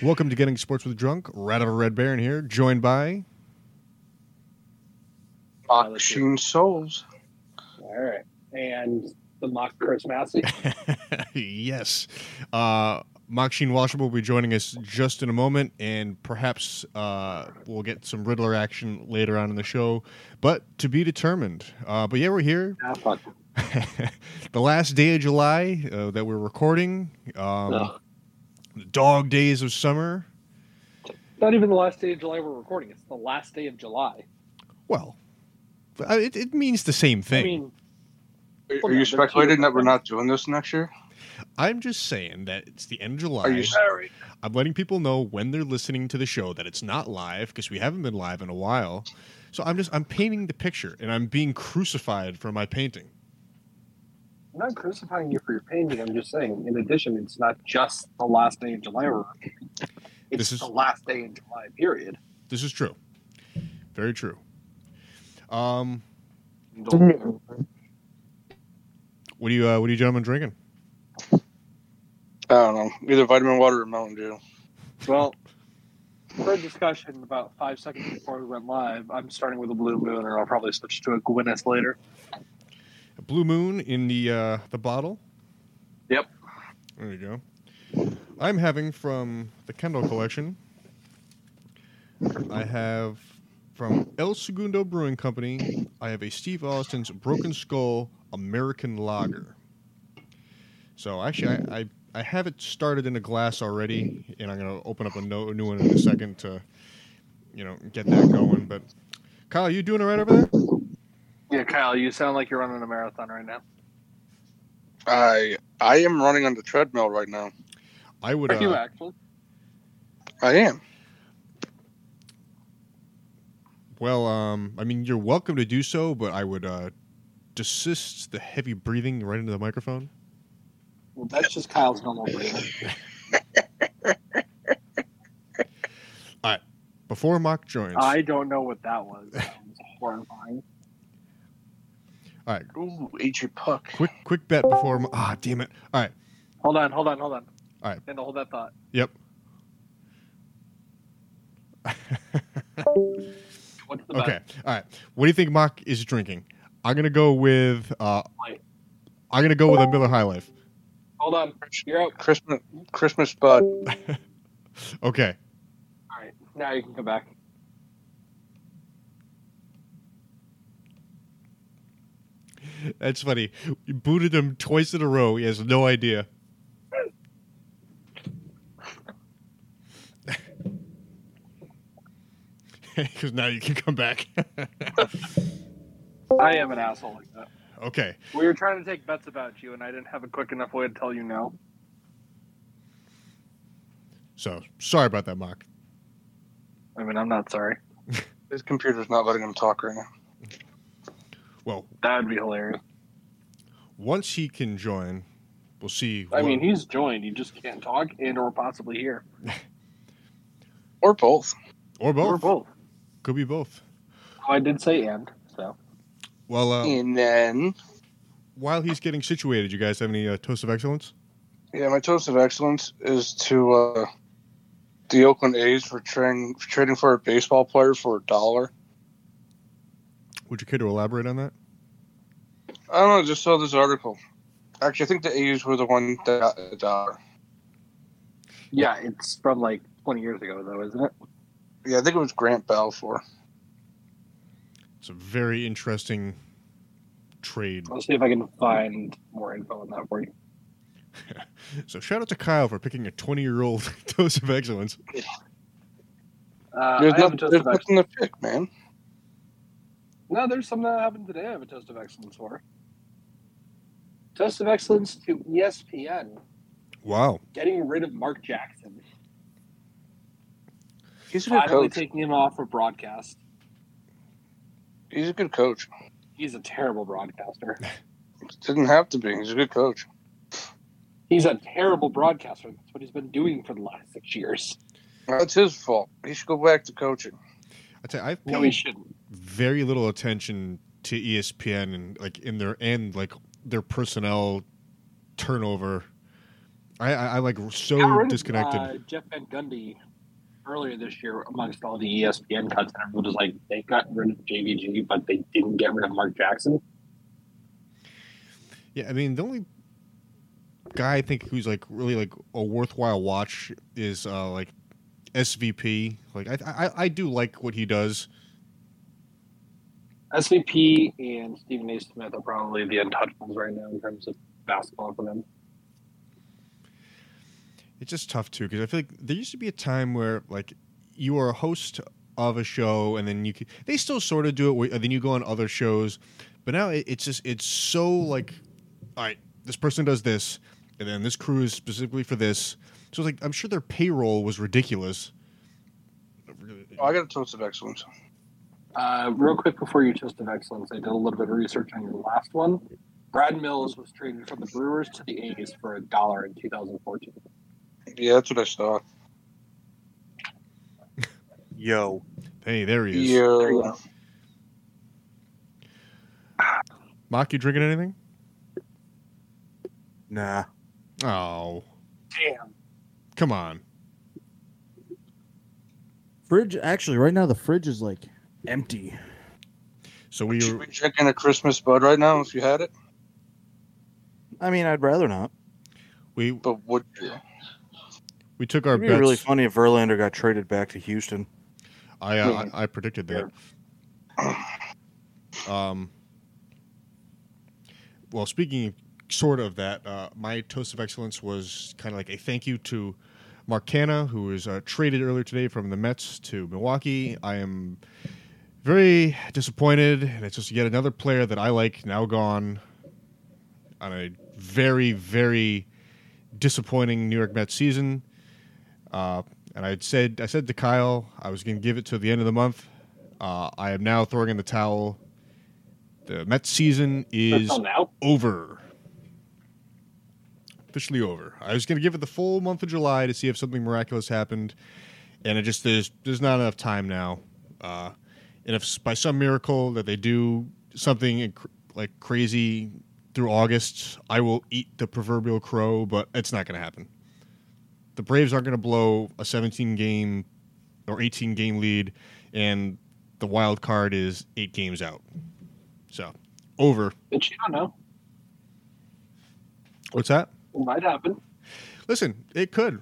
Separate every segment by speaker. Speaker 1: Welcome to Getting Sports with Drunk. Rat of a Red Baron here, joined by
Speaker 2: Auction Souls.
Speaker 3: All right. And the mock Chris Massey.
Speaker 1: yes, uh, Mokshin Washer will be joining us just in a moment, and perhaps uh, we'll get some Riddler action later on in the show, but to be determined. Uh, but yeah, we're here.
Speaker 3: ah, fuck.
Speaker 1: the last day of July uh, that we're recording. Um,
Speaker 3: No.
Speaker 1: Dog days of summer.
Speaker 3: Not even the last day of July we're recording. It's the last day of July.
Speaker 1: Well, I- it, it means the same thing.
Speaker 3: I mean,
Speaker 2: Are,
Speaker 3: Well,
Speaker 2: are
Speaker 3: yeah,
Speaker 2: you
Speaker 3: they're
Speaker 2: speculating
Speaker 3: cute.
Speaker 2: that we're not doing this next year?
Speaker 1: I'm just saying that it's the end of July.
Speaker 2: Are you
Speaker 3: sorry.
Speaker 1: I'm letting people know when they're listening to the show that it's not live because we haven't been live in a while. So I'm just I'm painting the picture and I'm being crucified for my painting.
Speaker 3: I'm not crucifying you for your painting. I'm just saying, in addition, it's not just the last day of July we're recording. It's
Speaker 1: This is-
Speaker 3: the last day in July, period.
Speaker 1: This is true. Very true. Um, what do you uh, what are you gentlemen drinking?
Speaker 2: I don't know. Either vitamin water or Mountain Dew.
Speaker 3: Well, for a discussion about five seconds before we went live, I'm starting with a blue moon and I'll probably switch to a Gwyneth later.
Speaker 1: A Blue Moon in the uh, the bottle.
Speaker 3: Yep.
Speaker 1: There you go. I'm having from the Kendall collection. I have from El Segundo Brewing Company. I have a Steve Austin's Broken Skull American Lager. So actually, I, I I have it started in a glass already, and I'm gonna open up a, no, a new one in a second to, you know, get that going. But Kyle, you doing all right over there?
Speaker 3: Yeah, Kyle, you sound like you're running a marathon right now.
Speaker 2: I I am running on the treadmill right now.
Speaker 1: I would.
Speaker 3: Are
Speaker 1: uh,
Speaker 3: you actually?
Speaker 2: I am.
Speaker 1: Well, um, I mean, you're welcome to do so, but I would uh, desist the heavy breathing right into the microphone.
Speaker 3: Well, that's just Kyle's normal breathing.
Speaker 1: Before Mock joins,
Speaker 3: I don't know what that was. That was horrifying.
Speaker 2: Ooh, eat your puck.
Speaker 1: quick, quick bet before. Mo- ah, damn it! All right,
Speaker 3: Hold on, hold on, hold on.
Speaker 1: All right.
Speaker 3: And hold that thought.
Speaker 1: yep.
Speaker 3: What's the
Speaker 1: Okay,
Speaker 3: best?
Speaker 1: all right. What do you think Mock is drinking? I'm gonna go with. Uh,
Speaker 3: Light.
Speaker 1: I'm gonna go with a Miller High Life.
Speaker 3: Hold on. You're out.
Speaker 2: Christmas Christmas bud.
Speaker 1: Okay,
Speaker 3: All right. Now you can come back.
Speaker 1: that's funny. You booted him twice in a row. He has no idea. Because now you can come back.
Speaker 3: I am an asshole like that.
Speaker 1: okay.
Speaker 3: We were trying to take bets about you, and I didn't have a quick enough way to tell you no.
Speaker 1: So sorry about that, Mark.
Speaker 3: I mean, I'm not sorry.
Speaker 2: His computer's not letting him talk right now.
Speaker 1: Well,
Speaker 3: That would be hilarious.
Speaker 1: once he can join, we'll see.
Speaker 3: I
Speaker 1: what-
Speaker 3: mean, he's joined. He just can't talk and or possibly hear.
Speaker 2: Or both.
Speaker 1: or both.
Speaker 3: Or both.
Speaker 1: Could be both.
Speaker 3: Oh, I did say and, so.
Speaker 1: Well, uh,
Speaker 2: And then
Speaker 1: while he's getting situated, you guys have any uh, toasts of excellence?
Speaker 2: yeah, my toast of excellence is to uh, the Oakland A's for trading trading for a baseball player for a dollar.
Speaker 1: Would you care to elaborate on that?
Speaker 2: I don't know, I just saw this article. Actually I think the A's were the one that got a dollar.
Speaker 3: Yeah, it's from like 20 years ago, though, isn't it?
Speaker 2: Yeah, I think it was Grant Balfour.
Speaker 1: It's a very interesting trade.
Speaker 3: I'll see if I can find more info on that for you.
Speaker 1: So shout out to Kyle for picking a 20 year old toast of excellence.
Speaker 3: Uh,
Speaker 2: There's,
Speaker 3: I have a
Speaker 2: nothing,
Speaker 3: toast
Speaker 2: there's
Speaker 3: of excellence.
Speaker 2: nothing to pick, man.
Speaker 3: No, there's some that happened today. I have a toast of
Speaker 4: E
Speaker 3: excellence for. Toast of excellence to ESPN.
Speaker 1: Wow.
Speaker 4: Getting rid of Mark Jackson.
Speaker 2: He's a good
Speaker 4: Finally
Speaker 2: coach.
Speaker 4: taking him off for broadcast.
Speaker 2: He's a good coach.
Speaker 4: He's a terrible broadcaster.
Speaker 2: Didn't have to be. He's a good coach.
Speaker 4: He's a terrible broadcaster. That's what he's been doing for the last six years.
Speaker 2: That's his fault. He should go back to coaching.
Speaker 1: I tell you, I've paid
Speaker 4: No, he shouldn't.
Speaker 1: very little attention to E ESPN and like in their and like their personnel turnover. I I, I like
Speaker 4: Got rid
Speaker 1: so
Speaker 4: of,
Speaker 1: disconnected.
Speaker 4: uh, Jeff Van Gundy earlier this year, amongst all the E ESPN cuts, and everyone was like, they got rid of JVG, but they didn't get rid of Mark Jackson.
Speaker 1: Yeah, I mean the only guy I think who's like really like a worthwhile watch is uh like SVP. Like I I, I do like what he does.
Speaker 4: SVP and Stephen A. Smith are probably the untouchables right now in terms of basketball for them.
Speaker 1: It's just tough too because I feel like there used to be a time where like you are a host of a show and then you could, they still sort of do it where, and then you go on other shows, but now it, it's just it's so like all right this person does this and then this crew is specifically for this. So it's like I'm sure their payroll was ridiculous.
Speaker 2: Oh, I got a toast of excellence.
Speaker 4: Uh, real quick before you toast of excellence, I did a little bit of research on your last one. Brad Mills was traded from the Brewers to the A's for a dollar in 2014.
Speaker 2: Yeah, that's what I saw.
Speaker 5: Yo.
Speaker 1: Hey, there he is.
Speaker 4: There you
Speaker 2: Yeah.
Speaker 4: go.
Speaker 1: Mock, you drinking anything?
Speaker 5: Nah.
Speaker 1: Oh,
Speaker 4: Damn.
Speaker 1: come on.
Speaker 5: Fridge, actually, right now the fridge is like empty.
Speaker 1: So we
Speaker 2: Should we check in a Christmas bud right now if you had it?
Speaker 5: I mean, I'd rather not.
Speaker 1: we
Speaker 2: But would you?
Speaker 1: we took our
Speaker 5: It'd be
Speaker 1: bets.
Speaker 5: really funny if Verlander got traded back to Houston.
Speaker 1: I, uh, I I predicted that. Um. Well, speaking sort of that, uh, my toast of excellence was kind of like a thank you to Mark Canna, who was uh, traded earlier today from the Mets to Milwaukee. I am very disappointed, and it's just yet another player that I like now gone on a very very disappointing New York Mets season. Uh, and I had said I said to Kyle I was going to give it to the end of the month. Uh, I am now throwing in the towel. The Mets season is
Speaker 4: Until now?
Speaker 1: over. Officially over. I was going to give it the full month of July to see if something miraculous happened, and it just there's there's not enough time now. Uh, and if s- by some miracle that they do something inc- like crazy through August, I will eat the proverbial crow, but it's not going to happen. The Braves aren't going to blow a 17 game or 18 game lead, and the wild card is eight games out. So, over.
Speaker 4: Bitch, you don't know.
Speaker 1: What's that?
Speaker 4: It might happen.
Speaker 1: listen, it could.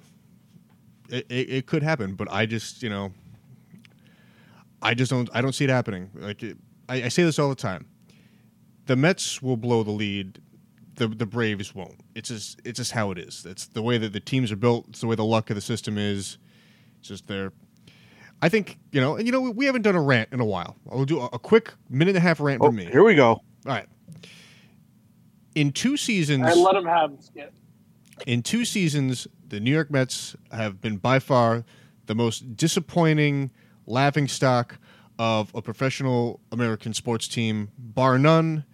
Speaker 1: It, it, it could happen, but I just you know, I just don't I don't see it happening. Like it, I, I say this all the time, the Mets will blow the lead, the the Braves won't. It's just it's just how it is. It's the way that the teams are built. It's the way the luck of the system is. It's just there. I think you know, and you know we, we haven't done a rant in a while. I'll do a, a quick minute and a half rant
Speaker 5: Oh,
Speaker 1: from me.
Speaker 5: here we go.
Speaker 1: all right. In two seasons,
Speaker 4: I let him have him skip.
Speaker 1: in two seasons, the New York Mets have been by far the most disappointing laughingstock of a professional American sports team, bar none,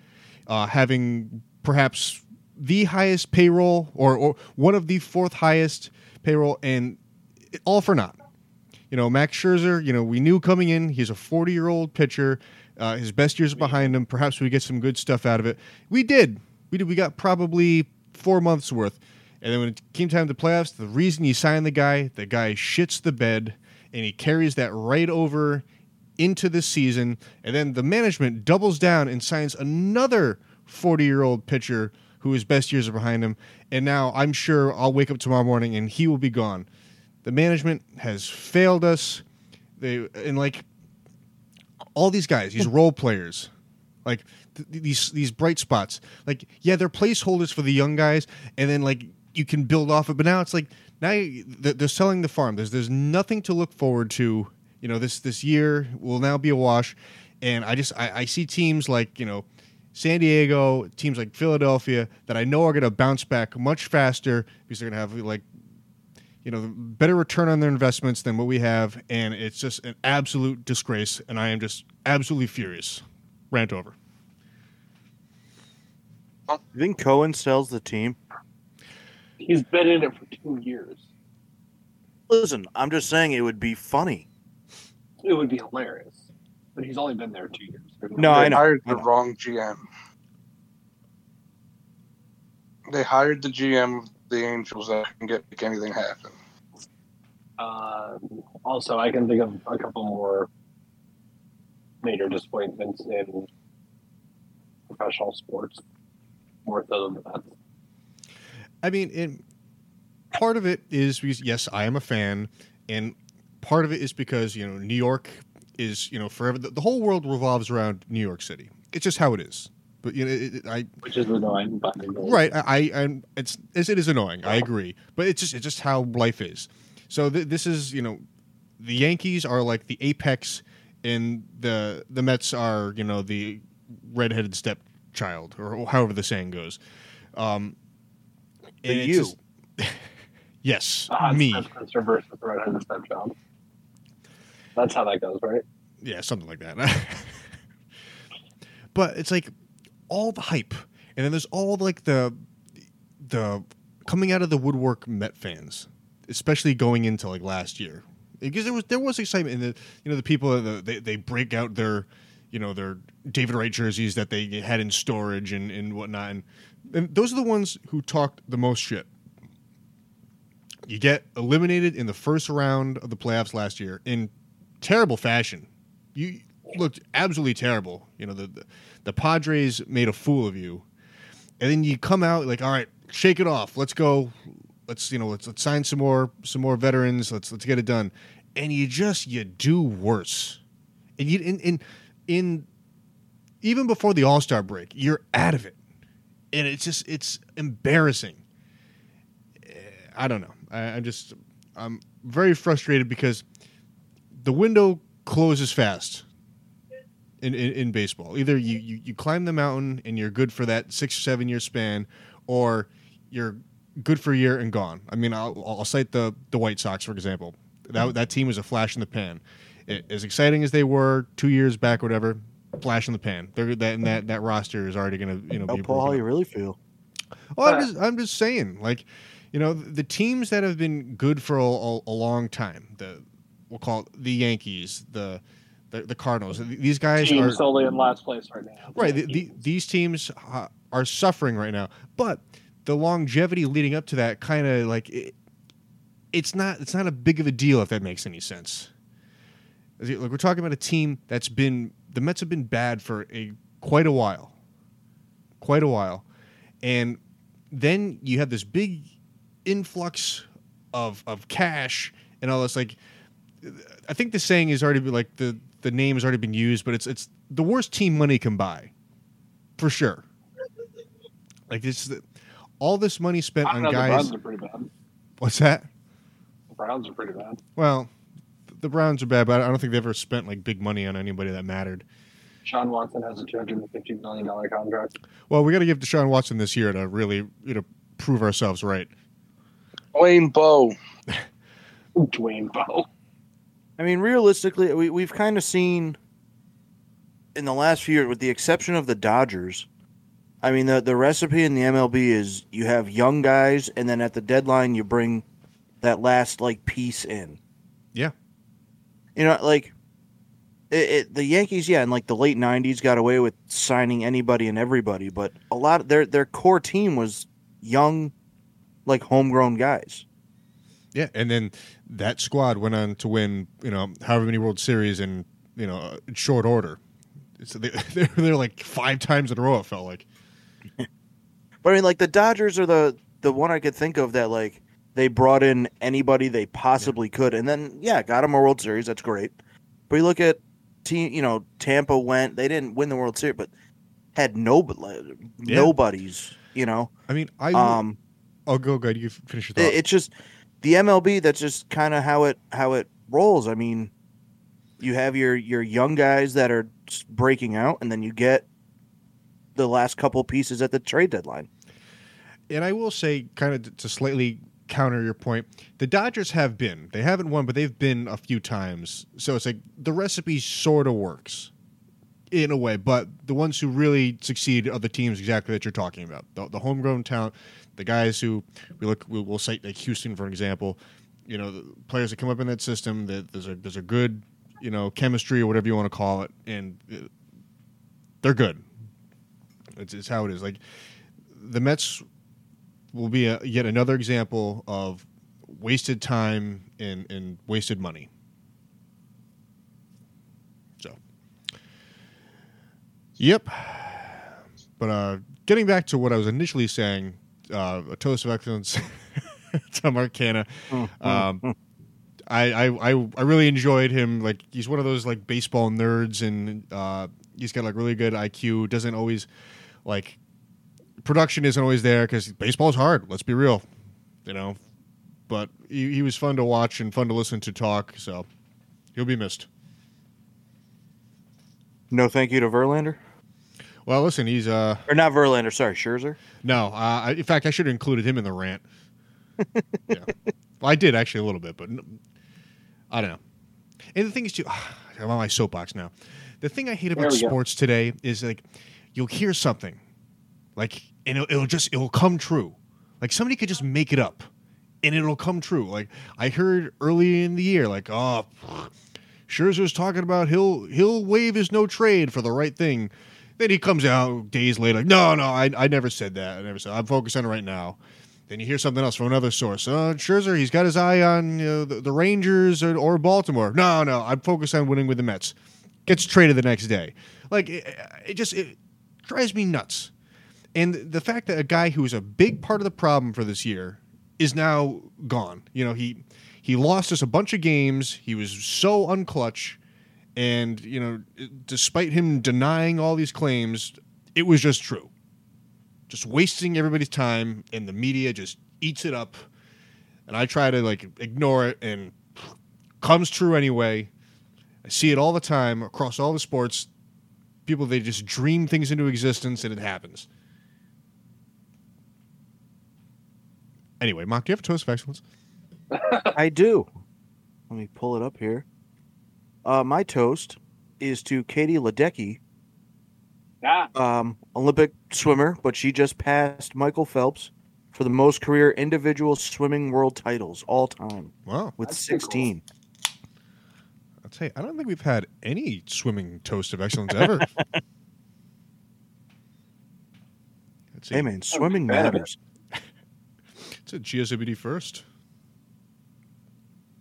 Speaker 1: uh, having perhaps the highest payroll or, or one of the fourth highest payroll, and it- all for naught. You know, Max Scherzer, you know, we knew coming in, he's a 40 year old pitcher. Uh, his best years are behind him. Perhaps we get some good stuff out of it. We did. We did. We got probably four months worth. And then when it came time to playoffs, the reason you sign the guy, the guy shits the bed and he carries that right over into this season. And then the management doubles down and signs another 40 year old pitcher who his best years are behind him. And now I'm sure I'll wake up tomorrow morning and he will be gone. The management has failed us. They and like all these guys, these role players, like th- th- these these bright spots. Like yeah, they're placeholders for the young guys, and then like you can build off it. But now it's like now you, th- they're selling the farm. There's there's nothing to look forward to. You know this this year will now be a wash, and I just I, I see teams like you know San Diego, teams like Philadelphia that I know are going to bounce back much faster because they're going to have like you know better return on their investments than what we have, and it's just an absolute disgrace. And I am just absolutely furious. Rant over.
Speaker 5: You think Cohen sells the team?
Speaker 4: He's been in it for two years.
Speaker 5: Listen, I'm just saying it would be funny.
Speaker 4: It would be hilarious, but he's only been there two years. There's
Speaker 5: No, I
Speaker 2: They
Speaker 5: know,
Speaker 2: hired the
Speaker 5: know.
Speaker 2: wrong GM. They hired the GM of the Angels that can get make anything happen.
Speaker 4: Uh, also, I can think of a couple more major disappointments in professional sports worth of that.
Speaker 1: I mean, and part of it is because yes, I am a fan, and part of it is because you know New York is you know forever. The, the whole world revolves around New York City. It's just how it is. But you know, it, it, I
Speaker 4: which is annoying. But you know,
Speaker 1: right, I, I I'm, it's it's- it is annoying. I agree, but it's just it's just how life is. So th- this is you know, the Yankees are like the apex, and the the Mets are you know the redheaded stepchild or however the saying goes. Um,
Speaker 5: The
Speaker 1: and it's
Speaker 5: you. Ah,
Speaker 1: just- yes,
Speaker 4: the hot
Speaker 1: me.
Speaker 4: step sister versus the right-handed stepchild. That's how that goes, right?
Speaker 1: yeah, something like that. but it's like all the hype, and then there's all like the the coming out of the woodwork Met fans, especially going into like last year, because there was there was excitement, and the you know the people the, they they break out their you know their David Wright jerseys that they had in storage and and whatnot, and, and those are the ones who talked the most shit. You get eliminated in the first round of the playoffs last year in terrible fashion. You looked absolutely terrible. You know, the, the the Padres made a fool of you. And then you come out like, all right, shake it off. Let's go. Let's, you know, let's let's sign some more some more veterans. Let's let's get it done. And you just you do worse. And you in in in even before the All-Star break, you're out of it. And it's just it's embarrassing. Eh, I don't know. I, I'm just I'm very frustrated because the window closes fast in, in, in baseball. Either you, you, you climb the mountain and you're good for that six or seven year span, or you're good for a year and gone. I mean, I'll, I'll cite the, the White Sox, for example. That, that team was a flash in the pan. I- as exciting as they were two years back, whatever, flash in the pan. They're, that, and that, that roster is already going to you know,
Speaker 5: How
Speaker 1: be
Speaker 5: Paul, how
Speaker 1: broken
Speaker 5: you really feel?
Speaker 1: well, I'm
Speaker 4: Uh,
Speaker 1: just, I'm just saying, like, you know, the teams that have been good for a, a, a long time, the we'll call it the Yankees, the the, the Cardinals, th- these guys
Speaker 4: Team
Speaker 1: are
Speaker 4: solely in last place right now.
Speaker 1: right. The, the, these teams uh, are suffering right now, but the longevity leading up to that kind of like it, it's not it's not a big of a deal if that makes any sense. Is it- Like we're talking about a team that's been the Mets have been bad for a quite a while, quite a while, and then you have this big influx of of cash and all this like I think the saying is already been, like the the name has already been used, but it's it's the worst team money can buy, for sure. Like this, all this money spent
Speaker 4: I don't
Speaker 1: on
Speaker 4: know, the
Speaker 1: guys.
Speaker 4: Browns are pretty bad.
Speaker 1: What's that?
Speaker 4: The Browns are pretty bad.
Speaker 1: Well, the Browns are bad, but I don't think they ever spent like big money on anybody that mattered.
Speaker 4: Sean Watson has a two hundred and fifty million dollar contract.
Speaker 1: Well, we got to give Deshaun Watson this year to really you know prove ourselves right.
Speaker 2: Wayne Bow.
Speaker 4: Dwayne Bowe.
Speaker 5: I mean, realistically, we, we've kind of seen in the last few years, with the exception of the Dodgers, I mean, the, the recipe in the MLB is you have young guys, and then at the deadline, you bring that last, like, piece in.
Speaker 1: Yeah.
Speaker 5: You know, like, it, it, the Yankees, yeah, in, like, the late 90s got away with signing anybody and everybody, but a lot of their, their core team was young, like, homegrown guys.
Speaker 1: Yeah, and then that squad went on to win, you know, however many World Series in, you know, in short order. So they, they were there like five times in a row. It felt like.
Speaker 5: But I mean, like the Dodgers are the the one I could think of that like they brought in anybody they possibly could, and then yeah, got them a World Series. That's great. But you look at team, you know, Tampa went. They didn't win the World Series, but had no uh,
Speaker 1: Yeah.
Speaker 5: nobodies. You know,
Speaker 1: I mean, I.
Speaker 5: um,
Speaker 1: oh, go go ahead. You finish your
Speaker 5: it-
Speaker 1: thought.
Speaker 5: it's just the MLB. That's just kind of how it how it rolls. I mean, you have your your young guys that are s- breaking out, and then you get the last couple pieces at the trade deadline.
Speaker 1: and I will say, kind of to slightly counter your point, the Dodgers have been. They haven't won, but they've been a few times. So it's like the recipe sort of works in a way, but the ones who really succeed are the teams exactly that you're talking about the, the homegrown talent, the guys who we look, we, we'll cite like Houston for an example. You know, the players that come up in that system, that there's a there's a good, you know, chemistry or whatever you want to call it, and uh, they're good. It's, it's how it is. Like the Mets will be a, yet another example of wasted time and, and wasted money. So, yep. But uh, getting back to what I was initially saying, uh, a toast of excellence to Marcana.
Speaker 5: Uh,
Speaker 1: Um, I, I, I I really enjoyed him. Like he's one of those like baseball nerds, and uh, he's got like really good IQ. Doesn't always like production isn't always there because baseball's hard. Let's be real, you know. But he, he was fun to watch and fun to listen to talk. So he'll be missed.
Speaker 5: No thank you to Verlander.
Speaker 1: Well, listen, he's uh
Speaker 5: Or not Verlander, sorry, Scherzer.
Speaker 1: no. Uh, I, in fact, I should have included him in the rant. yeah, well, I did actually a little bit, but n- I don't know. And the thing is, too, I'm on my soapbox now. The thing I hate
Speaker 4: There
Speaker 1: about
Speaker 4: we go.
Speaker 1: sports today is like you'll hear something, like and it'll, it'll just it'll come true. Like somebody could just make it up, and it'll come true. Like I heard early in the year, like oh, Scherzer's talking about he'll he'll waive his no trade for the right thing. Then he comes out days later, no, no, I, I never said that. I never said. I'm focused on it right now. Then you hear something else from another source. Uh, Scherzer, he's got his eye on you know, the, the Rangers or, or Baltimore. No, no, I'm focused on winning with the Mets. Gets traded the next day. Like it, it just it drives me nuts. And the fact that a guy who was a big part of the problem for this year is now gone. You know he he lost us a bunch of games. He was so unclutch, and you know despite him denying all these claims, it was just true just wasting everybody's time and the media just eats it up and i try to like ignore it and comes true anyway i see it all the time across all the sports people they just dream things into existence and it happens anyway mark do you have a toast of excellence
Speaker 5: I do. Let me pull it up here. Uh, my toast is to Katie Ledecky,
Speaker 4: Ah,
Speaker 5: um, Olympic swimmer, but she just passed Michael Phelps for the most career individual swimming world titles all time
Speaker 1: wow
Speaker 5: with
Speaker 4: That's pretty cool.
Speaker 5: 16.
Speaker 1: i'll tell you i don't think we've had any swimming toast of excellence ever That's
Speaker 5: Hey,
Speaker 1: it.
Speaker 5: man, swimming
Speaker 4: bad at it.
Speaker 5: matters.
Speaker 1: It's a GSWD first.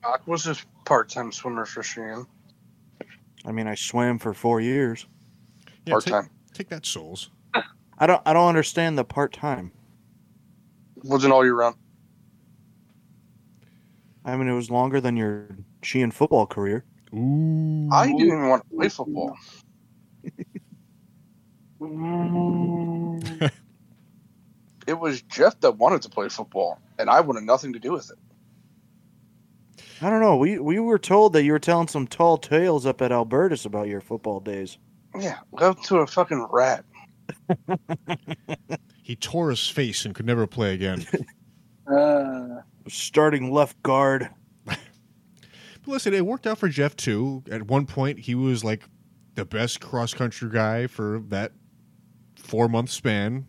Speaker 2: Doc was a part-time swimmer for Sheehan.
Speaker 5: I mean, I swam for four years.
Speaker 1: Yeah, take,
Speaker 2: Part-time
Speaker 1: take that, Souls.
Speaker 5: I don't. I don't understand the part time.
Speaker 2: wasn't all year round.
Speaker 5: I mean, it was longer than your she and football career.
Speaker 1: Ooh.
Speaker 2: I didn't even want to play football.
Speaker 4: Mm,
Speaker 2: It was Jeff that wanted to play football, and I wanted nothing to do with it.
Speaker 5: I don't know. We we were told that you were telling some tall tales up at Albertus about your football days.
Speaker 2: Yeah, go to a fucking rat.
Speaker 1: He tore his face and could never play again. but
Speaker 4: uh,
Speaker 5: Starting left guard.
Speaker 1: listen, it worked out for Jeff too. At one point, he was like the best cross country guy for that four month span.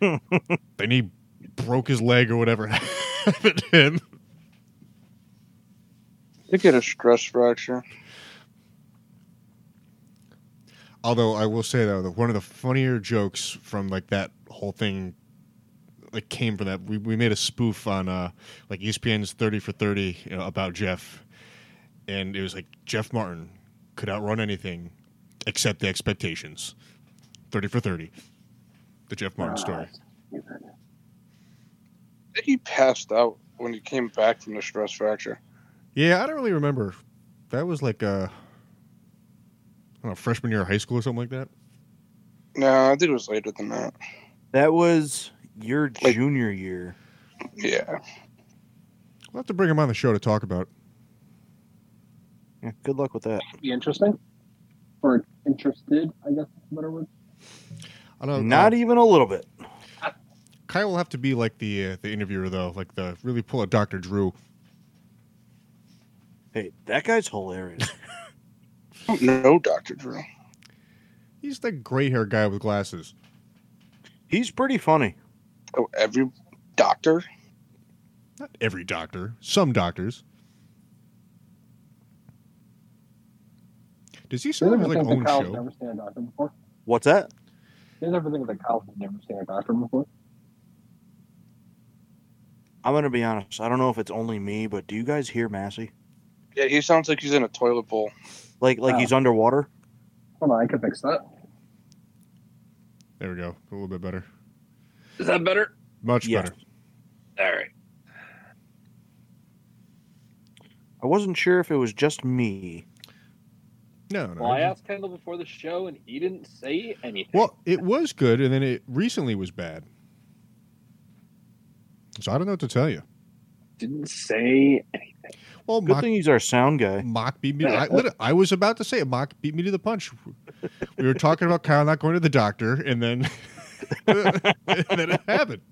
Speaker 1: then he broke his leg or whatever happened to him.
Speaker 2: They get a stress fracture.
Speaker 1: Although I will say though, that one of the funnier jokes from like that whole thing, like came from that. We, we made a spoof on uh like ESPN's Thirty for Thirty you know, about Jeff, and it was like Jeff Martin could outrun anything except the expectations. Thirty for Thirty, the Jeff Martin story.
Speaker 2: I think he passed out when he came back from the stress fracture.
Speaker 1: Yeah, I don't really remember. That was like uh, I don't know, freshman year of high school or something like that.
Speaker 2: No, I think it was later than that.
Speaker 5: That was your
Speaker 2: Like-
Speaker 5: junior year.
Speaker 2: Yeah.
Speaker 1: We'll have to bring him on the show to talk about. it.
Speaker 5: Yeah, good luck with that.
Speaker 4: be interesting or interested, I guess is a better word.
Speaker 1: I don't know.
Speaker 5: Not even a little bit.
Speaker 1: Kai will have to be like the uh, the interviewer though, like the really pull a Dr. Drew.
Speaker 5: Hey, that guy's hilarious.
Speaker 2: I don't know Dr. Drew.
Speaker 1: He's the gray hair guy with glasses.
Speaker 5: He's pretty funny.
Speaker 2: Oh, every doctor?
Speaker 1: Not every doctor, some doctors. Does he
Speaker 4: Does
Speaker 1: still have his
Speaker 4: everything
Speaker 1: like
Speaker 4: the
Speaker 1: own
Speaker 4: Kyle's
Speaker 1: show?
Speaker 4: never seen a doctor before?
Speaker 5: What's that?
Speaker 4: Does everything the Kyle's never seen a doctor before?
Speaker 5: I'm gonna be honest. I don't know if it's only me, but do you guys hear Massey?
Speaker 2: Yeah, he sounds like he's in a toilet bowl.
Speaker 5: Like like
Speaker 4: Oh.
Speaker 5: he's underwater.
Speaker 4: Hold on, I can fix that.
Speaker 1: There we go. A little bit better.
Speaker 4: Is that better?
Speaker 1: Much
Speaker 5: Yeah.
Speaker 1: better.
Speaker 4: All right.
Speaker 5: I wasn't sure if it was just me.
Speaker 1: No, no.
Speaker 3: Well, I
Speaker 1: it-
Speaker 3: asked Kendall before the show, and he didn't say anything.
Speaker 1: well, it was good and then it recently was bad. So I don't know what to tell you.
Speaker 4: Didn't say anything.
Speaker 1: Well,
Speaker 5: Good
Speaker 1: Mock,
Speaker 5: thing he's our sound guy.
Speaker 1: Mock beat me. I, lit- I was about to say it. Mock beat me to the punch. We were talking about Kyle not going to the doctor, and then, and then it happened.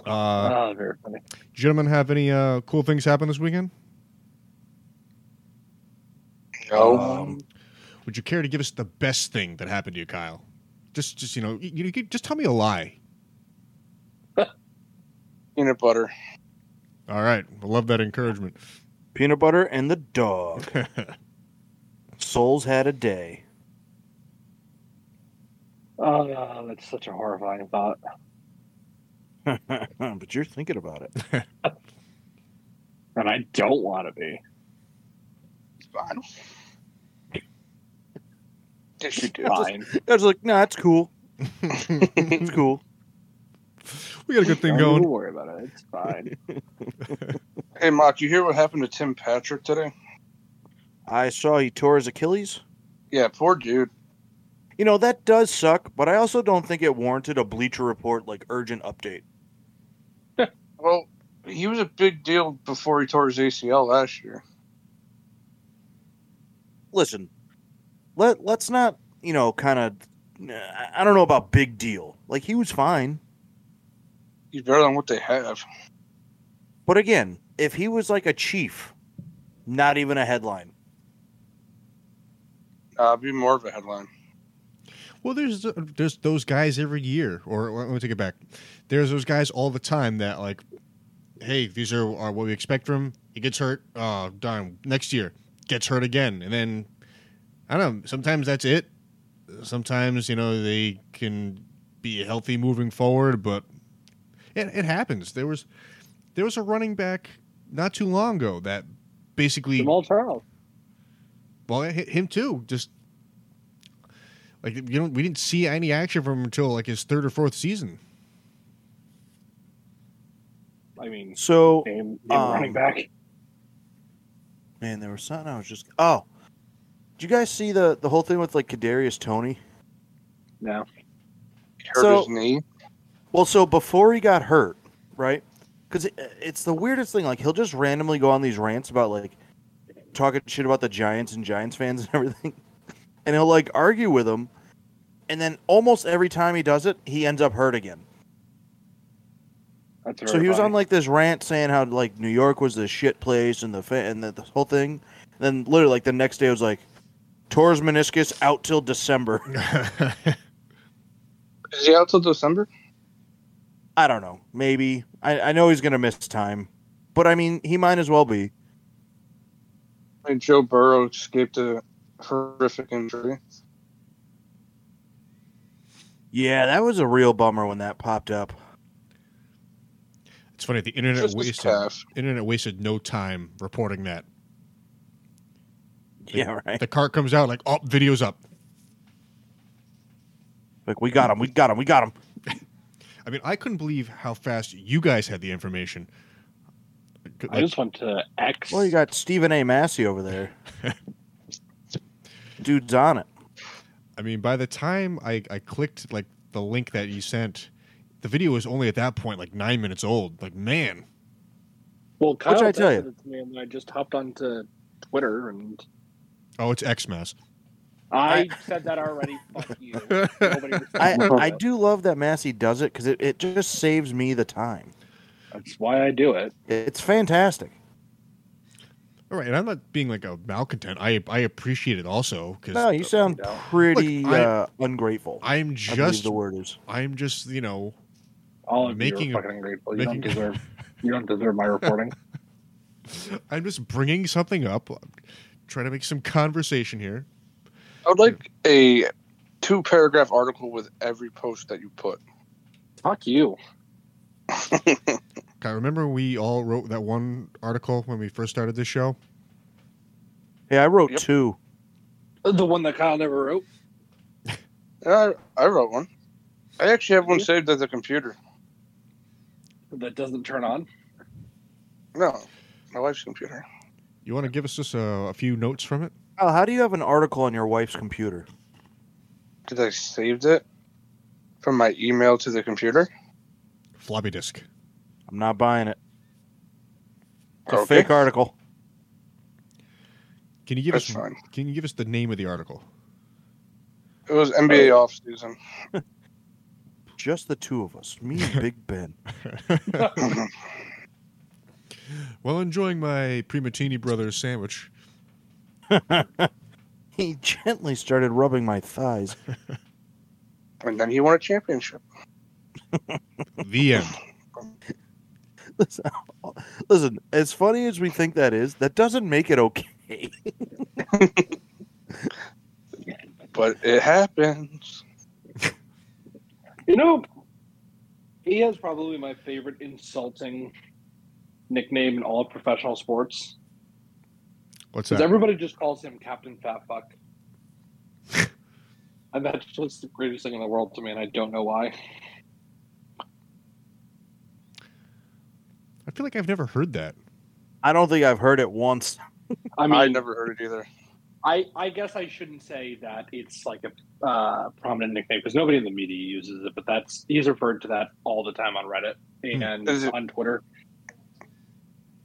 Speaker 1: Uh,
Speaker 4: Ah, very funny.
Speaker 1: gentlemen have any uh, cool things happen this weekend?
Speaker 2: No.
Speaker 5: Um,
Speaker 1: Would you care to give us the best thing that happened to you, Kyle? Just, just you know, you, you could- just tell me a lie.
Speaker 2: Peanut butter.
Speaker 1: All right, I love that encouragement.
Speaker 5: peanut butter and the dog. Souls had a day.
Speaker 3: Oh, that's such a horrifying thought.
Speaker 5: but you're thinking about it.
Speaker 3: And I don't want to be.
Speaker 2: It's fine. Yes, you do.
Speaker 3: Fine.
Speaker 5: I was like, nah, it's cool. It's
Speaker 1: we
Speaker 5: cool.
Speaker 1: got a good thing
Speaker 3: Don't
Speaker 1: going.
Speaker 3: even worry about it. It's fine.
Speaker 2: Hey, Mock, you hear what happened to Tim Patrick today?
Speaker 5: I saw he tore his Achilles.
Speaker 2: Yeah, poor dude.
Speaker 5: You know, that does suck, but I also don't think it warranted a bleacher report like urgent update.
Speaker 2: Well, he was a big deal before he tore his ACL last year.
Speaker 5: Listen, let let's not, you know, kind of I I don't know about big deal. Like he was fine.
Speaker 2: He's better than what they have.
Speaker 5: But again, if he was like a chief, not even a headline.
Speaker 2: Uh, be more of a headline.
Speaker 1: Well, there's there's those guys every year, or let me take it back. There's those guys all the time that like, hey, these are, are what we expect from. him. He gets hurt, uh, darn, next year gets hurt again, and then I don't know. Sometimes that's it. Sometimes you know they can be healthy moving forward, but it, it happens. There was there was a running back not too long ago that basically
Speaker 3: Jamal Charles.
Speaker 1: well, hi- him too. Just like you know, we didn't see any action from him until like his third or fourth season.
Speaker 3: I mean,
Speaker 5: So
Speaker 3: name, name
Speaker 5: Um,
Speaker 3: running back.
Speaker 5: man, there was something I was just oh. Did you guys see the the whole thing with like Kadarius Tony?
Speaker 3: No.
Speaker 2: He hurt
Speaker 5: So-
Speaker 2: his knee.
Speaker 5: Well, so before he got hurt, right? Because it's the weirdest thing. Like he'll just randomly go on these rants about like talking shit about the Giants and Giants fans and everything, and he'll like argue with them, and then almost every time he does it, he ends up hurt again.
Speaker 3: That's
Speaker 5: So he was on like this rant saying how like New York was the shit place and the fa- and the, the whole thing. then literally like the next day it was like Torres meniscus out till December.
Speaker 2: Is he out till December?
Speaker 5: I don't know. Maybe I, I know he's gonna miss time, but I mean he might as well be.
Speaker 2: I mean, Joe Burrow escaped a horrific injury.
Speaker 5: Yeah, that was a real bummer when that popped up.
Speaker 1: it's funny the internet
Speaker 2: Just his
Speaker 1: wasted
Speaker 2: calf.
Speaker 1: internet wasted no time reporting that.
Speaker 5: Yeah, right.
Speaker 1: The cart comes out like, oh, video's up.
Speaker 5: Like we got him, we got him, we got him.
Speaker 1: I mean, I couldn't believe how fast you guys had the information.
Speaker 3: I just went to X.
Speaker 5: Well, you got Stephen A. Massey over there. Dude's on it.
Speaker 1: I mean, by the time I, I clicked like the link that you sent, the video was only at that point like nine minutes old. Like, man,
Speaker 3: well, Kyle
Speaker 5: I tell
Speaker 3: texted it to me, and then I just hopped onto Twitter and
Speaker 1: oh, it's Xmas.
Speaker 3: I said that already. Fuck you. Nobody respects
Speaker 5: I,
Speaker 3: me.
Speaker 5: I do love that Massey does it because it, it just saves me the time.
Speaker 3: That's why I do it.
Speaker 5: It's fantastic.
Speaker 1: All right, and I'm not being like a malcontent. I I appreciate it also because
Speaker 5: No, you sound
Speaker 3: No.
Speaker 5: pretty
Speaker 1: Look, I-
Speaker 5: uh, ungrateful. I,
Speaker 1: I'm
Speaker 5: believe
Speaker 1: just
Speaker 5: the word is.
Speaker 1: I'm just you know
Speaker 3: All of
Speaker 1: Making
Speaker 3: you
Speaker 1: a-
Speaker 3: are fucking ungrateful. You
Speaker 1: making-
Speaker 3: don't deserve. You don't deserve my reporting.
Speaker 1: I'm just bringing something up, I'm trying to make some conversation here.
Speaker 2: I would like a two paragraph article with every post that you put.
Speaker 3: Fuck you.
Speaker 1: I remember we all wrote that one article when we first started this show.
Speaker 5: Yeah, I wrote
Speaker 2: Yep.
Speaker 5: two.
Speaker 3: The one that Kyle never wrote.
Speaker 2: Yeah, I, I wrote one. I actually have one saved at the computer.
Speaker 3: That doesn't turn on.
Speaker 2: No, my wife's computer.
Speaker 1: You want to give us just a, a few notes from it?
Speaker 5: Al, how do you have an article on your wife's computer?
Speaker 2: Did I saved it from my email to the computer?
Speaker 1: Floppy disk.
Speaker 5: I'm not buying it. It's a
Speaker 2: Okay.
Speaker 5: fake article.
Speaker 1: Can you give
Speaker 2: That's
Speaker 1: us
Speaker 2: fine.
Speaker 1: Can you give us the name of the article?
Speaker 2: It was NBA off season.
Speaker 5: Just the two of us, me and Big Ben.
Speaker 1: While enjoying my Primatini Brothers sandwich,
Speaker 5: He gently started rubbing my thighs.
Speaker 2: And then he won a championship.
Speaker 1: the end.
Speaker 5: Listen, listen, as funny as we think that is, that doesn't make it okay.
Speaker 2: But it happens.
Speaker 3: You know, he has probably my favorite insulting nickname in all of professional sports.
Speaker 1: What's
Speaker 3: Because
Speaker 1: that?
Speaker 3: everybody just calls him Captain Fat Fuck. and that's just the greatest thing in the world to me, and I don't know why.
Speaker 1: I feel like I've never heard that.
Speaker 5: I don't think I've heard it once.
Speaker 3: I
Speaker 2: I,
Speaker 3: mean, I,
Speaker 2: never heard it either.
Speaker 3: I, guess I shouldn't say that it's like a uh, prominent nickname because nobody in the media uses it, but that's he's referred to that all the time on Reddit
Speaker 1: Hmm.
Speaker 3: and
Speaker 2: Is it-
Speaker 3: on Twitter.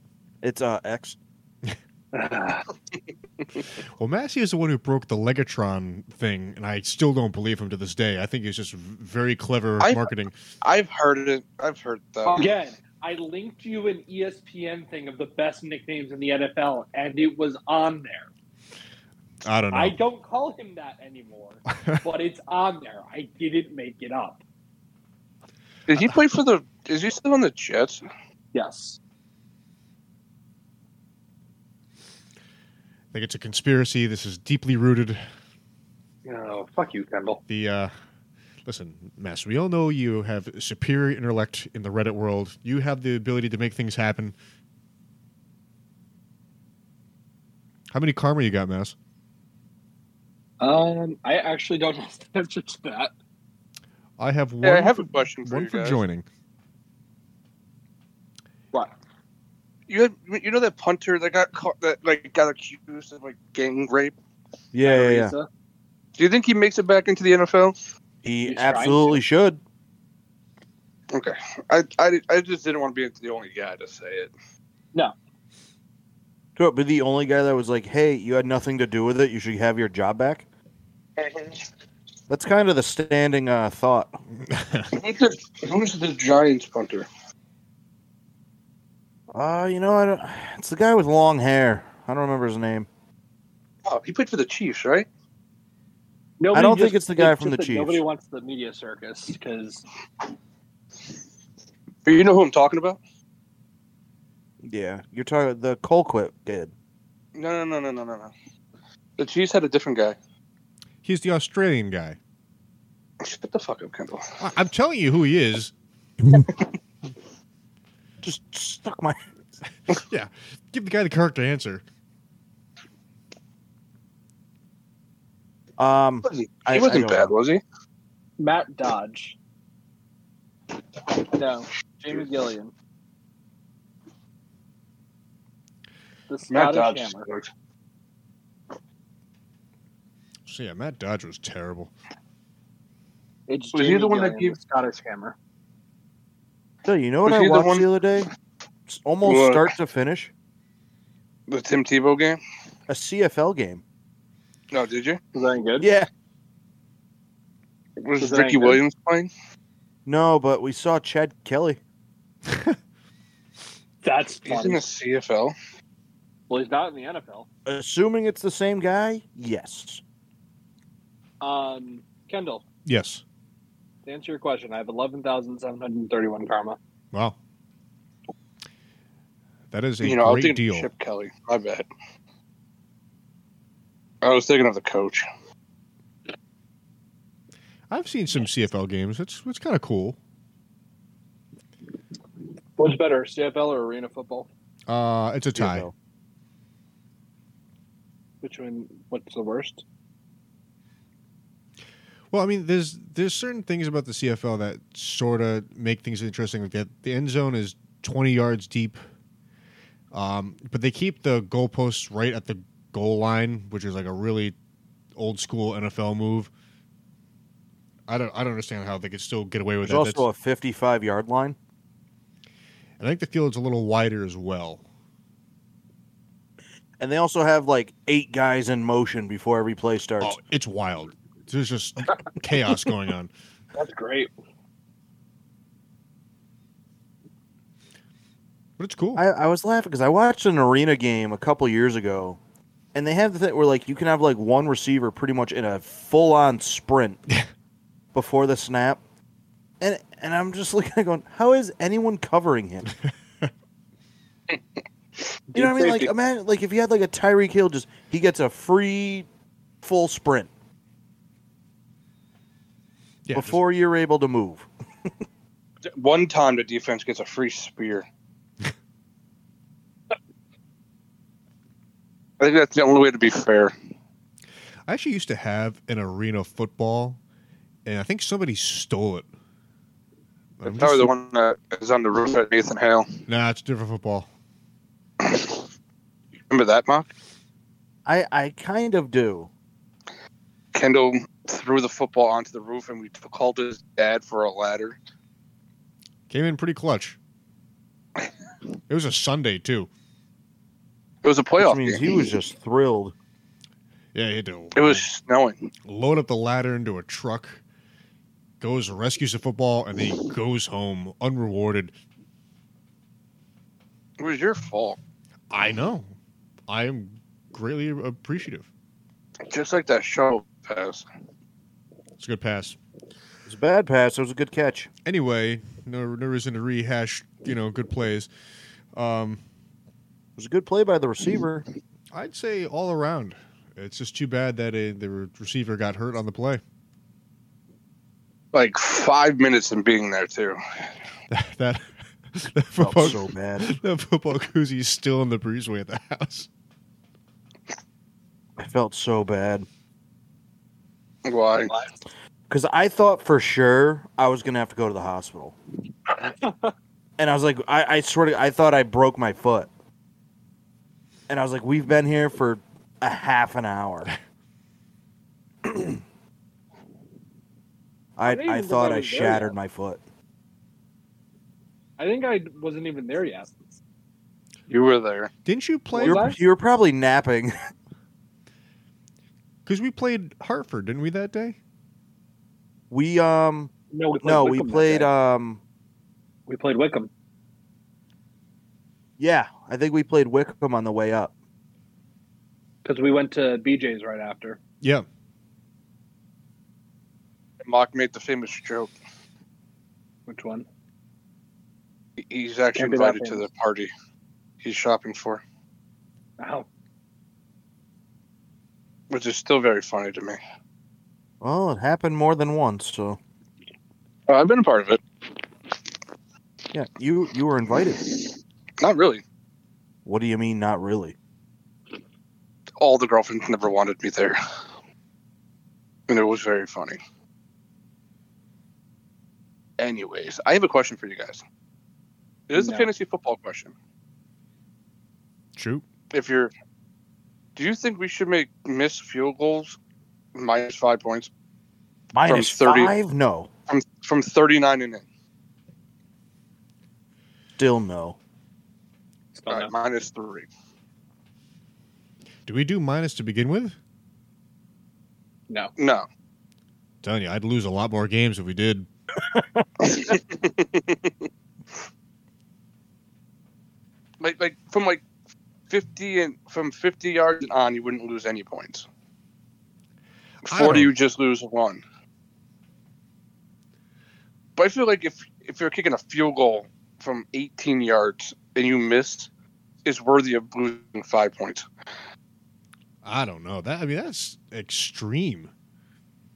Speaker 5: It's uh, X.
Speaker 1: Well, Massey is the one who broke the Legatron thing, and I still don't believe him to this day. I think it's just v- very clever
Speaker 2: I-
Speaker 1: marketing.
Speaker 2: I've heard it. I've heard that.
Speaker 3: Again, I linked you an E ESPN thing of the best nicknames in the NFL, and it was on there.
Speaker 1: I don't know.
Speaker 3: I don't call him that anymore, but it's on there. I didn't make it up.
Speaker 2: Did he play for the? Is he still on the Jets?
Speaker 3: Yes.
Speaker 1: think it's a conspiracy. This is deeply rooted.
Speaker 3: No, Oh, fuck you, Kendall.
Speaker 1: The uh, listen, Mass. We all know you have superior intellect in the Reddit world. You have the ability to make things happen. How many karma you got, Mass?
Speaker 3: Um, I actually don't know the answer to that.
Speaker 1: I have one.
Speaker 2: Yeah, I have
Speaker 1: for,
Speaker 2: a question for
Speaker 1: one
Speaker 2: you
Speaker 1: for
Speaker 2: guys.
Speaker 1: joining.
Speaker 3: What?
Speaker 2: You had, you know that punter that got caught, that like got accused of like gang rape.
Speaker 5: Yeah, yeah, yeah.
Speaker 3: Teresa?
Speaker 2: Do you think he makes it back into the NFL?
Speaker 5: He
Speaker 3: He's trying
Speaker 5: absolutely should.
Speaker 2: Okay, I, I, I just didn't want to be the only guy to say it.
Speaker 5: Could be the only guy that was like, "Hey, you had nothing to do with it. You should have your job back." That's kind of the standing uh, thought.
Speaker 2: Who's the, who's the Giants punter?
Speaker 5: Uh, you know, I don't, it's the guy with long hair. I don't remember his name.
Speaker 2: Oh, he played for the Chiefs, right?
Speaker 3: Nobody
Speaker 5: I don't think it's the guy from
Speaker 3: just
Speaker 5: the
Speaker 3: that Nobody
Speaker 5: Chiefs.
Speaker 3: wants the media circus because
Speaker 2: But you know who I'm talking about?
Speaker 5: Yeah, you're talking the Colquitt kid.
Speaker 2: No, no, no, no, no, no, no. The Chiefs had a different guy.
Speaker 1: He's the Australian guy.
Speaker 2: Shut the fuck up, Kendall.
Speaker 1: I- I'm telling you who he is.
Speaker 5: Just stuck my.
Speaker 1: Give the guy the correct answer.
Speaker 5: Um,
Speaker 2: Was he? He
Speaker 5: I- I
Speaker 2: wasn't
Speaker 5: don't
Speaker 2: bad,
Speaker 5: know.
Speaker 2: was he?
Speaker 3: Matt Dodge. No, Jamie Gillian. The
Speaker 2: Matt
Speaker 3: Scottish
Speaker 2: Dodge.
Speaker 3: Hammer.
Speaker 2: sucked.
Speaker 1: So yeah, Matt Dodge was terrible.
Speaker 3: It's
Speaker 2: Was he
Speaker 3: Jamie
Speaker 2: the one that
Speaker 3: Gillian,
Speaker 2: gave-
Speaker 3: the Scottish Hammer?
Speaker 5: so you know what
Speaker 2: Was
Speaker 5: I
Speaker 2: he the
Speaker 5: watched
Speaker 2: one-
Speaker 5: the other day? It's almost
Speaker 2: What?
Speaker 5: start to finish,
Speaker 2: The Tim Tebow game.
Speaker 5: a CFL game.
Speaker 2: No, did you?
Speaker 3: Was that any good?
Speaker 5: Yeah.
Speaker 2: Was,
Speaker 3: Was it any
Speaker 2: Ricky
Speaker 3: good?
Speaker 2: Williams playing?
Speaker 5: No, but we saw Chad Kelly.
Speaker 3: That's
Speaker 2: He's in
Speaker 3: funny.
Speaker 2: the CFL.
Speaker 3: Well, he's not in the NFL.
Speaker 5: Assuming it's the same guy, yes.
Speaker 3: Um, Kendall,
Speaker 1: Yes.
Speaker 3: to answer your question, I have 11,731 karma.
Speaker 1: Wow. That is a
Speaker 2: You know, I was
Speaker 1: great
Speaker 2: thinking
Speaker 1: deal.
Speaker 2: Chip Kelly. I bet. I was thinking of the coach.
Speaker 1: I've seen some CFL games. It's it's kind of cool.
Speaker 3: What's better, CFL or arena football?
Speaker 1: Uh, it's a tie.
Speaker 5: You know.
Speaker 3: Which one? What's the worst?
Speaker 1: Well, I mean, there's there's certain things about the CFL that sort of make things interesting. Like that, the end zone is 20 yards deep, um, but they keep the goalposts right at the goal line, which is like a really old school NFL move. I don't I don't understand how they could still get away with
Speaker 5: There's
Speaker 1: that.
Speaker 5: also
Speaker 1: That's-
Speaker 5: a 55 yard line.
Speaker 1: I think the field's a little wider as well.
Speaker 5: And they also have like eight guys in motion before every play starts.
Speaker 1: Oh, it's wild. There's just chaos going on.
Speaker 3: That's great.
Speaker 1: But it's cool.
Speaker 5: I, I was laughing because I watched an arena game a couple years ago, and they have the thing where like you can have like one receiver pretty much in a full on sprint before the snap, and and I'm just looking at it going, how is anyone covering him? you know what I mean? Like imagine like if you had like a Tyreek Hill, just he gets a free full sprint
Speaker 1: Yeah, just-
Speaker 5: before you're able to move.
Speaker 2: One time the defense gets a free spear. I think that's the only way to be fair.
Speaker 1: I actually used to have an arena football, and I think somebody stole it. I'm
Speaker 2: That's
Speaker 1: just-
Speaker 2: probably the one that is on the roof at Nathan Hale.
Speaker 1: Nah, it's different football.
Speaker 2: Remember that, Mark?
Speaker 5: I I kind of do.
Speaker 2: Kendall threw the football onto the roof, and we t- called his dad for a ladder.
Speaker 1: Came in pretty clutch. It was a Sunday too.
Speaker 2: It was a
Speaker 5: Which
Speaker 2: playoff
Speaker 5: means
Speaker 2: game.
Speaker 5: he was just thrilled.
Speaker 1: Yeah, he had to
Speaker 2: It was snowing.
Speaker 1: load up the ladder into a truck, goes rescues the football, and then he goes home unrewarded.
Speaker 2: It was your fault.
Speaker 1: I know. I am greatly appreciative.
Speaker 2: Just like that shuttle pass.
Speaker 1: It's a good pass.
Speaker 5: It was a bad pass. It was a good catch.
Speaker 1: Anyway, no, no reason to rehash. You know, good plays. Um,
Speaker 5: It was a good play by
Speaker 1: Mm-hmm.
Speaker 5: the receiver.
Speaker 1: I'd say all around. It's just too bad that uh the re- receiver got hurt on the play.
Speaker 2: Like five minutes in being there, too.
Speaker 1: That, that, that
Speaker 5: Felt
Speaker 1: football,
Speaker 5: so bad.
Speaker 1: that football koozie is still in the breezeway at the house.
Speaker 5: I felt so bad
Speaker 2: Why?
Speaker 5: because I thought for sure I was gonna have to go to the hospital, and I was like, I, I swear to, I thought I broke my foot, and I was like, we've been here for a half an hour. I,
Speaker 3: I didn't
Speaker 5: I,
Speaker 3: even think
Speaker 5: thought
Speaker 3: I
Speaker 5: I
Speaker 3: was there
Speaker 5: shattered
Speaker 3: yet.
Speaker 5: my foot.
Speaker 3: I think I wasn't even there yet.
Speaker 2: You were there.
Speaker 1: Didn't you
Speaker 3: Was
Speaker 1: play?
Speaker 5: You were,
Speaker 3: I?
Speaker 5: you were probably napping.
Speaker 1: Because we played Hartford, didn't we, that day?
Speaker 5: We um
Speaker 3: No, we played
Speaker 5: no
Speaker 3: Wickham
Speaker 5: we
Speaker 3: that
Speaker 5: played
Speaker 3: day.
Speaker 5: um
Speaker 3: we played Wickham.
Speaker 5: yeah I think we played Wickham on the way up.
Speaker 3: because we went to BJ's right after.
Speaker 1: Yeah.
Speaker 2: Mock made the famous joke.
Speaker 3: Which one?
Speaker 2: He- He's actually
Speaker 3: Can't be that
Speaker 2: invited to the party he's shopping for,
Speaker 3: Oh,
Speaker 2: which is still very funny to me.
Speaker 5: Well, it happened more than once, so
Speaker 2: Uh, I've been a part of it.
Speaker 5: yeah, you you were invited.
Speaker 2: Not really.
Speaker 5: What do you mean, not really?
Speaker 2: All the girlfriends never wanted me there. And it was very funny. Anyways, I have a question for you guys. It is
Speaker 3: No.
Speaker 2: a fantasy football question.
Speaker 1: True.
Speaker 2: If you're, do you think we should make missed field goals minus five points
Speaker 5: Minus
Speaker 2: 30.
Speaker 5: five? No,
Speaker 2: from from 39 and in?
Speaker 5: still no.
Speaker 3: still
Speaker 2: All
Speaker 3: no.
Speaker 2: right, minus three.
Speaker 1: Do we do minus to begin with?
Speaker 3: No.
Speaker 2: No.
Speaker 1: telling you, I'd lose a lot more games if we did.
Speaker 2: Like like from like fifty and from fifty yards and on, you wouldn't lose any points.
Speaker 1: I
Speaker 2: Forty,
Speaker 1: don't-
Speaker 2: you just lose one. But I feel like if if you're kicking a field goal from eighteen yards and you missed, it's worthy of losing five points.
Speaker 1: I don't know. That I mean, that's extreme.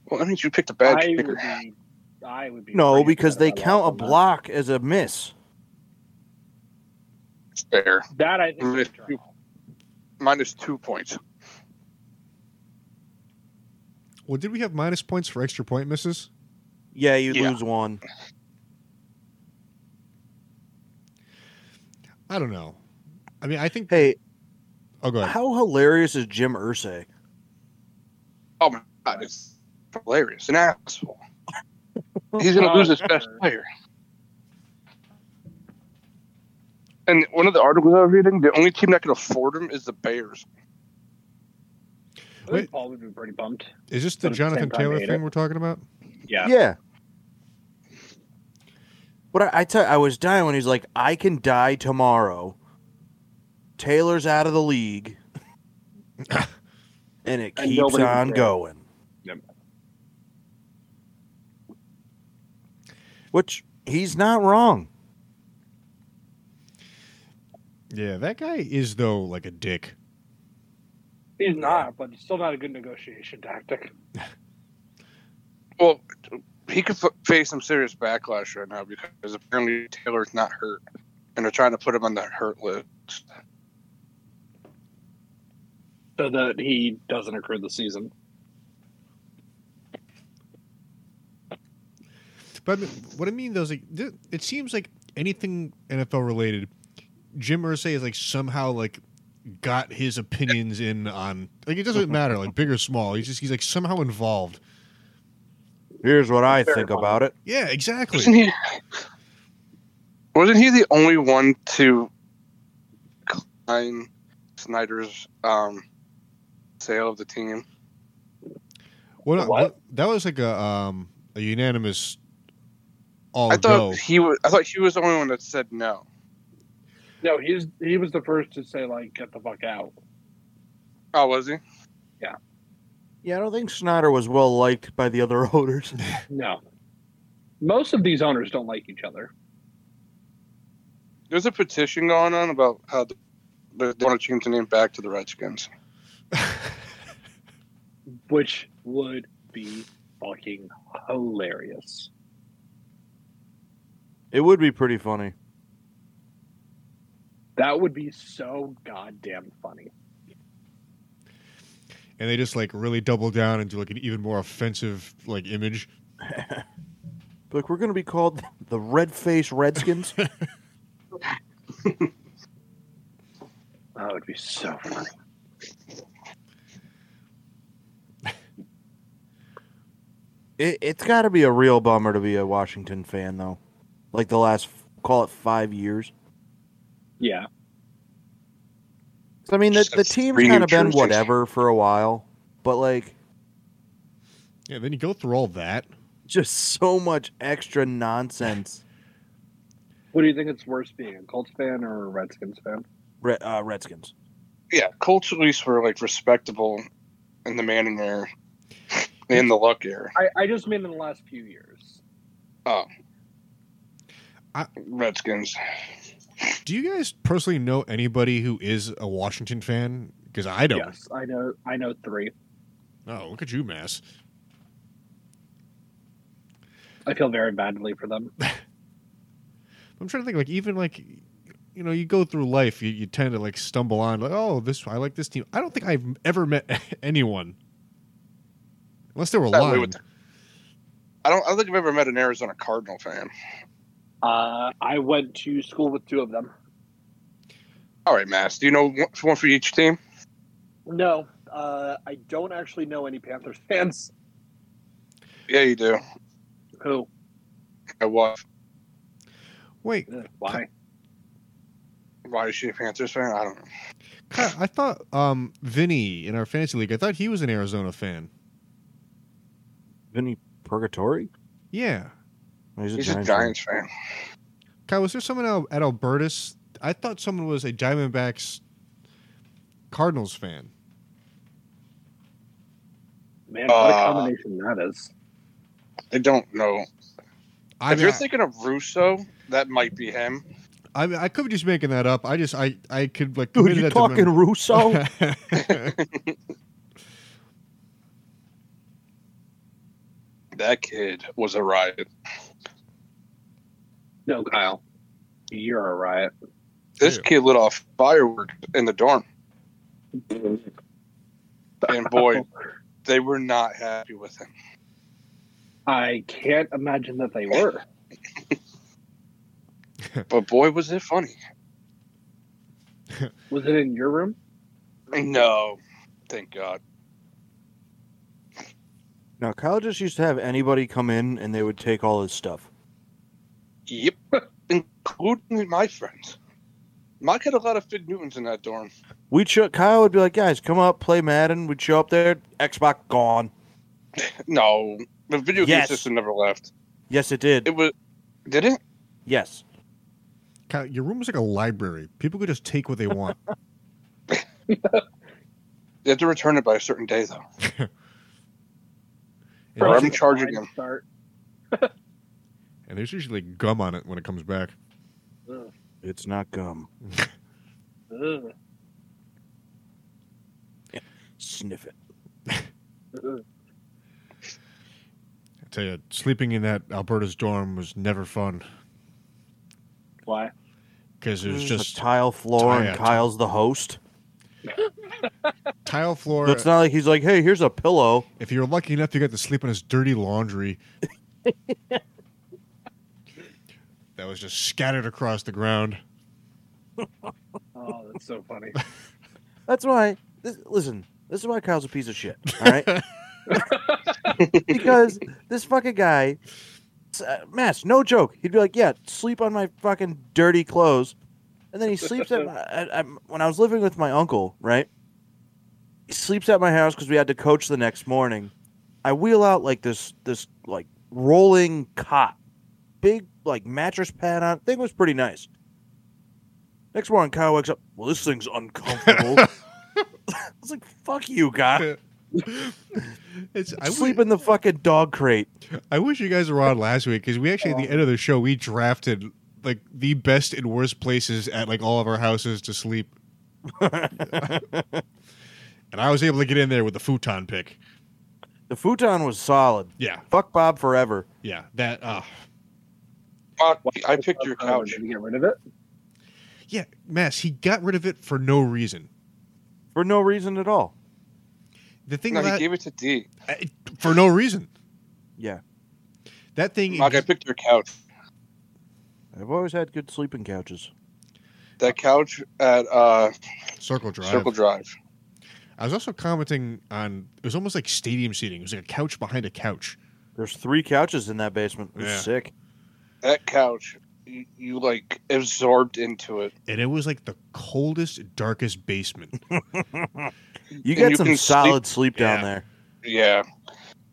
Speaker 2: Well, that means you picked a bad
Speaker 3: I would
Speaker 2: kicker.
Speaker 3: be. I would be.
Speaker 5: No,
Speaker 3: pretty
Speaker 5: because
Speaker 3: upset
Speaker 5: they
Speaker 3: if I
Speaker 5: count a
Speaker 3: lost on that.
Speaker 5: block as a miss.
Speaker 2: Fair.
Speaker 3: That I think. is
Speaker 2: If
Speaker 3: a
Speaker 2: you-
Speaker 3: draw.
Speaker 2: minus two points.
Speaker 1: Well, did we have minus points for extra point misses?
Speaker 5: Yeah, you
Speaker 2: Yeah.
Speaker 5: lose one.
Speaker 1: I don't know. I mean, I think.
Speaker 5: Hey,
Speaker 1: Oh, go ahead.
Speaker 5: how hilarious is Jim Ursay?
Speaker 2: Oh my god, it's hilarious. An asshole. He's gonna lose his best player. And one of the articles I was reading, the only team that can afford him is the Bears.
Speaker 3: I
Speaker 1: Wait.
Speaker 3: think Paul would be pretty bumped.
Speaker 1: Is this
Speaker 3: but
Speaker 1: the
Speaker 3: at the
Speaker 1: Jonathan
Speaker 3: same time,
Speaker 1: Taylor
Speaker 3: I hate
Speaker 1: thing
Speaker 3: it.
Speaker 1: we're talking about?
Speaker 3: Yeah.
Speaker 5: But I, I tell I was dying when he's like, I can die tomorrow. Taylor's out of the league. and it
Speaker 3: And
Speaker 5: keeps
Speaker 3: nobody was
Speaker 5: on
Speaker 3: there.
Speaker 5: going.
Speaker 3: Yep.
Speaker 5: Which he's not wrong.
Speaker 1: Yeah, that guy is though like a dick.
Speaker 3: He's not, but it's still not a good negotiation tactic.
Speaker 2: Well, he could f- face some serious backlash right now because apparently Taylor's not hurt, and they're trying to put him on the hurt list.
Speaker 3: So that he doesn't accrue the season.
Speaker 1: But I mean, what I mean though is like th- it seems like anything NFL related, Jim Irsay is like somehow like got his opinions in on like it doesn't matter like big or small. He's just he's like somehow involved.
Speaker 5: Here's what I
Speaker 3: Fair
Speaker 5: think
Speaker 3: point.
Speaker 5: about it.
Speaker 1: Yeah, exactly.
Speaker 2: Wasn't he? Wasn't he the only one to decline Snyder's um, sale of the team?
Speaker 1: Well, no,
Speaker 3: What?
Speaker 1: what- that was like a um a unanimous all
Speaker 2: I
Speaker 1: go.
Speaker 2: thought he was. I thought he was the only one that said no.
Speaker 3: No, he's he was the first to say like, "Get the fuck out."
Speaker 2: Oh, was he?
Speaker 5: Yeah, I don't think Snyder was well liked by the other owners.
Speaker 3: No. Most of these owners don't like each other.
Speaker 2: There's a petition going on about how the, they want to change the name back to the Redskins.
Speaker 3: which would be fucking hilarious.
Speaker 5: it would be pretty funny.
Speaker 3: That would be so goddamn funny.
Speaker 1: and they just like really double down and do like an even more offensive like image.
Speaker 5: Like we're gonna be called the Red Face Redskins.
Speaker 3: That would be so funny.
Speaker 5: it, it's got to be a real bummer to be a Washington fan though. Like the last call it five years.
Speaker 3: Yeah.
Speaker 5: 'Cause, I mean, the,
Speaker 2: Just
Speaker 5: the
Speaker 2: have
Speaker 5: team's
Speaker 2: three
Speaker 5: kind of
Speaker 2: New
Speaker 5: been
Speaker 2: Jerseys.
Speaker 5: whatever for a while, but like
Speaker 1: Yeah, then you go through all that.
Speaker 5: just so much extra nonsense.
Speaker 3: What do you think it's worse being a Colts fan or a Redskins fan?
Speaker 5: Re- uh, Redskins.
Speaker 2: Yeah, Colts at least were like respectable in the Manning era, in the Luck era.
Speaker 3: I, I just mean in the last few years.
Speaker 2: Redskins.
Speaker 1: Do you guys personally know anybody who is a Washington fan? Because I don't.
Speaker 3: Yes, I know. I know three.
Speaker 1: Oh, look at you, Mass.
Speaker 3: I feel very badly for them.
Speaker 1: I'm trying to think, like even like, you know, you go through life, you, you tend to like stumble on, like, oh, this I like this team. I don't think I've ever met anyone, unless they were
Speaker 2: That way
Speaker 1: lying.
Speaker 2: with the- I don't. I don't think I've ever met an Arizona Cardinal fan.
Speaker 3: Uh, I went to school with two of them.
Speaker 2: All right, Mass. Do you know one- one for each team?
Speaker 3: No, uh, I don't actually know any Panthers fans
Speaker 2: Yeah, you do.
Speaker 3: who.
Speaker 2: My wife.
Speaker 1: Wait,
Speaker 3: Ugh, Why?
Speaker 2: Why is she a Panthers fan? I don't know.
Speaker 1: Kyle, I thought um Vinny in our fantasy league, I thought he was an Arizona fan.
Speaker 5: Isn't he purgatory?
Speaker 1: Yeah.
Speaker 5: Or He's
Speaker 2: He's a
Speaker 5: fan.
Speaker 2: Giants fan.
Speaker 1: Kyle, was there someone al- at Albertus? I thought someone was a Diamondbacks Cardinals fan.
Speaker 3: Man, what a
Speaker 2: Uh,
Speaker 3: combination that is.
Speaker 2: I don't know.
Speaker 1: I
Speaker 2: if
Speaker 1: mean,
Speaker 2: you're
Speaker 1: I-
Speaker 2: thinking of Russo, that might be him.
Speaker 1: I, mean, I could be just making that up. I just I I could like
Speaker 5: Dude,
Speaker 1: committed
Speaker 5: you
Speaker 1: that to
Speaker 5: talking
Speaker 1: mem-
Speaker 5: Russo?
Speaker 2: That kid was a riot.
Speaker 3: No, Kyle, you're a riot.
Speaker 2: This
Speaker 1: Ew.
Speaker 2: kid lit off fireworks in the dorm, and boy, they were not happy with him.
Speaker 3: I can't imagine that they were.
Speaker 2: But boy, was it funny.
Speaker 3: Was it in your room?
Speaker 2: No, thank God.
Speaker 5: no, Kyle just used to have anybody come in and they would take all his stuff.
Speaker 2: Yep, including my friends. Mike had a lot of Fid Newtons in that dorm.
Speaker 5: We'd show Kyle would be like, guys, come up, play Madden. We'd show up there, Xbox gone.
Speaker 2: No, the video
Speaker 5: Yes.
Speaker 2: game system never left.
Speaker 5: Yes, it did.
Speaker 2: It was, did it?
Speaker 5: yes.
Speaker 1: Kyle, your room was like a library. People could just take what they want.
Speaker 2: They had to return it by a certain day though.
Speaker 1: And,
Speaker 2: Or
Speaker 1: there's,
Speaker 2: I'm charging
Speaker 3: Fine
Speaker 2: him.
Speaker 3: Start.
Speaker 1: and there's usually gum on it when it comes back.
Speaker 3: Ugh,
Speaker 5: It's not gum.
Speaker 3: ugh,
Speaker 5: Sniff it.
Speaker 3: ugh.
Speaker 1: I tell you, sleeping in that Alberta's dorm was never fun
Speaker 3: Why?
Speaker 1: because it was
Speaker 5: Mm,
Speaker 1: just
Speaker 5: a tile floor
Speaker 1: tile-
Speaker 5: and Kyle's the host.
Speaker 1: tile floor.
Speaker 5: So it's not like he's like, hey, here's a pillow.
Speaker 1: if you were lucky enough, you got to sleep in his dirty laundry. that was just scattered across the ground.
Speaker 3: Oh, that's so funny.
Speaker 5: That's why. This, listen, this is why Kyle's a piece of shit. All right. because this fucking guy, s- uh, Mass, no joke. He'd be like, yeah, sleep on my fucking dirty clothes. And then he sleeps at, my, at, at when I was living with my uncle, right? He sleeps at my house because we had to coach the next morning. I wheel out like this, this like rolling cot, big like mattress pad on. Thing was pretty nice. Next morning, Kyle wakes up. Well, this thing's uncomfortable. I was like, "Fuck you, guy!
Speaker 1: It's I wish,
Speaker 5: Sleep in the fucking dog crate."
Speaker 1: I wish you guys were on last week because we actually
Speaker 5: Oh.
Speaker 1: at the end of the show we drafted like the best and worst places at like all of our houses to sleep, and I was able to get in there with the futon pick.
Speaker 5: The futon was solid.
Speaker 1: Yeah,
Speaker 5: Fuck Bob forever.
Speaker 1: yeah, that. Uh,
Speaker 2: Fuck,
Speaker 3: Why
Speaker 2: I
Speaker 3: did
Speaker 2: picked your
Speaker 3: Kyle
Speaker 2: couch.
Speaker 3: Oh, Did he get rid of it?
Speaker 1: yeah, Mass. He got rid of it for no reason.
Speaker 5: For no reason at all.
Speaker 1: The thing
Speaker 2: No, he
Speaker 1: that
Speaker 2: gave it to D.
Speaker 1: for no reason.
Speaker 5: Yeah.
Speaker 1: That thing.
Speaker 2: Mike, I picked your couch.
Speaker 5: I've always had good sleeping couches.
Speaker 2: That couch at uh,
Speaker 1: circle drive.
Speaker 2: Circle Drive.
Speaker 1: I was also commenting on. It was almost like stadium seating. It was like a couch behind a couch.
Speaker 5: There's three couches in that basement. It was
Speaker 1: Yeah.
Speaker 5: sick.
Speaker 2: That couch, you, you like absorbed into it.
Speaker 1: and it was like the coldest, darkest basement.
Speaker 5: You
Speaker 2: And
Speaker 5: got
Speaker 2: you
Speaker 5: some
Speaker 2: can sleep-
Speaker 5: solid sleep, down
Speaker 1: Yeah.
Speaker 5: there.
Speaker 2: Yeah,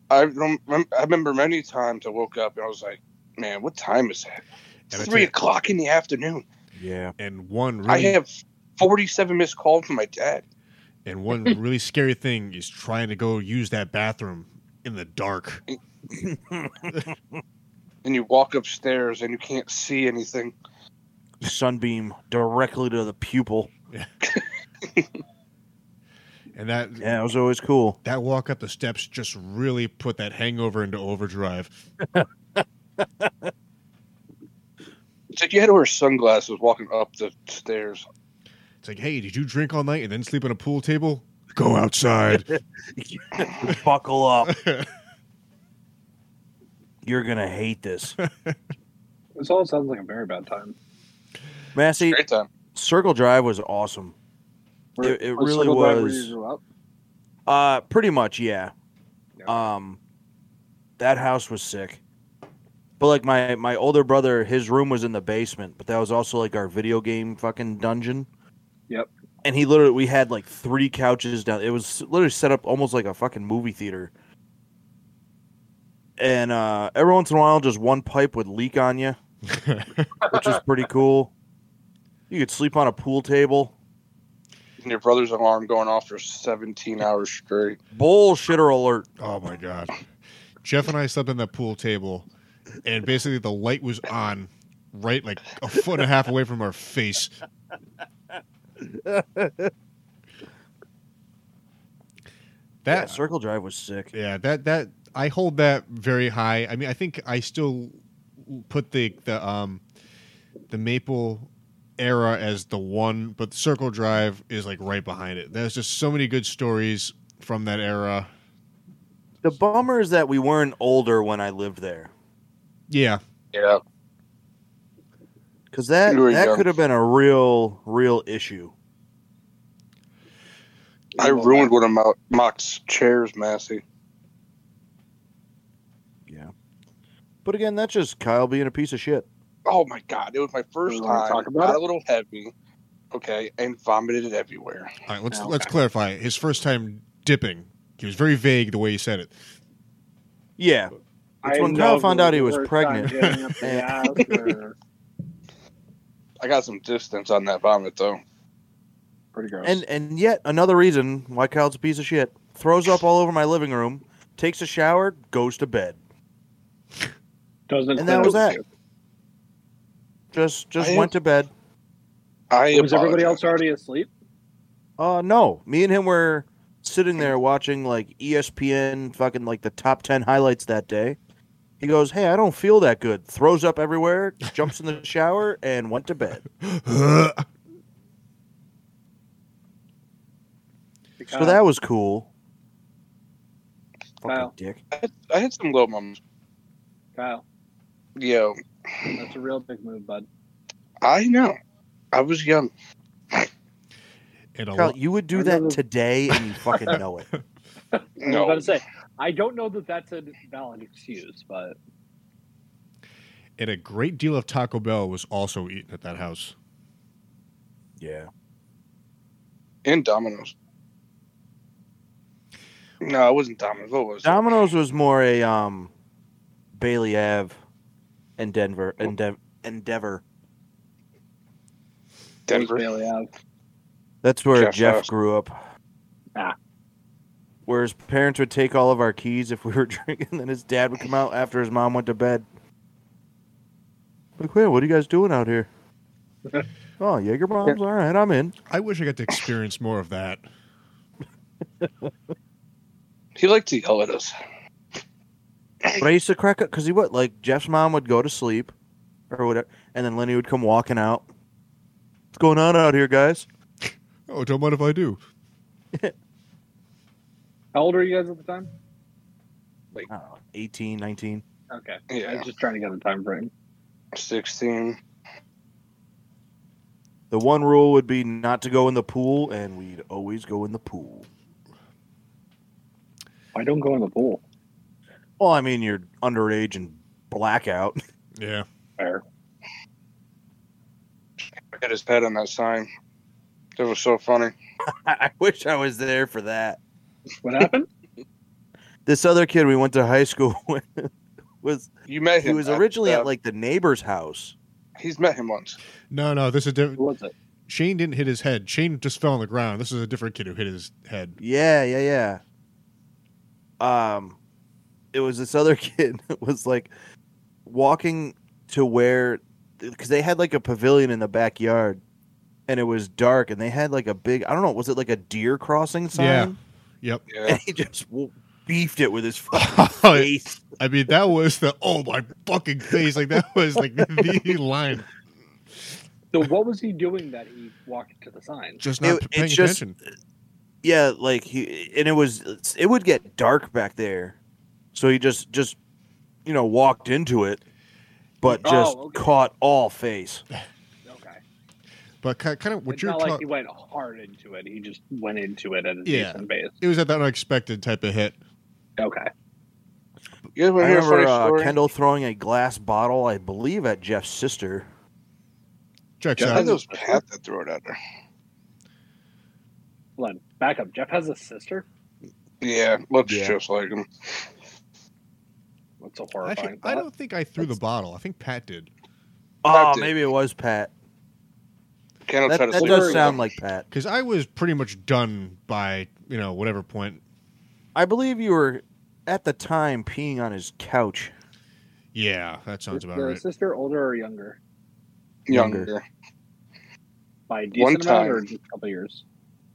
Speaker 2: I rem- I remember many times I woke up and I was like, "Man, what time is it?
Speaker 1: And I
Speaker 2: Three
Speaker 1: tell you-
Speaker 2: o'clock in the afternoon.
Speaker 5: Yeah.
Speaker 1: and one
Speaker 2: I
Speaker 1: really,
Speaker 2: have forty-seven missed calls from my dad."
Speaker 1: and one really scary thing is trying to go use that bathroom in the dark.
Speaker 2: And you walk upstairs and you can't see anything.
Speaker 5: Sunbeam directly to the pupil.
Speaker 1: And that
Speaker 5: Yeah, it was always cool.
Speaker 1: that walk up the steps just really put that hangover into overdrive.
Speaker 2: It's like you had to wear sunglasses walking up the stairs.
Speaker 1: It's like, hey, did you drink all night and then sleep on a pool table? Go outside.
Speaker 5: Buckle up. You're gonna hate this.
Speaker 3: This all sounds like a very bad time.
Speaker 5: Massey,
Speaker 2: Great time.
Speaker 5: Circle Drive was awome. It- it
Speaker 3: Was
Speaker 5: really
Speaker 3: Circle Drive where
Speaker 5: was.
Speaker 3: you grew up?
Speaker 5: Uh, pretty much, yeah. Um, that house was sick. But like my my older brother, his room was in the basement, but that was also like our video game fucking dungeon.
Speaker 3: Yep.
Speaker 5: And he literally, we had like three couches down. It was literally set up almost like a fucking movie theater. and uh, every once in a while, just one pipe would leak on you, which is pretty cool. You could sleep on a pool table.
Speaker 2: And your brother's alarm going off for 17 hours straight.
Speaker 5: Bullshitter alert.
Speaker 1: oh my god. Jeff and I slept on that pool table, and basically the light was on, right like a foot and a half away from our face.
Speaker 5: That
Speaker 1: That
Speaker 5: circle drive was sick.
Speaker 1: Yeah, that that I hold that very high. I mean, I think I still put the the um the maple era as the one, but Circle Drive is like right behind it. There's just so many good stories from that era.
Speaker 5: The bummer is that we weren't older when I lived there,
Speaker 1: Yeah,
Speaker 2: Yeah.
Speaker 5: because that
Speaker 2: You were
Speaker 5: that
Speaker 2: young.
Speaker 5: could have been a real real issue.
Speaker 2: I ruined one of my, Mock's chairs, Massey.
Speaker 5: But again, that's just Kyle being a piece of shit.
Speaker 2: Oh my god, it was my first
Speaker 3: wanna
Speaker 2: time.
Speaker 3: talk about
Speaker 2: got
Speaker 3: it?
Speaker 2: a little heavy. Okay, and vomited it everywhere.
Speaker 1: All right, let's
Speaker 3: Okay.
Speaker 1: let's clarify. His first time dipping, he was very vague the way he said it.
Speaker 5: Yeah, It's
Speaker 3: I
Speaker 5: when Kyle
Speaker 3: know
Speaker 5: found
Speaker 3: the
Speaker 5: out he was
Speaker 3: first
Speaker 5: pregnant.
Speaker 3: time getting up the ass or-
Speaker 2: I got some distance on that vomit though.
Speaker 3: Pretty gross.
Speaker 5: and and yet another reason why Kyle's a piece of shit. Throws up all over my living room, takes a shower, goes to bed.
Speaker 3: doesn't
Speaker 5: and
Speaker 3: clean
Speaker 5: that was
Speaker 3: up.
Speaker 5: that. Just just
Speaker 2: I
Speaker 5: went to bed.
Speaker 2: I
Speaker 3: Was
Speaker 2: apologize.
Speaker 3: everybody else already asleep?
Speaker 5: Uh, no, me and him were sitting there watching like E ESPN, fucking like the top ten highlights that day. He goes, "Hey, I don't feel that good." Throws up everywhere, jumps in the shower, and went to bed. So that was cool. Fucking
Speaker 3: Wow.
Speaker 5: dick.
Speaker 2: I had some low moments.
Speaker 3: Kyle,
Speaker 2: Yo,
Speaker 3: that's a real big move, bud.
Speaker 2: I know. I was young.
Speaker 1: And a
Speaker 5: Kyle,
Speaker 1: lot,
Speaker 5: you would do
Speaker 3: I
Speaker 5: that
Speaker 3: know that-
Speaker 5: today, and you fucking know it.
Speaker 3: I
Speaker 2: No,
Speaker 3: was about to say, I don't know that that's a valid excuse, but
Speaker 1: and a great deal of Taco Bell was also eaten at that house.
Speaker 5: Yeah.
Speaker 2: and Domino's. No, it wasn't Domino's. What was it?
Speaker 5: Domino's was more a um, Bailey Ave, and Denver, Endeav- Endeavor.
Speaker 2: Denver.
Speaker 3: Bailey Ave.
Speaker 5: That's where
Speaker 2: Jeff's
Speaker 5: Jeff
Speaker 2: house.
Speaker 5: grew up.
Speaker 3: Ah.
Speaker 5: Where his parents would take all of our keys if we were drinking, and then his dad would come out after his mom went to bed. Like, wait, what are you guys doing out here? oh, Jaeger bombs? All right, I'm in.
Speaker 1: I wish I got to experience more of that.
Speaker 2: He liked to yell at us.
Speaker 5: But I used to crack up because he would, like, Jeff's mom would go to sleep or whatever, and then Lenny would come walking out. What's going on out here, guys?
Speaker 1: Oh, don't mind if I do.
Speaker 3: How old were you guys at the time?
Speaker 5: I don't know, 18, 19.
Speaker 3: Okay. I
Speaker 2: Yeah,
Speaker 3: was just trying to get a time frame.
Speaker 2: sixteen.
Speaker 5: The one rule would be not to go in the pool, and we'd always go in the pool.
Speaker 3: I don't go in the pool.
Speaker 5: Well, I mean, you're underage and blackout.
Speaker 1: Yeah,
Speaker 3: Fair.
Speaker 2: I got his head on that sign. That was so funny.
Speaker 5: I wish I was there for that.
Speaker 3: What happened?
Speaker 5: This other kid we went to high school with was
Speaker 2: You met him.
Speaker 5: he was originally
Speaker 2: uh,
Speaker 5: at like the neighbor's house.
Speaker 2: He's met him once.
Speaker 1: no, no, this is different.
Speaker 3: Who was it?
Speaker 1: Shane didn't hit his head. Shane just fell on the ground. This is a different kid who hit his head.
Speaker 5: Yeah, yeah, yeah. Um, it was this other kid that was like walking to where because they had like a pavilion in the backyard, and it was dark, and they had like a big I don't know was it like a deer crossing sign?
Speaker 1: Yeah. Yep.
Speaker 2: Yeah.
Speaker 5: And he just w- beefed it with his fucking face.
Speaker 1: I mean, that was the oh my fucking face. Like that was like the line.
Speaker 3: So what was he doing that he walked to the sign?
Speaker 1: Just not
Speaker 5: It-
Speaker 1: paying
Speaker 5: it's just-
Speaker 1: attention.
Speaker 5: yeah like he and it was it would get dark back there so he just just you know walked into it but
Speaker 3: Oh,
Speaker 5: just
Speaker 3: okay.
Speaker 5: caught all face
Speaker 3: Okay.
Speaker 1: But kind of what
Speaker 3: it's
Speaker 1: you're
Speaker 3: not
Speaker 1: talking.
Speaker 3: like he went hard into it. He just went into it at a
Speaker 1: Yeah.
Speaker 3: decent pace.
Speaker 1: it was at that unexpected type of hit.
Speaker 3: Okay.
Speaker 2: You guys
Speaker 5: i
Speaker 2: want to hear a
Speaker 5: remember
Speaker 2: funny
Speaker 5: uh,
Speaker 2: story?
Speaker 5: kendall throwing a glass bottle i believe at jeff's sister
Speaker 1: Checks
Speaker 2: I
Speaker 1: out.
Speaker 2: think it was Pat that threw it at her.
Speaker 3: Hold on. Back up. Jeff has a sister?
Speaker 2: Yeah, looks
Speaker 5: Yeah.
Speaker 2: just like him.
Speaker 3: It's a horrifying
Speaker 1: Actually,
Speaker 3: thought.
Speaker 1: I don't think I threw the bottle. I think Pat did.
Speaker 5: Oh,
Speaker 2: That-
Speaker 5: maybe it was Pat.
Speaker 2: Candle
Speaker 5: That,
Speaker 2: tried to
Speaker 5: that
Speaker 2: sleep.
Speaker 5: does sound like Pat.
Speaker 1: Because I was pretty much done by, you know, whatever point.
Speaker 5: I believe you were at the time peeing on his couch.
Speaker 1: Yeah, that sounds
Speaker 3: Is
Speaker 1: about
Speaker 3: the
Speaker 1: right.
Speaker 3: sister older or younger?
Speaker 2: younger.
Speaker 5: younger.
Speaker 3: By a
Speaker 2: One
Speaker 3: decent amount
Speaker 2: time.
Speaker 3: or just a couple years?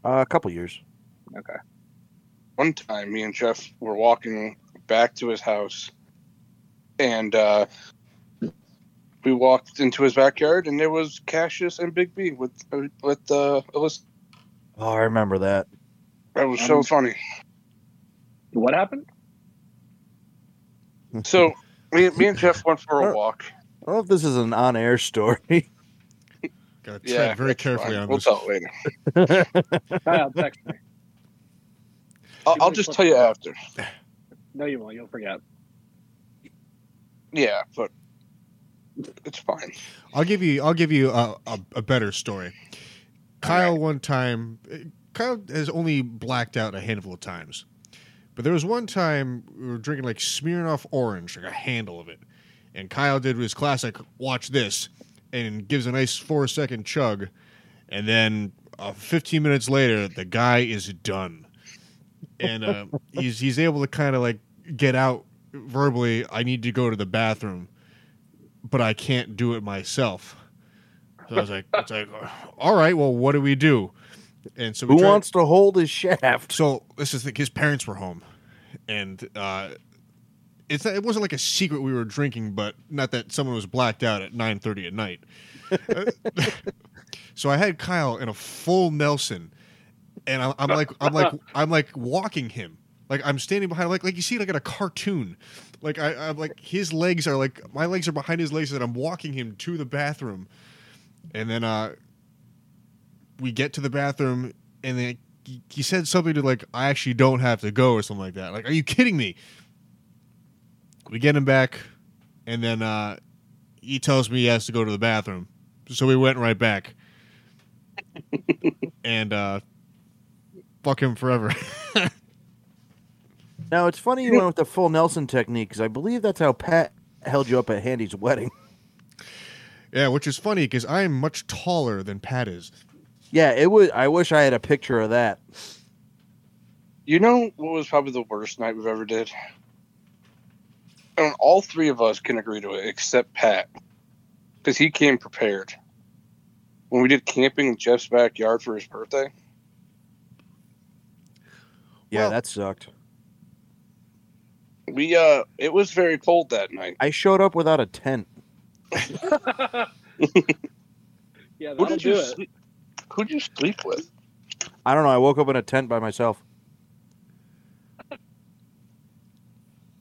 Speaker 5: Uh, a couple years.
Speaker 2: One time, me and Jeff were walking back to his house, and uh, we walked into his backyard, and there was Cassius and Big B with with uh, Alyssa.
Speaker 5: Oh, I remember that.
Speaker 2: That was so
Speaker 3: Um,
Speaker 2: funny.
Speaker 3: What happened?
Speaker 2: So me, me and Jeff went for a
Speaker 5: Uh,
Speaker 2: walk.
Speaker 5: I don't know if this is an on-air story.
Speaker 1: Got to tread
Speaker 2: Yeah,
Speaker 1: very
Speaker 2: that's
Speaker 1: carefully
Speaker 2: fine.
Speaker 1: on
Speaker 2: We'll
Speaker 1: this.
Speaker 2: talk later.
Speaker 3: Kyle, text me.
Speaker 2: I'll,
Speaker 3: Give
Speaker 2: I'll
Speaker 3: me a
Speaker 2: just
Speaker 3: clip.
Speaker 2: tell you after.
Speaker 3: No, you won't. You'll forget.
Speaker 2: Yeah, but it's fine.
Speaker 1: I'll give you. I'll give you a, a, a better story. Kyle
Speaker 2: right.
Speaker 1: one time. Kyle has only blacked out a handful of times, but there was one time we were drinking like Smirnoff Orange, like a handle of it, and Kyle did his classic "Watch this," and gives a nice four second chug, and then uh, fifteen minutes later, the guy is done, and uh, he's he's able to kind of like get out verbally. I need to go to the bathroom but I can't do it myself. So I was like, it's like, "Uh, all right, well, what do we do? And so we
Speaker 5: Who
Speaker 1: tried-
Speaker 5: wants to hold his shaft?
Speaker 1: So this is the, his parents were home, and uh, it's it wasn't like a secret we were drinking, but not that someone was blacked out at nine thirty at night. so I had Kyle in a full Nelson, and I'm, I'm like I'm like I'm like walking him. Like I'm standing behind, like like you see, like in a cartoon, like I, I'm like his legs are like my legs are behind his legs, and I'm walking him to the bathroom, and then uh, we get to the bathroom, and then he- he said something to like I actually don't have to go or something like that. Like, are you kidding me? We get him back, and then uh, he tells me he has to go to the bathroom, so we went right back, and uh, fuck him forever.
Speaker 5: Now it's funny you went with the full Nelson technique because I believe that's how Pat held you up at Handy's wedding.
Speaker 1: yeah, which is funny because I am much taller than Pat is.
Speaker 5: Yeah, it was. I wish I had a picture of that.
Speaker 2: You know what was probably the worst night we've ever did? And all three of us can agree to it except Pat, because he came prepared. When we did camping in Jeff's backyard for his birthday,
Speaker 5: Yeah,
Speaker 1: Well-
Speaker 5: that sucked.
Speaker 2: we uh, it was very cold that night.
Speaker 5: I showed up without a tent.
Speaker 3: Yeah,
Speaker 2: Who
Speaker 3: that'll
Speaker 2: did you
Speaker 3: do it.
Speaker 2: sleep? Who'd you sleep with?
Speaker 5: I don't know. I woke up in a tent by myself.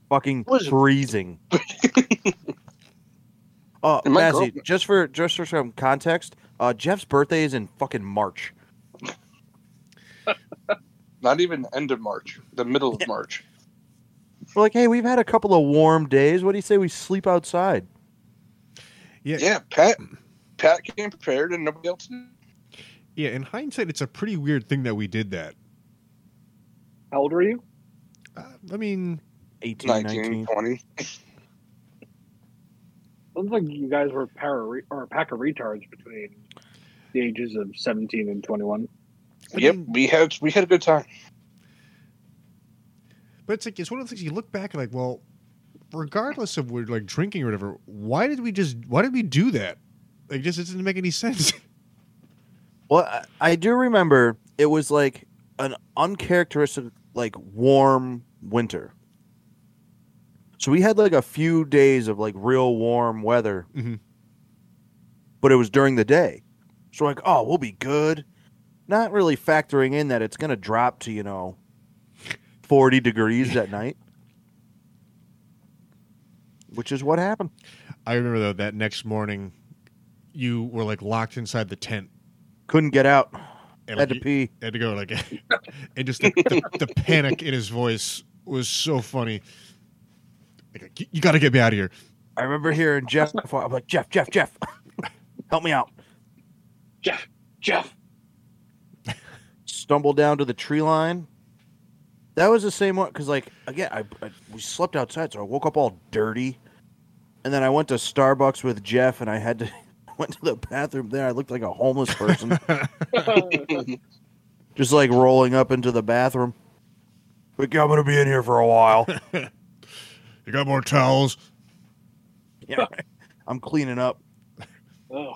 Speaker 5: Fucking
Speaker 2: What is-
Speaker 5: freezing. oh,
Speaker 2: And my
Speaker 5: Massey,
Speaker 2: girlfriend-
Speaker 5: just for just for some context, uh, Jeff's birthday is in fucking March.
Speaker 2: Not even end of March, the middle of March.
Speaker 5: We're like, hey, we've had a couple of warm days. What do you say we sleep outside?
Speaker 1: Yeah, yeah.
Speaker 2: Yeah, Pat. Pat came prepared, and nobody else did.
Speaker 1: In hindsight, it's a pretty weird thing that we did that.
Speaker 3: How old were you?
Speaker 1: Uh, I mean,
Speaker 5: 18, 19.
Speaker 2: 19, 20.
Speaker 3: Sounds like you guys were para or a pack of retards between the ages of seventeen and twenty-one.
Speaker 1: I
Speaker 2: Yep,
Speaker 1: mean-
Speaker 2: we had we had a good time.
Speaker 1: But it's like it's one of the things you look back and like, well, regardless of we're like drinking or whatever, why did we just why did we do that? Like, just it doesn't make any sense.
Speaker 5: Well, I, I do remember it was like an uncharacteristic, like warm winter. So we had like a few days of like real warm weather,
Speaker 1: Mhm.
Speaker 5: but it was during the day. So like, oh, we'll be good. Not really factoring in that it's gonna drop to you know forty degrees at night, which is what happened.
Speaker 1: I remember though that next morning, you were like locked inside the tent
Speaker 5: Couldn't get out.
Speaker 1: and like,
Speaker 5: Had to
Speaker 1: you
Speaker 5: pee.
Speaker 1: had to go like, and just the, the, the panic in his voice was so funny. Like, you, you got to get me out of here.
Speaker 5: I remember hearing Jeff. I'm like, Jeff, Jeff, Jeff, help me out.
Speaker 3: Jeff, Jeff,
Speaker 5: stumble down to the tree line, That was the same one because, like, again, I, I we slept outside, so I woke up all dirty, and then I went to Starbucks with Jeff, and I had to went to the bathroom there. I looked like a homeless person, just like rolling up into the bathroom. Like, I'm gonna be in here for a while.
Speaker 1: You got more towels?
Speaker 5: yeah, right. I'm cleaning up.
Speaker 3: oh,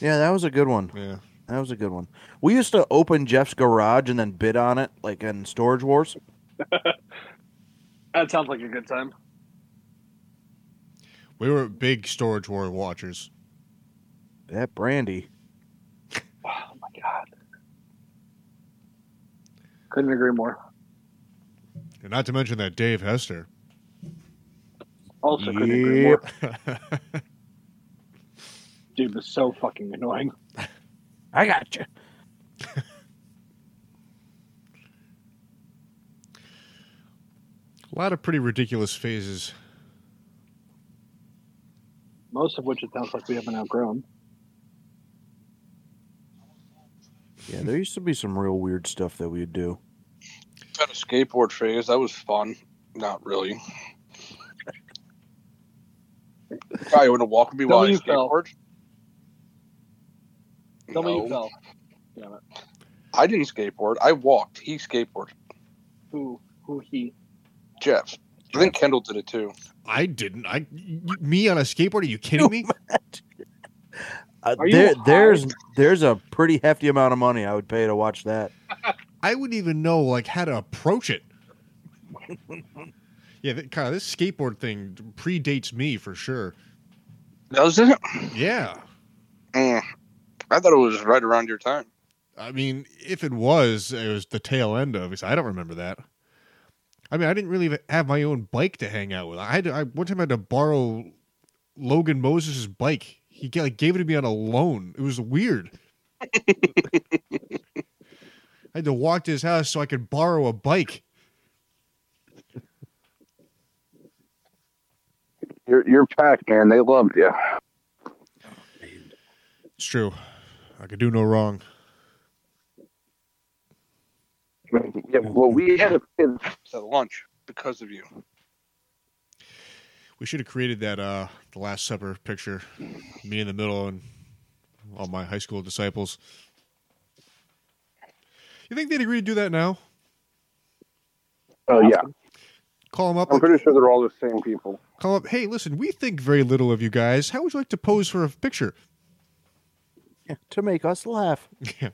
Speaker 5: Yeah, that was a good one.
Speaker 1: Yeah.
Speaker 5: That was a good one. We used to open Jeff's garage and then bid on it, like in Storage Wars.
Speaker 3: that sounds like a good time.
Speaker 1: We were big storage war watchers.
Speaker 5: That brandy.
Speaker 3: Oh my god. Couldn't agree more.
Speaker 1: And not to mention that Dave Hester.
Speaker 3: Also couldn't agree more.
Speaker 1: I
Speaker 3: Dude was so fucking annoying.
Speaker 5: I got you.
Speaker 1: A lot of pretty ridiculous phases.
Speaker 3: Most of which it sounds like we haven't outgrown.
Speaker 5: Yeah, there used to be some real weird stuff that we'd do.
Speaker 2: Had a skateboard phase. That was fun. Not really. Guy, you want to walk with me
Speaker 3: Tell
Speaker 2: while I
Speaker 3: me you fell.
Speaker 2: skateboard?
Speaker 3: Tell me you
Speaker 2: No.
Speaker 3: fell.
Speaker 2: I didn't skateboard. I walked. He skateboarded.
Speaker 3: Who who he
Speaker 2: Jeff. I think Kendall did it too.
Speaker 1: I didn't. I you- me on a skateboard? Are you kidding me?
Speaker 5: Uh,
Speaker 3: Are you
Speaker 5: there,
Speaker 3: high?
Speaker 5: there's there's a pretty hefty amount of money I would pay to watch that.
Speaker 1: I wouldn't even know like how to approach it. yeah, that, kind of, this skateboard thing predates me for sure.
Speaker 2: Does it?
Speaker 1: Yeah,
Speaker 2: Mm. I thought it was right around your time.
Speaker 1: I mean, if it was, it was the tail end of. it, so I don't remember that. I mean, I didn't really even have my own bike to hang out with. I had to, I, one time I had to borrow Logan Moses' bike. He ga- like, gave it to me on a loan. It was weird. I had to walk to his house so I could borrow a bike.
Speaker 2: You're, you're packed, man. They loved you.
Speaker 1: It's true. I could do no wrong.
Speaker 2: Yeah, well, we had a kid at lunch because of you.
Speaker 1: We should have created that uh the Last Supper picture, me in the middle and all my high school disciples. You think they'd agree to do that now?
Speaker 6: uh,
Speaker 2: Oh, yeah.
Speaker 1: Call them up,
Speaker 2: I'm pretty sure they're all the same people.
Speaker 1: call 'em up. Hey, listen, we think very little of you guys. How would you like to pose for a picture?
Speaker 5: Yeah, to make us laugh.
Speaker 1: Yeah.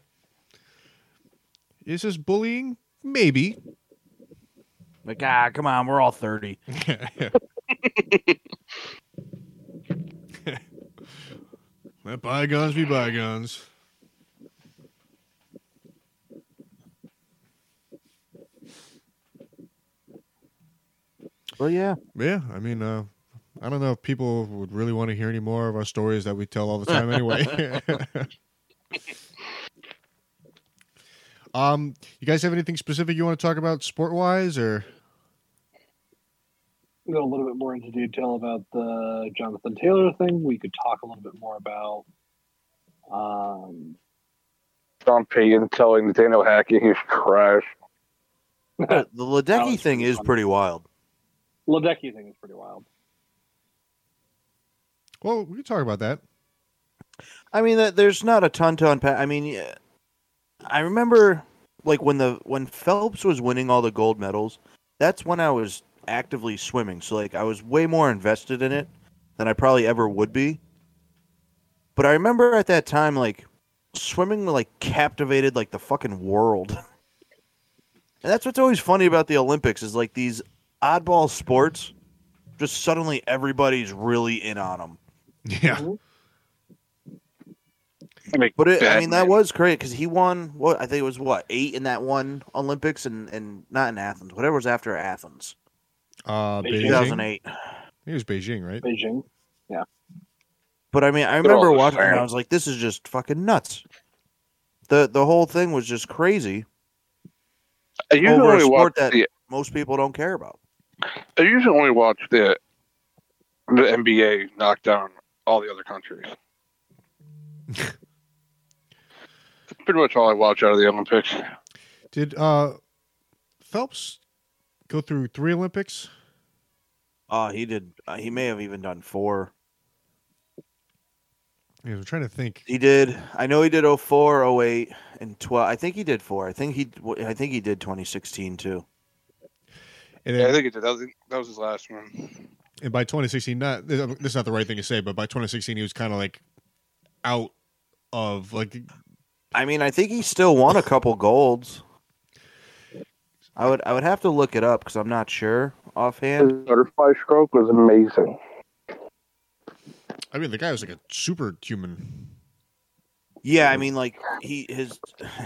Speaker 1: Is this bullying? Maybe.
Speaker 5: Like, ah, come on, we're all thirty.
Speaker 1: Let bygones be bygones.
Speaker 5: Well, yeah,
Speaker 1: Yeah, I mean, uh, I don't know if people would really want to hear any more of our stories that we tell all the time anyway. um, you guys have anything specific you want to talk about sport wise or
Speaker 3: go a little bit more into detail about the Jonathan Taylor thing. We could talk a little bit more about um
Speaker 2: Sean Payton telling Daniel Hackey he's trash.
Speaker 5: the Ledecky
Speaker 3: was
Speaker 5: thing
Speaker 3: pretty
Speaker 5: is
Speaker 3: funny.
Speaker 5: pretty wild.
Speaker 3: Ledecky thing is pretty wild.
Speaker 1: well, we can talk about that.
Speaker 5: I mean, that there's not a ton to unpack. I mean, yeah, I remember like when the when Phelps was winning all the gold medals. That's when I was actively swimming, so like I was way more invested in it than I probably ever would be. But I remember at that time, like swimming, like captivated like the fucking world. And that's what's always funny about the Olympics is like these oddball sports. Just suddenly, everybody's really in on them.
Speaker 1: Yeah,
Speaker 5: But it, I mean, that
Speaker 2: Batman.
Speaker 5: was great because he won. What I think it was what eight in that one Olympics and and not in Athens, whatever was after Athens,
Speaker 1: uh, Beijing.
Speaker 3: Beijing.
Speaker 5: 2008.
Speaker 1: It was Beijing, right?
Speaker 3: Beijing.
Speaker 5: But I mean, I
Speaker 2: They're all
Speaker 5: remember
Speaker 2: the
Speaker 5: watching. it,
Speaker 2: same.
Speaker 5: and I was like, this is just fucking nuts. the The whole thing was just crazy.
Speaker 2: I usually
Speaker 5: Over a
Speaker 2: only
Speaker 5: sport
Speaker 2: watch
Speaker 5: that-
Speaker 2: the
Speaker 5: Most people don't care about.
Speaker 2: I usually only watch the the NBA knock down all the other countries. pretty much all I watch out of the Olympics.
Speaker 1: Did uh, Phelps go through three Olympics?
Speaker 5: Oh, he did. Uh, he may have even done four.
Speaker 1: Yeah, I'm trying to think.
Speaker 5: He did. I know he did 04, 08, and 12. I think he did four. I think he. I think he did 2016 too.
Speaker 1: And,
Speaker 2: Yeah, I
Speaker 1: then,
Speaker 2: think it did. That was, that was his last one.
Speaker 1: and by 2016, not this is not the right thing to say, but by 2016, he was kind of like out of like
Speaker 5: I mean, I think he still won a couple golds. I would. I would have to look it up because I'm not sure offhand.
Speaker 2: butterfly stroke was amazing.
Speaker 1: I mean, the guy was like a superhuman.
Speaker 5: Yeah, I mean, like he his,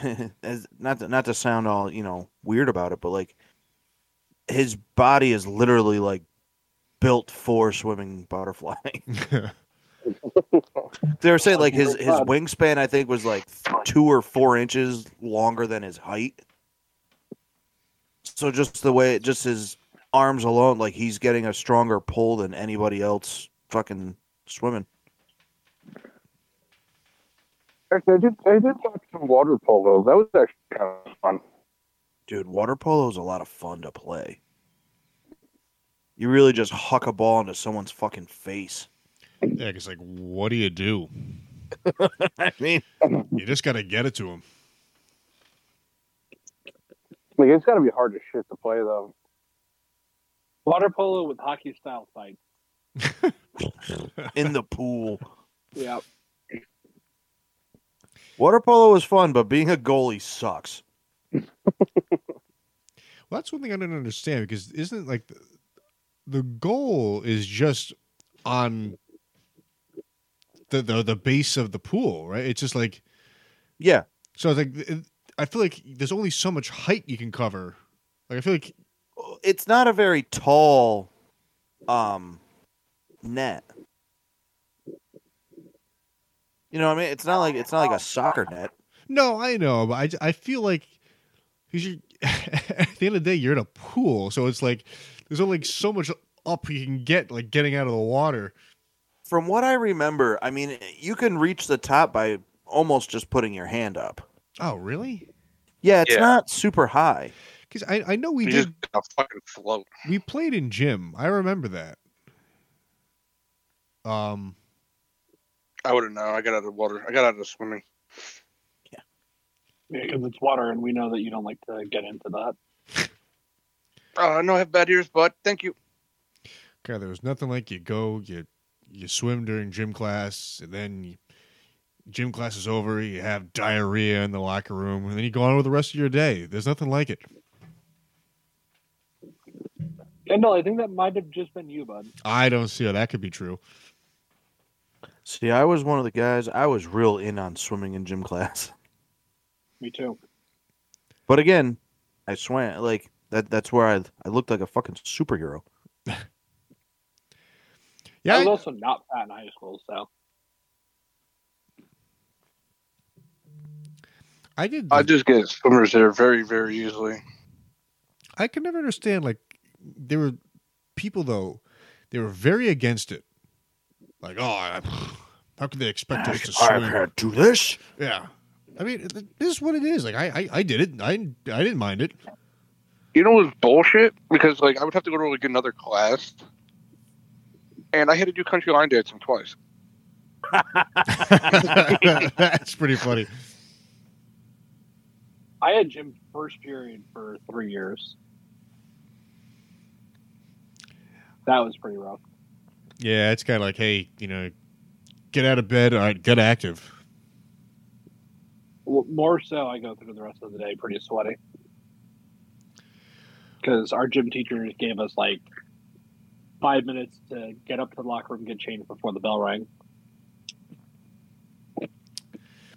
Speaker 5: as not to, not to sound all you know weird about it, but like his body is literally like built for swimming butterfly. they were saying like his his wingspan, I think, was like two or four inches longer than his height. So just the way, just his arms alone, like he's getting a stronger pull than anybody else fucking swimming.
Speaker 2: Actually, I did. I did watch some water polo. That was actually kind of fun.
Speaker 5: Dude, water polo is a lot of fun to play. You really just huck a ball into someone's fucking face.
Speaker 1: yeah, because like, what do you do?
Speaker 5: I mean,
Speaker 1: You just got to get it to him.
Speaker 2: Like it's got to be hard as shit to play though.
Speaker 3: Water polo with hockey style fight.
Speaker 5: in the pool.
Speaker 3: Yeah.
Speaker 5: Water polo is fun, but being a goalie sucks.
Speaker 1: Well, that's one thing I don't understand because isn't like the, the goal is just on the, the the base of the pool, right? It's just like
Speaker 5: Yeah.
Speaker 1: so. It's like it- I feel like there's only so much height you can cover. Like I feel like
Speaker 5: It's not a very tall um net. You know what I mean? It's not like it's not like a soccer net.
Speaker 1: no, I know, but I j- I feel like because you at the end of the day you're in a pool, so it's like there's only like, so much up you can get like getting out of the water.
Speaker 5: From what I remember, I mean, you can reach the top by almost just putting your hand up.
Speaker 1: Oh, really?
Speaker 5: Yeah, it's
Speaker 2: Yeah.
Speaker 5: not super high.
Speaker 1: Because I I know we
Speaker 2: You
Speaker 1: did
Speaker 2: just gotta fucking float.
Speaker 1: we played in gym. I remember that. Um,
Speaker 2: I would have known. I got out of water. I got out of swimming.
Speaker 3: Because it's water, and we know that you don't like to get into that.
Speaker 2: Uh, no, I have bad ears, but thank you.
Speaker 1: God, there was nothing like you go, you you swim during gym class, and then you, gym class is over. You have diarrhea in the locker room, and then you go on with the rest of your day. There's nothing like it.
Speaker 3: And no, I think that might have just been you, bud.
Speaker 1: I don't see how that could be true.
Speaker 5: See, I was one of the guys. I was real in on swimming in gym class,
Speaker 3: Me too.
Speaker 5: but again, I swam like that. That's where I I looked like a fucking superhero.
Speaker 1: Yeah,
Speaker 3: I was
Speaker 1: I-
Speaker 3: also not fat in high school, so
Speaker 1: I, did.
Speaker 2: I just get swimmers there very, very easily.
Speaker 1: I could never understand. Like there were people though, they were very against it. Like, oh, I, how could they expect us to swim?
Speaker 5: do this.
Speaker 1: Yeah. I mean, th- this is what it is. Like, I, I, I did it. I, didn't- I didn't mind it.
Speaker 2: You know what's bullshit? Because like I would have to go to like another class, and I had to do country line dancing twice.
Speaker 1: That's pretty funny.
Speaker 3: I had gym first period for three years. That was pretty rough.
Speaker 1: Yeah, it's kind of like, hey, you know, get out of bed. All right, get active.
Speaker 3: Well, more so, I go through the rest of the day pretty sweaty because our gym teachers gave us like five minutes to get up to the locker room, get changed before the bell rang.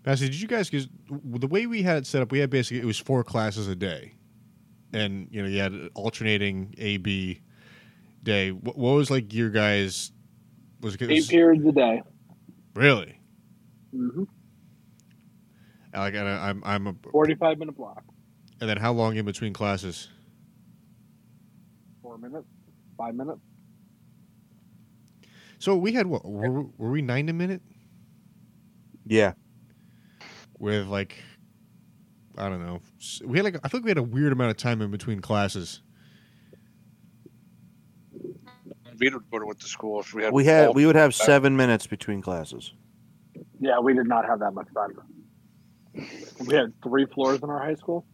Speaker 1: Massey, did you guys? Because the way we had it set up, we had basically it was four classes a day, and you know, you had alternating A B day. What, what was like your guys? Was it
Speaker 3: Eight
Speaker 1: was,
Speaker 3: periods a day.
Speaker 1: really?
Speaker 3: hmm
Speaker 1: Like, and I, I'm, I'm a,
Speaker 3: Forty-five minute block.
Speaker 1: and then how long in between classes?
Speaker 3: Four minutes. Five minutes.
Speaker 1: So we had what? Were, were we nine a minute?
Speaker 5: Yeah,
Speaker 1: with like I don't know. s- We had like I think we had a weird amount of time in between classes.
Speaker 2: Vito would have went to school if we had.
Speaker 5: We had
Speaker 2: all-
Speaker 5: we would have seven minutes between classes.
Speaker 3: Yeah, we did not have that much time. We had three floors in our high school.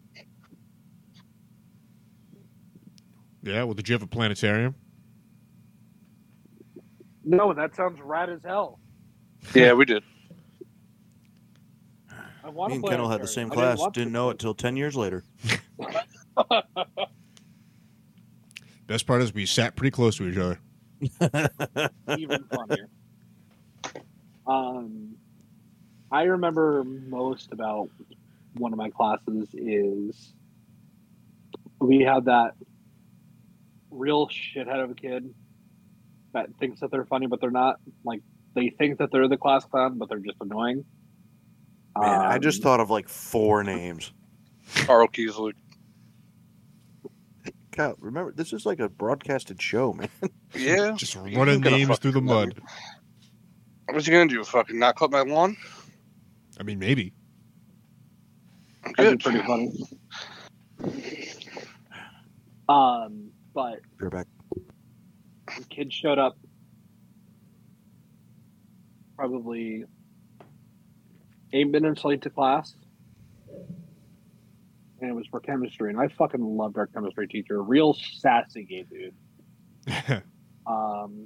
Speaker 1: Yeah. Well, did you have a planetarium?
Speaker 3: No, that sounds rad as hell.
Speaker 2: yeah, we did.
Speaker 3: I want to
Speaker 5: Me and
Speaker 3: play
Speaker 5: Kendall
Speaker 3: on
Speaker 5: had the
Speaker 3: Atari.
Speaker 5: same
Speaker 3: I
Speaker 5: class.
Speaker 3: want
Speaker 5: Didn't,
Speaker 3: to-
Speaker 5: know it till ten years later.
Speaker 1: Best part is we sat pretty close to each other.
Speaker 3: even funnier. Um, I remember most about one of my classes is we had that real shithead of a kid that thinks that they're funny, but they're not. Like they think that they're the class clown, but they're just annoying.
Speaker 5: Man, I just
Speaker 3: Um,
Speaker 5: thought of like four names.
Speaker 2: Carl Kiesler.
Speaker 5: God, remember this is like a broadcasted show, man.
Speaker 2: Yeah.
Speaker 1: Just
Speaker 2: You
Speaker 1: running
Speaker 2: could've
Speaker 1: names
Speaker 2: fucked
Speaker 1: through the
Speaker 2: them
Speaker 1: mud.
Speaker 2: What's he gonna do? Fucking not cut my lawn?
Speaker 1: I mean, maybe.
Speaker 3: that'd
Speaker 2: Good.
Speaker 3: be pretty funny. Um, but
Speaker 5: You're back.
Speaker 3: the kid showed up probably eight minutes late to class. And it was for chemistry. And I fucking loved our chemistry teacher. Real sassy gay dude. Um,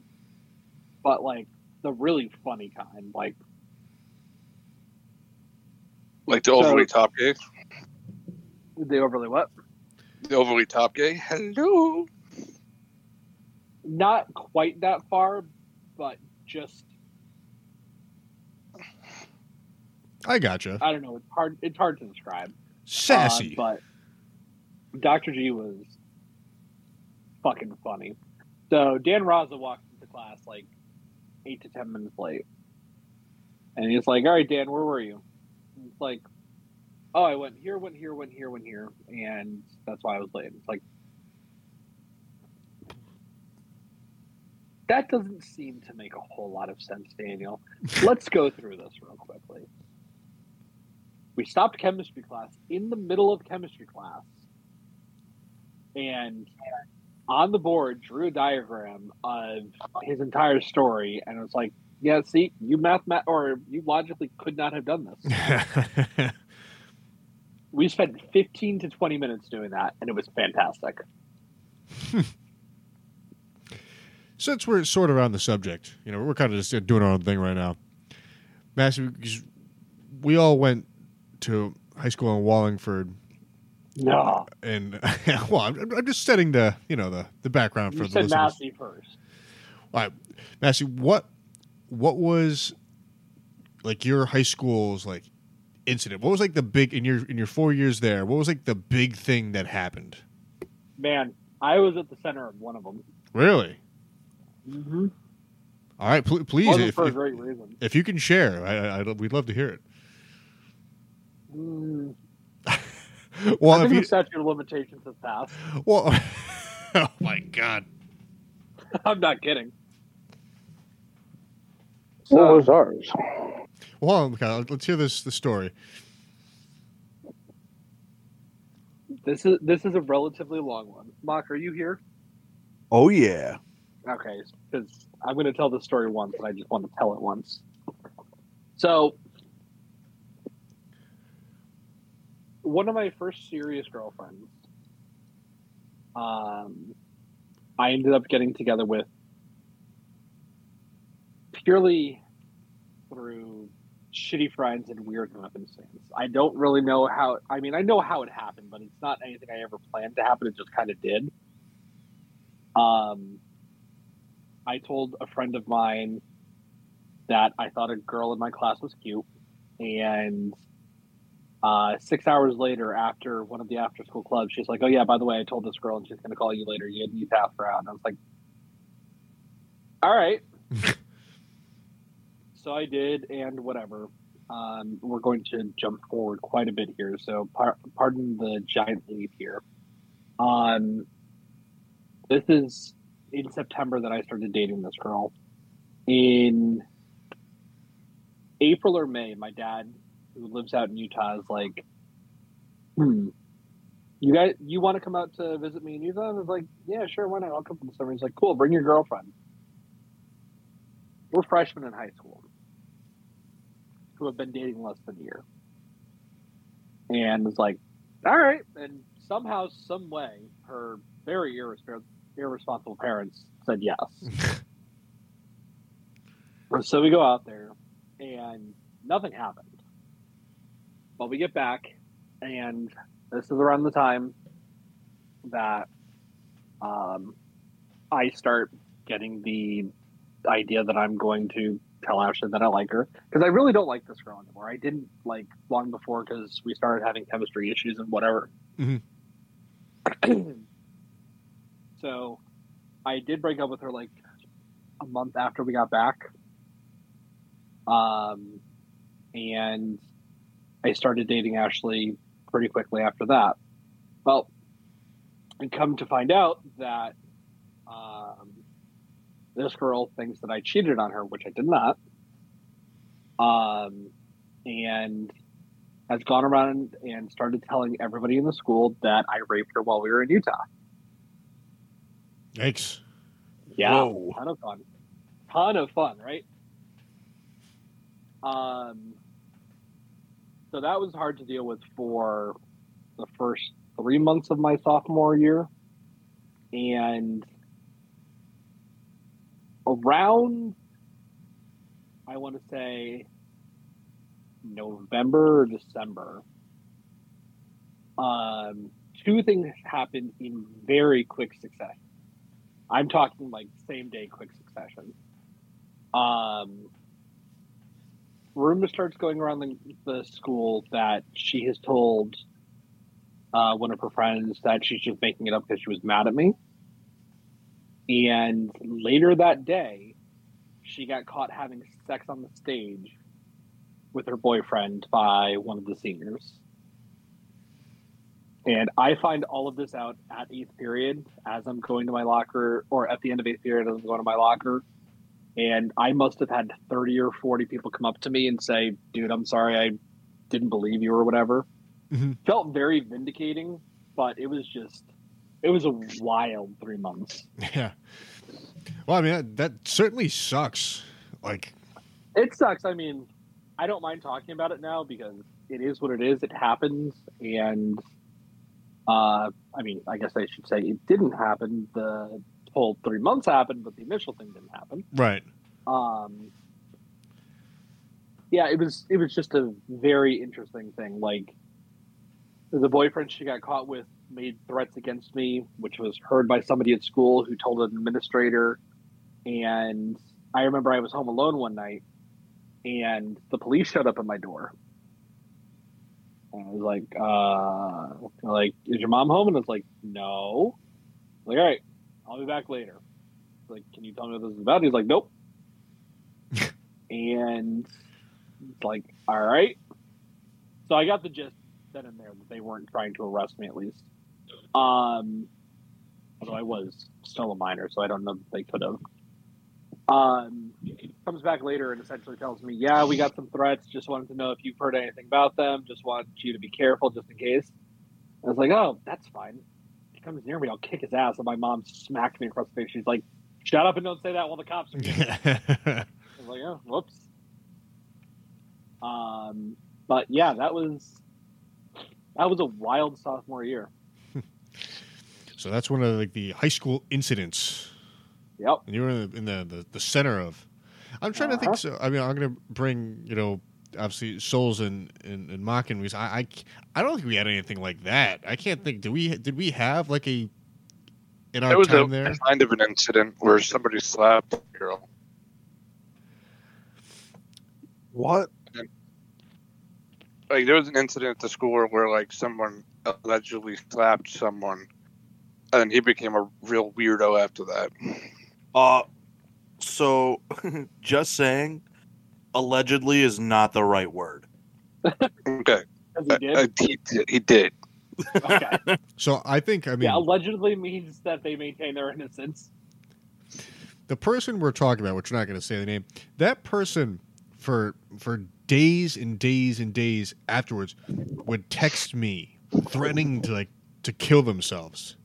Speaker 3: but like the really funny kind. Like,
Speaker 2: Like the
Speaker 3: So-
Speaker 2: overly top gay.
Speaker 3: they overly what?
Speaker 2: The overly top gay. Hello.
Speaker 3: Not quite that far, but just,
Speaker 1: I gotcha.
Speaker 3: I don't know. It's hard, it's hard to describe.
Speaker 1: Sassy.
Speaker 3: Uh, but Dr. G was fucking funny. So Dan Raza walked into class like eight to ten minutes late. And he's like, All right, Dan, where were you? And It's like, Oh, I went here, went here, went here, went here, and that's why I was late. It's like That doesn't seem to make a whole lot of sense, Daniel. Let's go through this real quickly. We stopped chemistry class in the middle of chemistry class. And on the board, drew a diagram of his entire story. And it's like, yeah, see, you math, or you logically could not have done this. We spent 15 to 20 minutes doing that, and it was fantastic.
Speaker 1: Since we're sort of on the subject, you know, we're kind of just doing our own thing right now. Massive, because we all went to high school in Wallingford,
Speaker 3: No,
Speaker 1: and well, I'm, I'm just setting the you know the the background for
Speaker 3: you
Speaker 1: the
Speaker 3: said
Speaker 1: listeners.
Speaker 3: Massey first.
Speaker 1: Massey, what what was like your high school's like incident? What was like the big in your in your four years there? What was like the big thing that happened?
Speaker 3: Man, I was at the center of one of them.
Speaker 1: Really?
Speaker 3: Mm-hmm.
Speaker 1: All right, pl- please,
Speaker 3: Wasn't
Speaker 1: if,
Speaker 3: for a
Speaker 1: if,
Speaker 3: great reason.
Speaker 1: if you can share, I, I, I'd- we'd love to hear
Speaker 3: Mm,
Speaker 1: it. Well, if
Speaker 3: I think
Speaker 1: you,
Speaker 3: the statute of limitations has passed.
Speaker 1: well, oh my god,
Speaker 3: I'm not kidding.
Speaker 2: What
Speaker 6: Uh,
Speaker 3: So,
Speaker 2: was ours?
Speaker 1: well, hold on, Kyle, let's hear this the story.
Speaker 3: this is this is a relatively long one. Mock, are you here?
Speaker 5: Oh yeah.
Speaker 3: Okay, because I'm going to tell the story once, and I just want to tell it once. So, one of my first serious girlfriends, um, I ended up getting together with purely through shitty friends and weird happenstance. I don't really know how. I mean, I know how it happened, but it's not anything I ever planned to happen. It just kind of did. Um, I told a friend of mine that I thought a girl in my class was cute, and uh, six hours later, after one of the after-school clubs, she's like, "Oh yeah, by the way, I told this girl, and she's gonna call you later. You need to half her out." And I was like, "All right." so I did, and whatever. Um, we're going to jump forward quite a bit here, so par- pardon the giant leap here. Um, this is in September that I started dating this girl. In April or May, my dad, who lives out in Utah, is like, hmm. You guys, you want to come out to visit me in Utah? I was like, yeah, sure, why not? I'll come for the summer. He's like, cool, bring your girlfriend. We're freshmen in high school who have been dating less than a year. And it's like, all right. And somehow, some way, her very irresp- irresponsible parents said yes. so we go out there, and nothing happened. But we get back, and this is around the time that um, I start getting the idea that I'm going to tell Ashley that I like her because I really don't like this girl anymore. I didn't like long before because we started having chemistry issues and whatever.
Speaker 1: Mhm.
Speaker 3: so I did break up with her like a month after we got back. Um, and I started dating Ashley pretty quickly after that. Well, and come to find out that um, this girl thinks that I cheated on her, which I did not. Um, and has gone around and started telling everybody in the school that I raped her while we were in Utah.
Speaker 1: Yikes.
Speaker 3: Yeah.
Speaker 5: Whoa.
Speaker 3: Ton of fun. Ton of fun, right? Um, so that was hard to deal with for the first three months of my sophomore year. And around, I want to say, November or December, um, two things happened in very quick succession. I'm talking like same day, quick succession. Um, rumor starts going around the, the school that she has told uh, one of her friends that she's just making it up because she was mad at me. And later that day, she got caught having sex on the stage with her boyfriend by one of the seniors. And I find all of this out at eighth period as I'm going to my locker, or at the end of eighth period as I'm going to my locker. And I must have had 30 or 40 people come up to me and say, dude, I'm sorry, I didn't believe you or whatever.
Speaker 1: Mhm.
Speaker 3: Felt very vindicating, but it was just, it was a wild three months.
Speaker 1: Yeah. Well, I mean, that, that certainly sucks. Like,
Speaker 3: It sucks. I mean, I don't mind talking about it now because it is what it is. It happens, and uh, I mean, I guess I should say it didn't happen. The whole three months happened, but the initial thing didn't happen.
Speaker 1: right.
Speaker 3: Um, yeah, it was it was just a very interesting thing. Like the boyfriend she got caught with made threats against me, which was heard by somebody at school who told an administrator. And I remember I was home alone one night, and the police showed up at my door. And I was like, uh, they're like, is your mom home? And it's like, no. I'm like, all right, I'll be back later. Like, can you tell me what this is about? he's like, nope and it's like, all right. So I got the gist then and there that they weren't trying to arrest me at least. Um, although I was still a minor, so I don't know that they could have. Um, comes back later and essentially tells me, yeah, we got some threats. Just wanted to know if you've heard anything about them. Just want you to be careful just in case. I was like, oh, that's fine. If he comes near me, I'll kick his ass. And my mom smacked me across the face. She's like, shut up and don't say that while the cops are here. I was like, oh, whoops. Um, but yeah, that was that was a wild sophomore year.
Speaker 1: so that's one of like the high school incidents
Speaker 3: Yep.
Speaker 1: you were in the, in the, the, the center of. I'm trying to
Speaker 2: Uh-huh.
Speaker 1: think. So I mean, I'm gonna bring you know obviously souls and and, and mocking because I, I c- I don't think we had anything like that. I can't think. Did we did we have like a in our
Speaker 2: There was a
Speaker 1: time there?
Speaker 2: kind of an incident where somebody slapped a girl.
Speaker 5: What?
Speaker 2: Like there was an incident at the school where like someone allegedly slapped someone, and he became a real weirdo after that.
Speaker 5: Uh, so just saying, allegedly is not the right word.
Speaker 2: Okay,
Speaker 3: As
Speaker 2: Uh,
Speaker 3: he did.
Speaker 2: uh, he, did- he did.
Speaker 3: okay.
Speaker 1: So I think I mean
Speaker 3: yeah, allegedly means that they maintain their innocence.
Speaker 1: the person we're talking about, which we're not going to say the name, that person for for days and days and days afterwards would text me threatening to like to kill themselves.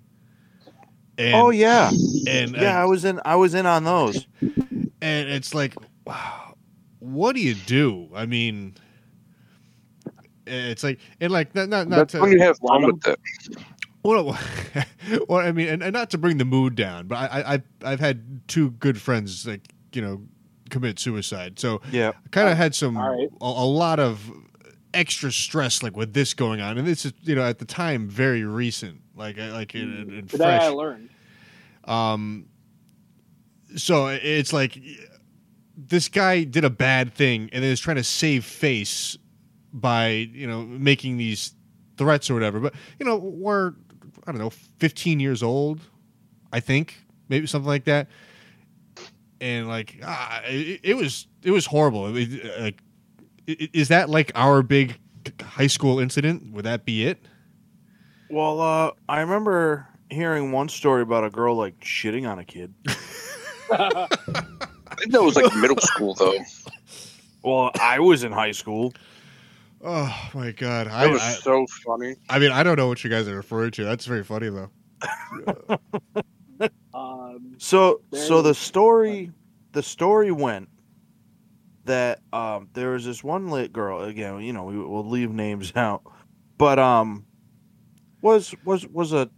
Speaker 1: And,
Speaker 5: oh yeah,
Speaker 1: and uh,
Speaker 5: yeah. I was in. I was in on those.
Speaker 1: and it's like wow what do you do i mean it's like and like not not, not
Speaker 2: That's when
Speaker 1: to,
Speaker 2: you have fun with it.
Speaker 1: well, well i mean and, and not to bring the mood down but I, I I've- i've had two good friends like you know commit suicide so
Speaker 5: Yeah,
Speaker 1: i kind of had some
Speaker 3: Oh, all right.
Speaker 1: a, a lot of extra stress like with this going on and this is you know at the time very recent like I- like in, in, in
Speaker 3: Today I
Speaker 1: fresh
Speaker 3: learned.
Speaker 1: um, so it's like this guy did a bad thing and is trying to save face by you know making these threats or whatever. But you know we're I don't know 15 years old, I think maybe something like that. And like ah, it, it was it was horrible. I mean, uh, i- i- is that like our big high school incident? Would that be it?
Speaker 5: Well, uh, I remember hearing one story about a girl like shitting on a kid.
Speaker 2: I think that was like middle school though.
Speaker 5: Well, I was in high school.
Speaker 1: Oh my god! I,
Speaker 2: That was
Speaker 1: I-
Speaker 2: so funny.
Speaker 1: I mean, I don't know what you guys are referring to. That's very funny though.
Speaker 3: Um,
Speaker 5: So, so
Speaker 3: Very-
Speaker 5: the story, the story went that um, there was this one lit girl. Again, you know, we will leave names out, but um, was was was a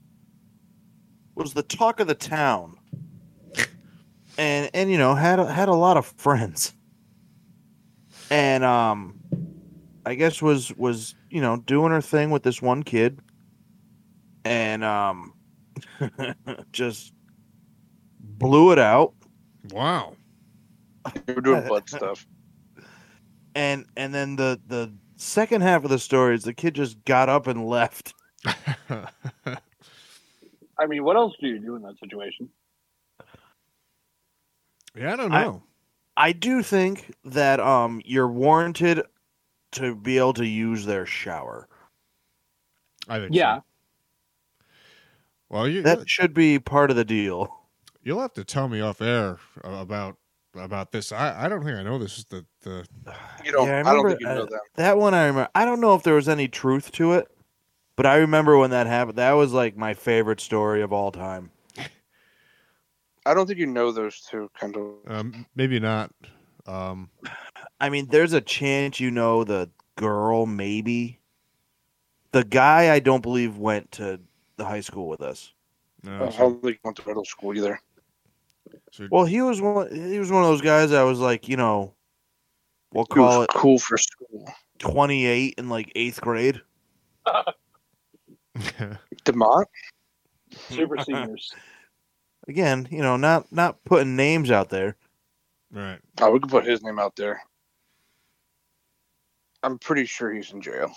Speaker 5: was the talk of the town, and and you know had a, had a lot of friends, and um, I guess was was you know doing her thing with this one kid, and um, just blew it out
Speaker 1: Wow.
Speaker 2: We were doing blood stuff.
Speaker 5: and and then the the second half of the story is the kid just got up and left
Speaker 3: I mean, what else do you do in that situation?
Speaker 1: yeah, I don't
Speaker 5: I-
Speaker 1: know.
Speaker 5: i do think that um you're warranted to be able to use their shower
Speaker 1: I, think. so.
Speaker 3: Yeah.
Speaker 1: Well, you
Speaker 5: that should be part of the deal
Speaker 1: you'll have to tell me off air about about this. I, I don't think I know this is the the
Speaker 2: You know,
Speaker 5: Yeah, I
Speaker 2: I, don't
Speaker 5: remember,
Speaker 2: think you know
Speaker 5: uh,
Speaker 2: that.
Speaker 5: that one i remember i don't know if there was any truth to it but i remember when that happened that was like my favorite story of all time
Speaker 2: I don't think you know those two, Kendall.
Speaker 1: um, maybe not. Um,
Speaker 5: I mean, there's a chance you know the girl, maybe. The guy, I don't believe, went to the high school with us.
Speaker 1: no,
Speaker 2: I
Speaker 1: so,
Speaker 2: don't think you went to middle school either.
Speaker 1: so-
Speaker 5: Uh, Well, he was one. He was one of those guys. I was like, you know, we'll
Speaker 2: He
Speaker 5: call
Speaker 2: was
Speaker 5: it
Speaker 2: cool for school.
Speaker 5: 28 in like eighth grade.
Speaker 2: Demont?
Speaker 3: Super seniors.
Speaker 5: Again, you know, not not putting names out there.
Speaker 1: right.
Speaker 2: Oh, we could put his name out there. I'm pretty sure he's in jail.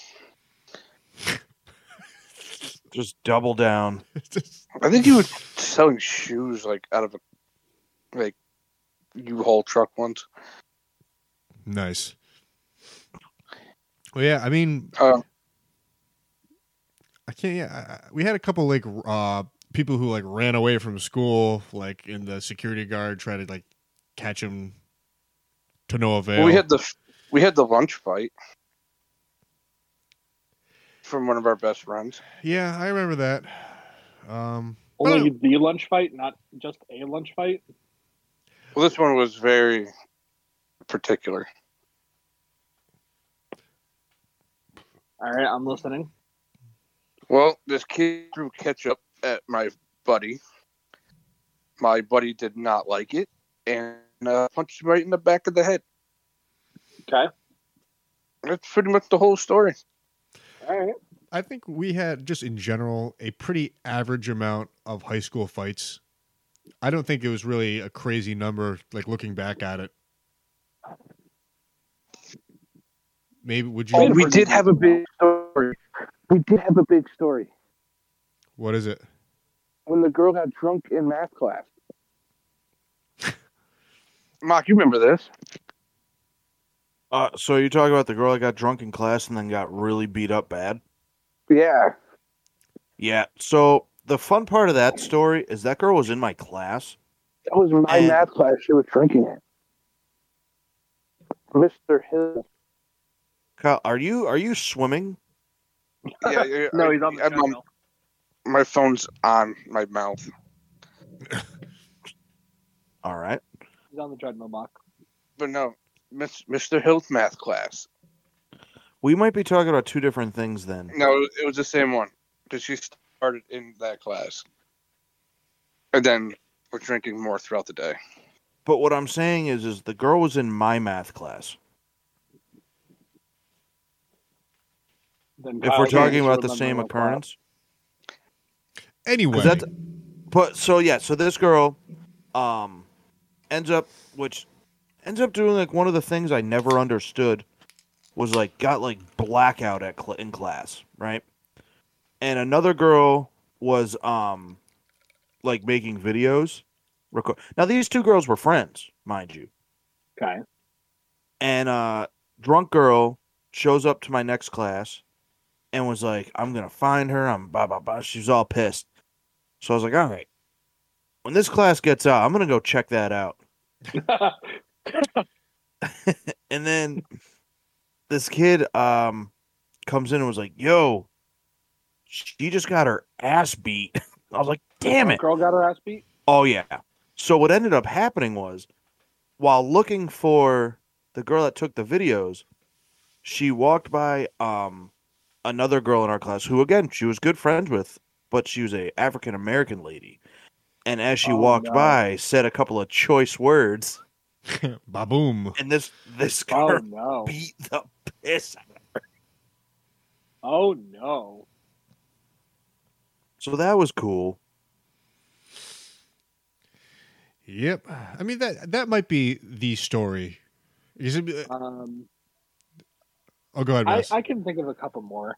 Speaker 5: Just double down.
Speaker 2: I think he was selling shoes like out of a like U-Haul truck once.
Speaker 1: nice. Well, yeah. I mean,
Speaker 2: Uh,
Speaker 1: I can't. Yeah, I- I- we had a couple like r- uh, people who like ran away from school, like in the security guard tried to like catch him to no avail.
Speaker 2: well, we had the we had the lunch fight from one of our best friends.
Speaker 1: Yeah, I remember that. Um,
Speaker 3: Only the lunch fight, not just a lunch fight.
Speaker 2: Well, this one was very particular.
Speaker 3: All right, I'm listening.
Speaker 2: Well, this kid threw ketchup at my buddy. My buddy did not like it and uh, punched him right in the back of the head.
Speaker 3: Okay.
Speaker 2: That's pretty much the whole story.
Speaker 3: All right.
Speaker 1: I think we had just in general a pretty average amount of high school fights. I don't think it was really a crazy number. Like looking back at it, maybe would you?
Speaker 3: Oh, we- did
Speaker 2: have a big story.
Speaker 6: We did have a big story.
Speaker 1: what is it?
Speaker 6: When the girl got drunk in math class.
Speaker 2: Mark, you remember this?
Speaker 5: Uh, so you talk about the girl that got drunk in class and then got really beat up bad.
Speaker 6: Yeah.
Speaker 5: Yeah. So the fun part of that story is that girl was in my class.
Speaker 6: That was my
Speaker 5: And-
Speaker 6: math class. She was drinking it. Mr. Hill.
Speaker 5: Kyle, are you are you swimming?
Speaker 2: Yeah, yeah,
Speaker 3: No,
Speaker 2: I-
Speaker 3: he's on the
Speaker 2: I'm on-
Speaker 3: treadmill.
Speaker 2: my phone's on my mouth.
Speaker 5: All right.
Speaker 3: He's on the treadmill, Mock.
Speaker 2: But no, Miss, Mr. Hill's math class.
Speaker 5: We might be talking about two different things then.
Speaker 2: No, it was the same one because she started in that class, and then we're drinking more throughout the day.
Speaker 5: But what I'm saying is, is the girl was in my math class.
Speaker 3: Then
Speaker 5: If
Speaker 3: Kyle
Speaker 5: we're
Speaker 3: can't
Speaker 5: talking about the
Speaker 3: remember
Speaker 5: same
Speaker 3: what
Speaker 5: occurrence,
Speaker 1: Anyway,
Speaker 5: 'Cause that's- but so yeah, so this girl, um, ends up which ends up doing like one of the things I never understood was like got like blackout at cl- in class, right? And another girl was um, like making videos. Record now these two girls were friends, mind you.
Speaker 3: that- Okay.
Speaker 5: and uh drunk girl shows up to my next class and was like i'm gonna find her i'm blah blah blah she was all pissed so i was like all right when this class gets out i'm gonna go check that out and then this kid um comes in and was like yo she just got her ass beat i was like damn it
Speaker 3: Girl got her ass beat.
Speaker 5: Oh yeah. So what ended up happening was while looking for the girl that took the videos, she walked by um another girl in our class who again she was good friends with, but she was a African American lady. And as she
Speaker 3: Oh,
Speaker 5: walked
Speaker 3: no.
Speaker 5: by, said a couple of choice words,
Speaker 1: baboom.
Speaker 5: and this this
Speaker 3: Oh
Speaker 5: girl
Speaker 3: no!
Speaker 5: beat the piss. out-
Speaker 3: Oh no!
Speaker 5: So that was cool.
Speaker 1: Yep. I mean that that might be the story. Is it- uh,
Speaker 3: Um,
Speaker 1: oh, go ahead,
Speaker 3: I,
Speaker 1: Russ.
Speaker 3: I can think of a couple more.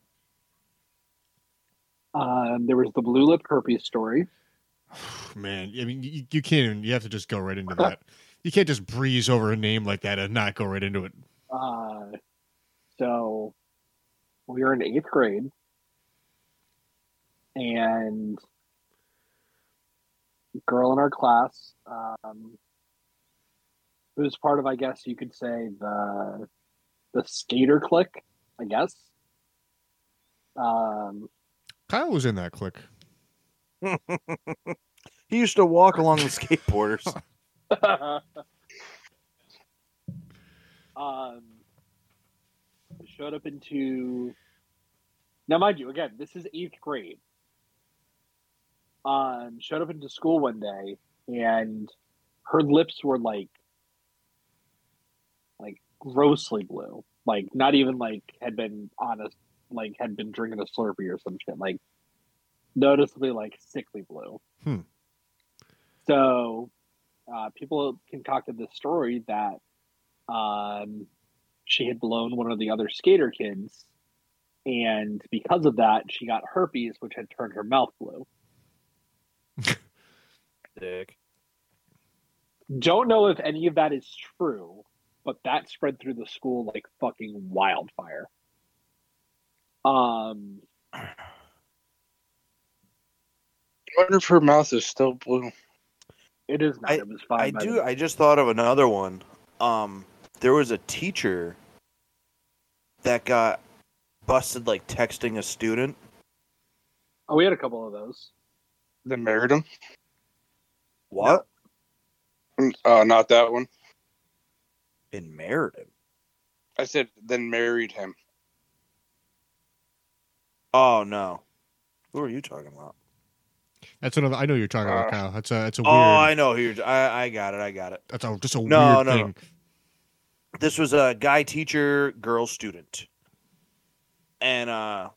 Speaker 3: Um, there was the blue lip herpes story.
Speaker 1: Man, I mean, you, you can't. Even, you have to just go right into that. You can't just breeze over a name like that and not go right into it.
Speaker 3: Uh, so we were in eighth grade, and a girl in our class, um, who was part of, I guess you could say the the skater clique, I guess. Um,
Speaker 1: Kyle was in that click.
Speaker 5: He used to walk along the skateboarders.
Speaker 3: um, showed up into. Now, mind you, again, this is eighth grade. Um, showed up into school one day, and her lips were like, like grossly blue. Like not even like had been honest, like had been drinking a Slurpee or some shit. Like noticeably like sickly blue.
Speaker 1: Hmm.
Speaker 3: So uh, people concocted this story that um, she had blown one of the other skater kids, and because of that, she got herpes, which had turned her mouth blue. Don't know if any of that is true, but that spread through the school like fucking wildfire. Um,
Speaker 2: I wonder if her mouth is still blue.
Speaker 3: it is not. it was fine.
Speaker 5: I
Speaker 3: by
Speaker 5: do.
Speaker 3: the-
Speaker 5: I just thought of another one. Um, there was a teacher that got busted like texting a student.
Speaker 3: oh, we had a couple of those.
Speaker 2: They married him.
Speaker 5: What?
Speaker 2: Uh, not that one.
Speaker 5: And married him.
Speaker 2: I said then married him.
Speaker 5: Oh no. Who are you talking about?
Speaker 1: That's another. I know you're talking about
Speaker 2: Uh,
Speaker 1: Kyle. That's a. That's a weird.
Speaker 5: Oh, I know who you're. I I got it. I got it.
Speaker 1: that's a just a
Speaker 5: No,
Speaker 1: weird
Speaker 5: no, no.
Speaker 1: thing.
Speaker 5: this was a guy teacher, girl student. And uh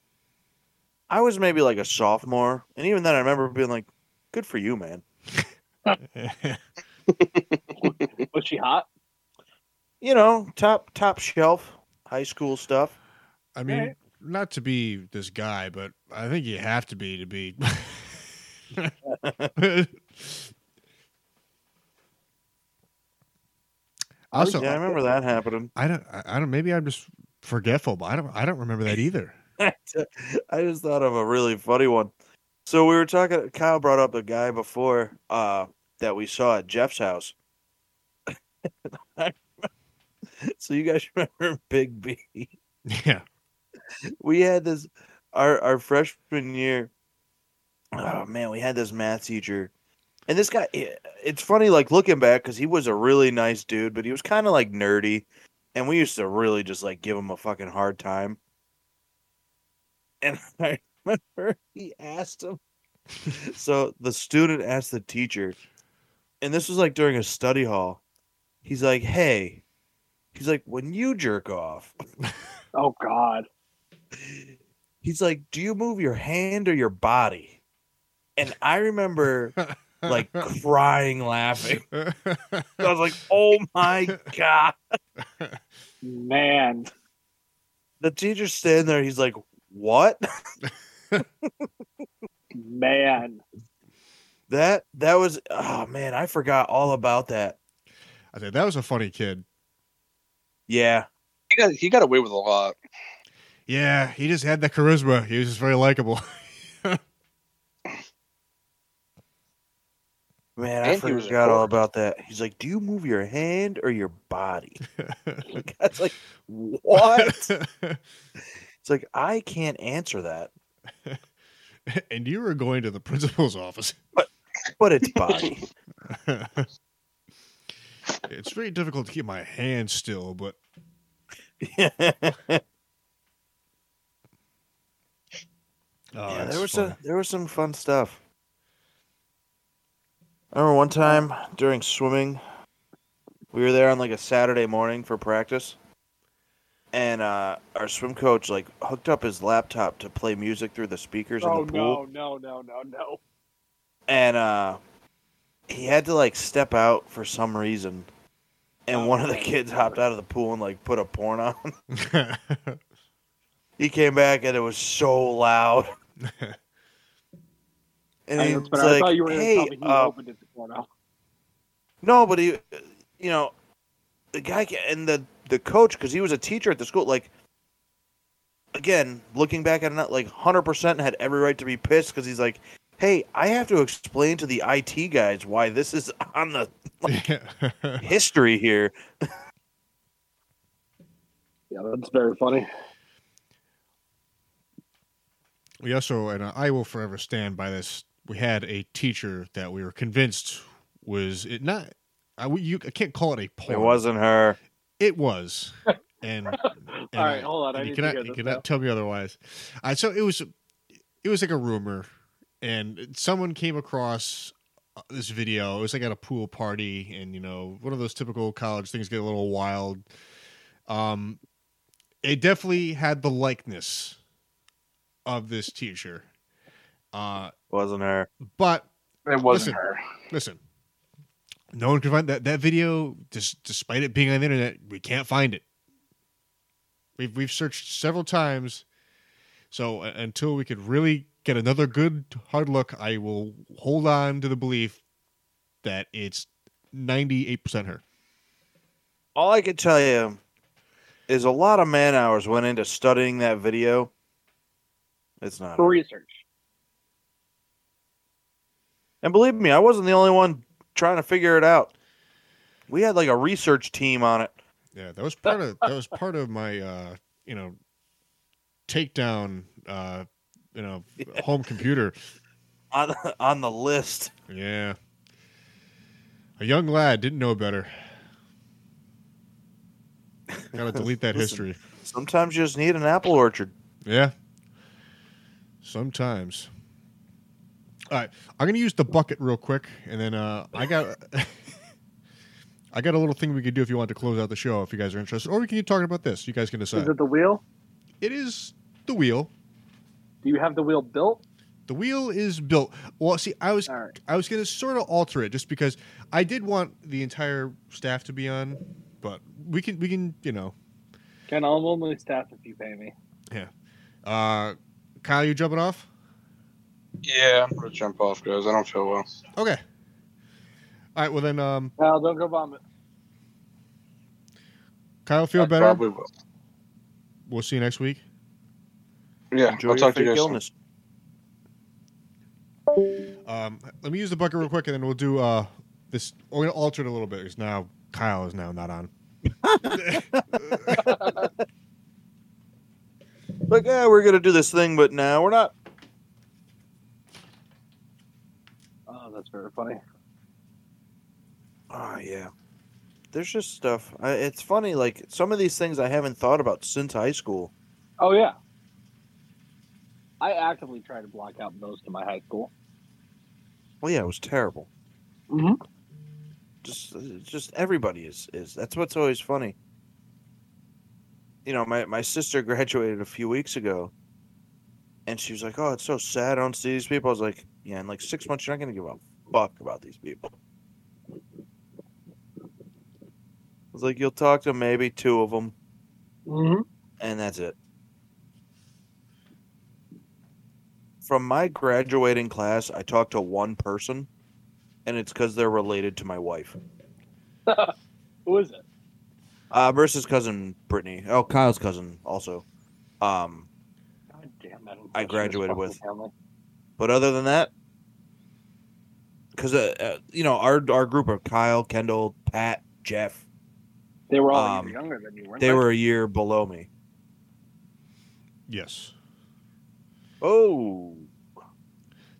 Speaker 5: I was maybe like a sophomore, and even then I remember being like, good for you, man.
Speaker 3: Was she hot?
Speaker 5: You know, top top shelf high school stuff.
Speaker 1: I mean,
Speaker 3: Alright.
Speaker 1: not to be this guy, but I think you have to be to be. also,
Speaker 5: yeah, I remember that happening.
Speaker 1: I don't. I I don't. Maybe I'm just forgetful, but I don't. I don't remember that either.
Speaker 5: I just thought of a really funny one. So we were talking. Kyle brought up a guy before uh, that we saw at Jeff's house. so you guys remember Big B?
Speaker 1: Yeah.
Speaker 5: We had this. our our freshman year. Oh man, we had this math teacher, and this guy. it- It's funny, like looking back, because he was a really nice dude, but he was kind of like nerdy, and we used to really just like give him a fucking hard time. And I remember he asked him. so the student asked the teacher, and this was like during a study hall. He's like, "Hey," he's like, "When you jerk off."
Speaker 3: Oh God.
Speaker 5: he's like, "Do you move your hand or your body?" And I remember like crying, laughing. I was like, "Oh my god!"
Speaker 3: Man.
Speaker 5: The teacher's standing there. He's like, "What?"
Speaker 3: Man.
Speaker 5: That that was oh man, I forgot all about that.
Speaker 1: I said that was a funny kid.
Speaker 5: Yeah,
Speaker 2: He got he got away with a lot.
Speaker 1: Yeah, he just had that charisma. He was just very likable.
Speaker 5: man,
Speaker 2: And
Speaker 5: I
Speaker 2: he was a
Speaker 5: forgot all
Speaker 2: dork.
Speaker 5: about that. He's like, "Do you move your hand or your body?" That's like, "What?" it's like I can't answer that,
Speaker 1: and you were going to the principal's office.
Speaker 5: but it's body.
Speaker 1: It's very difficult to keep my hand still, but oh,
Speaker 5: yeah,
Speaker 1: that's
Speaker 5: there was
Speaker 1: funny.
Speaker 5: a, there was some fun stuff. I remember one time during swimming, we were there on like a Saturday morning for practice, and uh, our swim coach like hooked up his laptop to play music through the speakers
Speaker 3: Oh
Speaker 5: in the pool,
Speaker 3: no, no, no, no, no.
Speaker 5: and uh, he had to like step out for some reason,
Speaker 3: Oh,
Speaker 5: and one of the kids hopped out of the pool and like put a porn on. he came back and it was so loud. and
Speaker 3: I,
Speaker 5: he
Speaker 3: know,
Speaker 5: was
Speaker 3: but I
Speaker 5: like,
Speaker 3: thought you were
Speaker 5: "Hey,
Speaker 3: going to tell me he
Speaker 5: uh,
Speaker 3: opened it before now.
Speaker 5: no, but he, you know, the guy ca- and the the coach because he was a teacher at the school. Like, again, looking back at that, like hundred percent had every right to be pissed because he's like, "Hey, I have to explain to the IT guys why this is on the history here."
Speaker 3: Yeah, that's very funny.
Speaker 1: we also, and I will forever stand by this. We had a teacher that we were convinced was it not. I, we- you, I can't call it a porn.
Speaker 5: It wasn't her.
Speaker 1: It was. And, and
Speaker 3: All right,
Speaker 1: I-
Speaker 3: hold on. I
Speaker 1: and you
Speaker 3: need to
Speaker 1: cannot,
Speaker 3: hear
Speaker 1: you
Speaker 3: this.
Speaker 1: cannot tell me otherwise. Uh, so it was, it was like a rumor, and someone came across uh, this video. It was like at a pool party, and you know, one of those typical college things get a little wild. Um, it definitely had the likeness of this teacher. Uh,
Speaker 5: Wasn't her.
Speaker 1: but
Speaker 2: It wasn't
Speaker 1: Listen.
Speaker 2: her.
Speaker 1: listen, no one can find that that video. Just despite it being on the internet, we can't find it. We've we've searched several times, so uh, until we could really get another good hard look, I will hold on to the belief that it's ninety eight percent her.
Speaker 5: All I can tell you is a lot of man hours went into studying that video. It's not.
Speaker 3: For
Speaker 5: her.
Speaker 3: research.
Speaker 5: And believe me, I wasn't the only one trying to figure it out. We had like a research team on it.
Speaker 1: Yeah, that was part of that was part of my uh, you know takedown uh, you know home computer.
Speaker 5: on on the list.
Speaker 1: Yeah, a young lad didn't know better. Gotta delete that
Speaker 5: Listen.
Speaker 1: history.
Speaker 5: Sometimes you just need an apple orchard.
Speaker 1: Yeah. Sometimes. All right, I'm gonna use the bucket real quick, and then uh, I got I got a little thing we could do if you want to close out the show, if you guys are interested, or we can keep talking about this. You guys can decide.
Speaker 3: Is it the wheel?
Speaker 1: it is the wheel.
Speaker 3: Do you have the wheel built?
Speaker 1: The wheel is built. Well, see, I was
Speaker 3: All right.
Speaker 1: I was going to sort of alter it just because I did want the entire staff to be on, but we can we can you know.
Speaker 3: Ken, I'll only staff if you pay me.
Speaker 1: Uh, Kyle, you jumping off?
Speaker 2: Yeah, I'm gonna jump off, guys. I don't feel well.
Speaker 1: Okay. All right. Well then, um,
Speaker 3: No, don't go vomit.
Speaker 1: Kyle, feel
Speaker 2: I
Speaker 1: better.
Speaker 2: Probably will.
Speaker 1: We'll see you next week.
Speaker 2: Yeah,
Speaker 5: Enjoy
Speaker 2: I'll
Speaker 5: your
Speaker 2: talk to
Speaker 5: fake
Speaker 2: you guys. soon.
Speaker 5: illness.
Speaker 1: Um, let me use the bucket real quick, and then we'll do uh this. We're gonna alter it a little bit because now Kyle is now not on.
Speaker 5: Like, yeah, we're gonna do this thing, but now we're not.
Speaker 3: Oh, that's very funny.
Speaker 5: Oh yeah. There's just stuff. I, it's funny, like some of these things I haven't thought about since high school.
Speaker 3: Oh yeah. I actively try to block out most of my high school.
Speaker 5: Well, yeah, it was terrible.
Speaker 3: Mhm.
Speaker 5: Just, uh, just everybody is is. That's what's always funny. You know, my my sister graduated a few weeks ago, and she was like, "Oh, it's so sad. I don't see these people." I was like, "Yeah, in like six months, you're not gonna give a fuck about these people." I was like, "You'll talk to maybe two of them,
Speaker 3: Mm-hmm.
Speaker 5: and that's it." From my graduating class, I talked to one person, and it's because they're related to my wife.
Speaker 3: Who is it?
Speaker 5: Uh, versus cousin Brittany. Oh, Kyle's cousin also. Um,
Speaker 3: God damn it!
Speaker 5: I graduated with.
Speaker 3: Family.
Speaker 5: but other than that, because uh, uh, you know our our group of Kyle, Kendall, Pat, Jeff,
Speaker 3: They were all
Speaker 5: Um,
Speaker 3: even younger than you, weren't they?
Speaker 5: they were a year below me.
Speaker 1: Yes.
Speaker 5: Oh,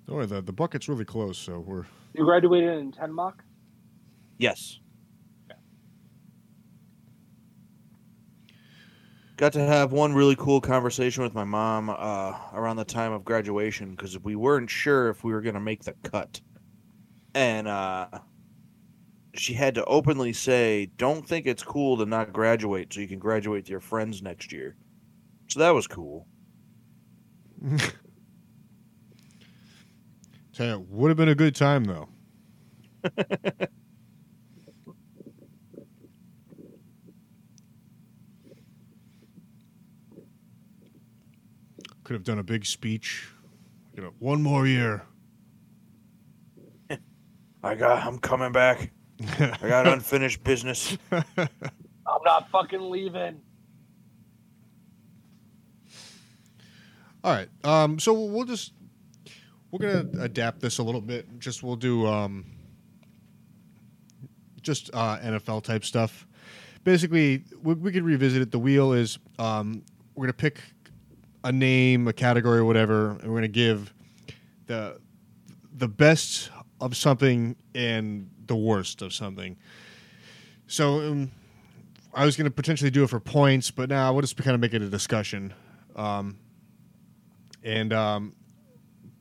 Speaker 1: Don't worry, the, the bucket's really close, so we're.
Speaker 3: You graduated in ten mock.
Speaker 5: yes. Got to have one really cool conversation with my mom uh, around the time of graduation because we weren't sure if we were going to make the cut. And uh, she had to openly say, Don't think it's cool to not graduate so you can graduate to your friends next year. So that was cool.
Speaker 1: Tell you, would have been a good time, though. Could have done a big speech. You know, one more year.
Speaker 5: I got, I'm coming back. I got unfinished business.
Speaker 3: I'm not fucking leaving.
Speaker 1: All right. Um, so we'll just we're gonna adapt this a little bit. Just we'll do um, just uh, NFL type stuff. Basically, we, we could revisit it. The wheel is um, we're gonna pick a name, a category, whatever, and we're gonna give the the best of something and the worst of something. So um, I was gonna potentially do it for points, but now we'll just kind of make it a discussion. Um, and um,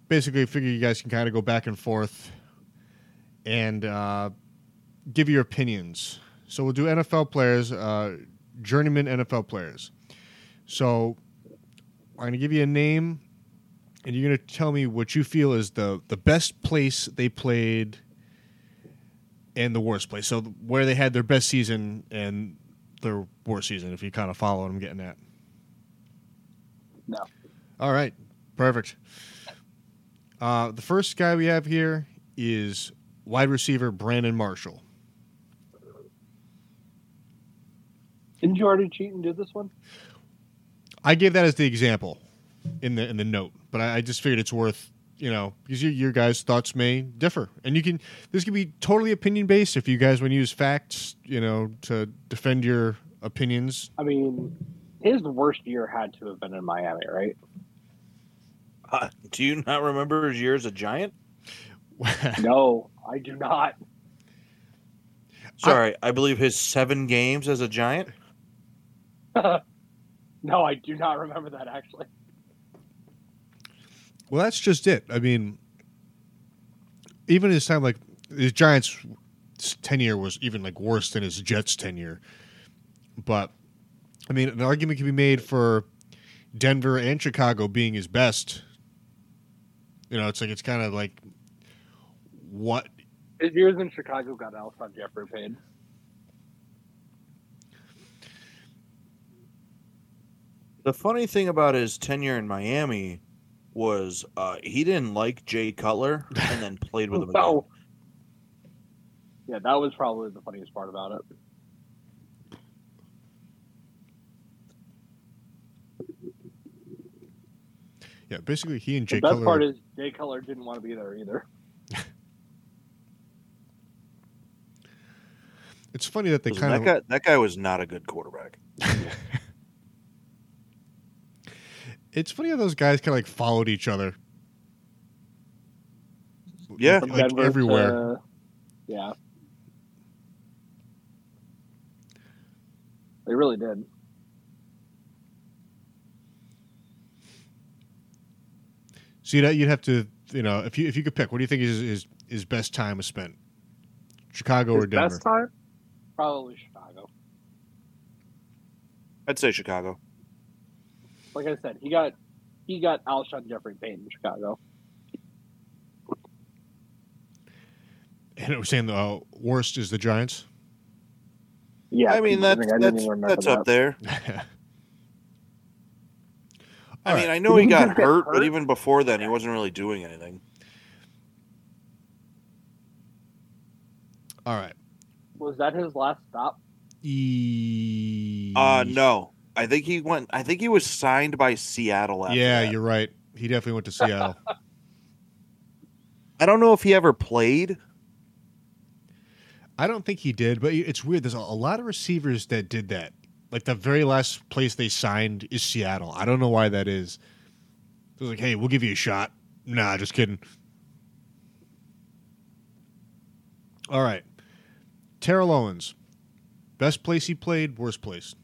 Speaker 1: basically figure you guys can kind of go back and forth and uh, give your opinions. So we'll do NFL players, uh, journeyman NFL players. So I'm going to give you a name, and you're going to tell me what you feel is the the best place they played and the worst place. So where they had their best season and their worst season, if you kind of follow what I'm getting at.
Speaker 3: No.
Speaker 1: All right. Perfect. Uh, the first guy we have here is wide receiver Brandon Marshall.
Speaker 3: Didn't you already cheat and do this one?
Speaker 1: I gave that as the example in the in the note, but I, I just figured it's worth you know because your, your guys' thoughts may differ, and you can this can be totally opinion based if you guys want to use facts, you know, to defend your opinions.
Speaker 3: I mean, his worst year had to have been in Miami, right?
Speaker 5: Uh, do you not remember his year as a giant?
Speaker 3: No, I do not.
Speaker 5: Sorry, I, believe his seven games as a giant.
Speaker 3: No, I do not remember that actually.
Speaker 1: Well, that's just it. I mean, even his time, like his Giants' tenure was even like worse than his Jets' tenure. But I mean, an argument can be made for Denver and Chicago being his best. You know, it's like it's kind of like what
Speaker 3: His years in Chicago got Alshon Jeffrey paid.
Speaker 5: The funny thing about his tenure in Miami was uh, he didn't like Jay Cutler and then played with him. again.
Speaker 3: No. Yeah, that was probably the funniest part about it.
Speaker 1: yeah, basically he and Jay
Speaker 3: the best
Speaker 1: Cutler.
Speaker 3: part is Jay Cutler didn't want to be there either.
Speaker 1: it's funny that they
Speaker 5: Listen,
Speaker 1: kind
Speaker 5: that
Speaker 1: of
Speaker 5: guy, that guy was not a good quarterback.
Speaker 1: It's funny how those guys kind of like followed each other.
Speaker 5: Yeah.
Speaker 3: From
Speaker 1: like
Speaker 3: Denver
Speaker 1: everywhere.
Speaker 3: to- yeah. They really did.
Speaker 1: See that you'd have to, you know, if you if you could pick, what do you think his his, his best time was spent? Chicago or
Speaker 3: His
Speaker 1: Denver?
Speaker 3: best time? Probably Chicago.
Speaker 5: I'd say Chicago.
Speaker 3: Like I said, he got he got Alshon Jeffrey Payne in Chicago.
Speaker 1: And it was saying the uh, worst is the Giants.
Speaker 3: Yeah,
Speaker 5: I mean,
Speaker 3: I
Speaker 5: that's
Speaker 3: think I didn't
Speaker 5: that's
Speaker 3: even remember
Speaker 5: that's
Speaker 3: that.
Speaker 5: up there. I
Speaker 1: All
Speaker 5: mean,
Speaker 1: right.
Speaker 5: I know he
Speaker 3: Did he
Speaker 5: got
Speaker 3: just get
Speaker 5: hurt, but
Speaker 3: hurt?
Speaker 5: even before then, he wasn't really doing anything. uh,
Speaker 1: All right.
Speaker 3: Was that his last stop?
Speaker 1: E-
Speaker 5: Uh no, I think he went. I think he was signed by Seattle. After
Speaker 1: Yeah,
Speaker 5: that.
Speaker 1: you're right. He definitely went to Seattle.
Speaker 5: I don't know if he ever played.
Speaker 1: I don't think he did, but it's weird. There's a a lot of receivers that did that. Like the very last place they signed is Seattle. I don't know why that is. It was like, hey, we'll give you a shot. Nah, just kidding. All right. Terrell Owens. Best place he played, worst place.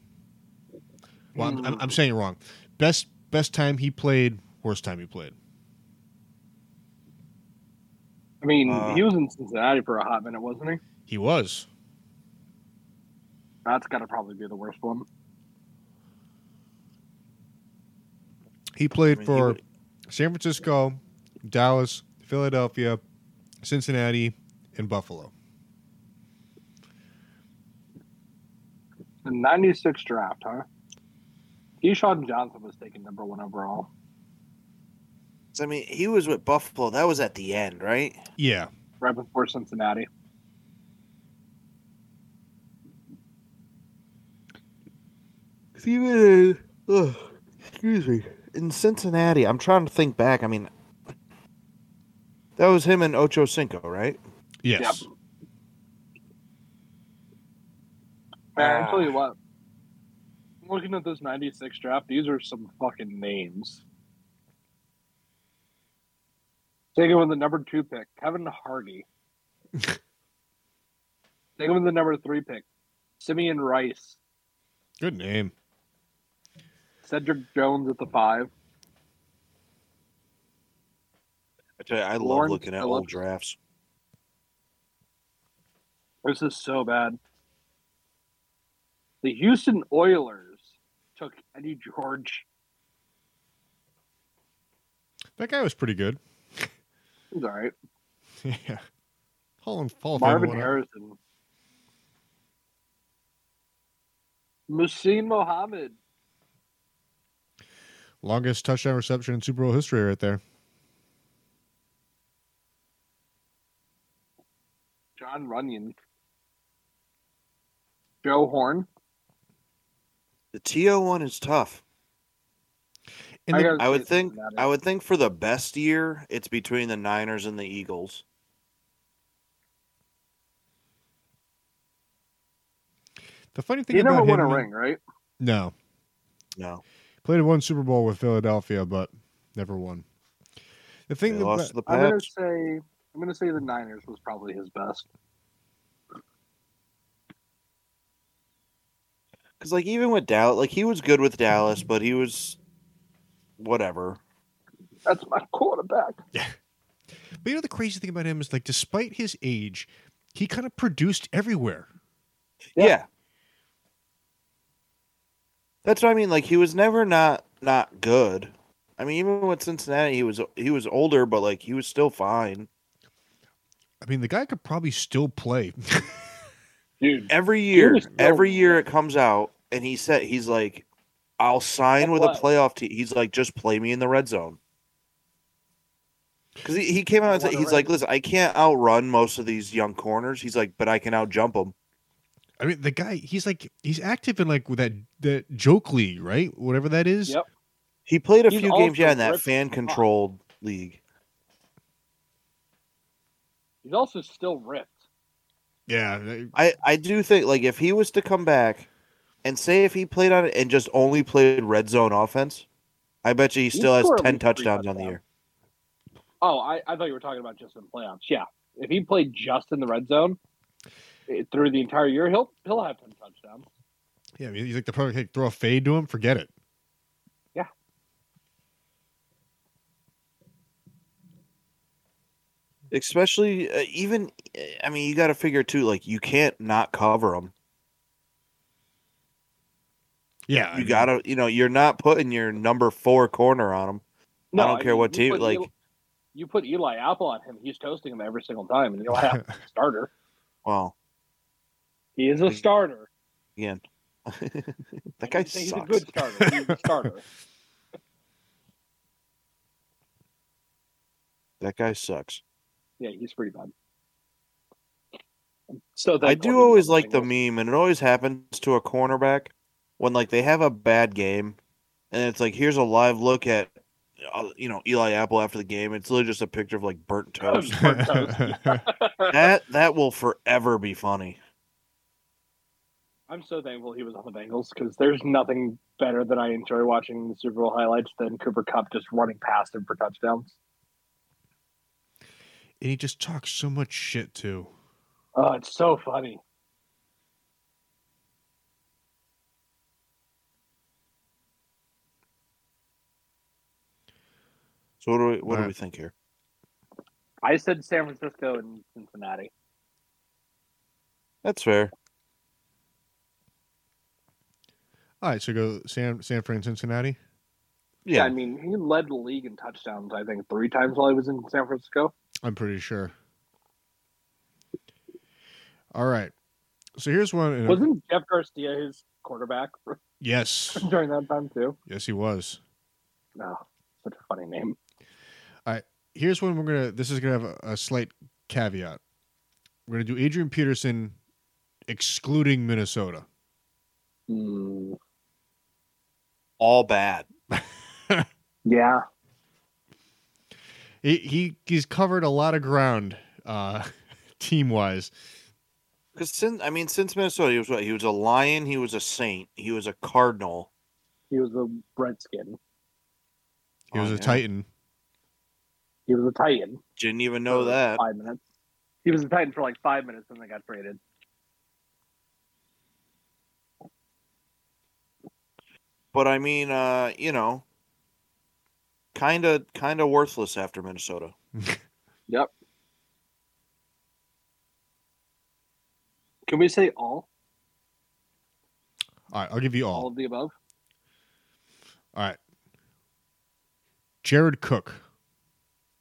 Speaker 1: Well, I'm, I'm, I'm saying it wrong. Best best time he played, worst time he played.
Speaker 3: I mean,
Speaker 5: Uh,
Speaker 3: he was in Cincinnati for a hot minute, wasn't he?
Speaker 1: He was.
Speaker 3: That's got to probably be the worst one.
Speaker 1: He
Speaker 5: I
Speaker 1: played
Speaker 5: mean, he
Speaker 1: for
Speaker 5: would-
Speaker 1: San Francisco, Dallas, Philadelphia, Cincinnati, and Buffalo.
Speaker 3: The 96 draft, huh? Keyshawn Johnson was taken number one overall.
Speaker 5: I mean, he was with Buffalo. That was at the end, right?
Speaker 1: Yeah.
Speaker 3: right before Cincinnati.
Speaker 5: Even ugh, excuse me, in Cincinnati, I'm trying to think back. I mean, that was him and Ocho Cinco, right?
Speaker 1: Yes.
Speaker 3: Man,
Speaker 5: Ah.
Speaker 3: I tell you what, I'm looking at this '96 draft, these are some fucking names. Taken with the number two pick, Kevin Hardy. Taken with the number three pick, Simeon Rice,
Speaker 1: Good name.
Speaker 3: Cedric Jones at the five.
Speaker 5: I tell you, I love
Speaker 3: Lawrence
Speaker 5: looking at old
Speaker 3: Phillips.
Speaker 5: drafts.
Speaker 3: This is so bad. The Houston Oilers took Eddie George.
Speaker 1: That guy was pretty good.
Speaker 3: He's all right.
Speaker 1: yeah. Hall and Hall of Fame
Speaker 3: Marvin
Speaker 1: winner.
Speaker 3: Harrison. Musin Mohammed.
Speaker 1: Longest touchdown reception in Super Bowl history right there.
Speaker 3: John Runyon. Joe Horn.
Speaker 5: The TO one is tough.
Speaker 1: And
Speaker 3: I
Speaker 1: the-
Speaker 3: gotta
Speaker 5: I would
Speaker 3: say
Speaker 5: think.
Speaker 3: Cincinnati.
Speaker 5: I would think for the best year, it's between the Niners and the Eagles.
Speaker 1: the funny thing
Speaker 3: He never
Speaker 1: about
Speaker 3: won
Speaker 1: him,
Speaker 3: a ring, right?
Speaker 1: No.
Speaker 5: No,
Speaker 1: Played one Super Bowl with Philadelphia, but never won. The
Speaker 5: they
Speaker 1: thing
Speaker 5: lost
Speaker 1: about,
Speaker 5: to the
Speaker 3: I'm gonna
Speaker 5: Pats.
Speaker 3: say I'm gonna say the Niners was probably his best.
Speaker 5: Because like even with Dallas, like he was good with Dallas, but he was whatever.
Speaker 3: That's my quarterback.
Speaker 1: but you know the crazy thing about him is like despite his age, he kind of produced everywhere.
Speaker 5: Yeah.
Speaker 3: Yeah.
Speaker 5: That's what I mean. Like he was never not not good. I mean, even with Cincinnati, he was he was older, but like he was still fine.
Speaker 1: I mean, the guy could probably still play.
Speaker 3: Dude.
Speaker 5: Every year,
Speaker 3: was still-
Speaker 5: every year it comes out, and he said he's like, "I'll sign
Speaker 3: Guess
Speaker 5: with
Speaker 3: what?
Speaker 5: a playoff team." He's like, "Just play me in the red zone." Because he, he came out
Speaker 3: I
Speaker 5: and said,
Speaker 3: wanna
Speaker 5: "He's
Speaker 3: run.
Speaker 5: like, listen, I can't outrun most of these young corners." He's like, "But I can outjump them."
Speaker 1: I mean, the guy, he's like, he's active in like with that that joke league, right? Whatever that is.
Speaker 3: Yep.
Speaker 5: He played a
Speaker 3: He's
Speaker 5: few games,
Speaker 3: also
Speaker 5: yeah, in that
Speaker 3: ripped
Speaker 5: fan
Speaker 3: as fuck.
Speaker 5: controlled league.
Speaker 3: He's also still ripped.
Speaker 1: Yeah. they-
Speaker 5: I I do think like if he was to come back and say if he played on it and just only played red zone offense, I bet you he still has
Speaker 3: scored at
Speaker 5: ten
Speaker 3: least three
Speaker 5: touchdowns on the year.
Speaker 3: Oh, I, I thought you were talking about just in the playoffs. Yeah, if he played just in the red zone eh, through the entire year, he'll he'll have ten touchdowns.
Speaker 1: Yeah, I mean, you think the perfect hey, throw a fade to him? Forget it.
Speaker 3: Yeah.
Speaker 5: Especially uh, even, I mean, you got to figure too. Like you can't not cover him.
Speaker 1: Yeah, I
Speaker 5: You
Speaker 1: mean,
Speaker 5: gotta, you know, you're not putting your number four corner on him. I don't care
Speaker 3: mean,
Speaker 5: what
Speaker 3: you
Speaker 5: team.
Speaker 3: put
Speaker 5: Like,
Speaker 3: Eli- you put Eli Apple on him, he's toasting him every single time, and he'll have a starter.
Speaker 5: well,
Speaker 3: He is a starter.
Speaker 5: again,
Speaker 3: I
Speaker 5: that guy
Speaker 3: didn't say
Speaker 5: sucks.
Speaker 3: He's a good starter. He's a starter.
Speaker 5: That guy sucks.
Speaker 3: Yeah, he's pretty bad. So
Speaker 5: I
Speaker 3: thankful
Speaker 5: do
Speaker 3: he's
Speaker 5: always
Speaker 3: on
Speaker 5: like the
Speaker 3: Bengals.
Speaker 5: meme, and it always happens to a cornerback when like they have a bad game, and it's like here's a live look at uh, you know Eli Apple after the game. It's literally just a picture of like burnt toast. that that will forever be funny.
Speaker 3: I'm so thankful he was on the Bengals because there's nothing better that I enjoy watching the Super Bowl highlights than Cooper Cup just running past him for touchdowns.
Speaker 1: and he just talks so much shit too.
Speaker 3: Oh, it's so funny.
Speaker 5: So what do we what do
Speaker 1: Right.
Speaker 5: we think here?
Speaker 3: I said San Francisco and Cincinnati.
Speaker 5: That's fair.
Speaker 1: All right, so go San San Fran Cincinnati.
Speaker 3: I
Speaker 5: Yeah,
Speaker 3: mean, he led the league in touchdowns, I think, three times while he was in San Francisco.
Speaker 1: I'm pretty sure. All right, so here's one. and-
Speaker 3: Wasn't Jeff Garcia his quarterback
Speaker 1: yes,
Speaker 3: during that time, too?
Speaker 1: yes, he was.
Speaker 3: No, such a funny name.
Speaker 1: here's when we're gonna this is gonna have a, a slight caveat we're gonna do adrian peterson excluding minnesota
Speaker 3: Hmm.
Speaker 5: all bad.
Speaker 3: yeah.
Speaker 1: he, he he's covered a lot of ground uh team wise
Speaker 5: Because since I mean, since Minnesota, he was what? He was a lion. He was a saint. He was a cardinal.
Speaker 3: He was a Redskin.
Speaker 1: he was
Speaker 5: Oh,
Speaker 1: a
Speaker 5: yeah.
Speaker 1: titan
Speaker 3: He was a Titan.
Speaker 5: Didn't even know
Speaker 3: for
Speaker 5: that.
Speaker 3: Five minutes. He was a Titan for like five minutes and then got traded.
Speaker 5: But I mean, uh, you know, kind of kind of worthless after Minnesota.
Speaker 3: Can we say all?
Speaker 1: all right i'll give you
Speaker 3: All
Speaker 1: all
Speaker 3: of the above?
Speaker 1: all right jared cook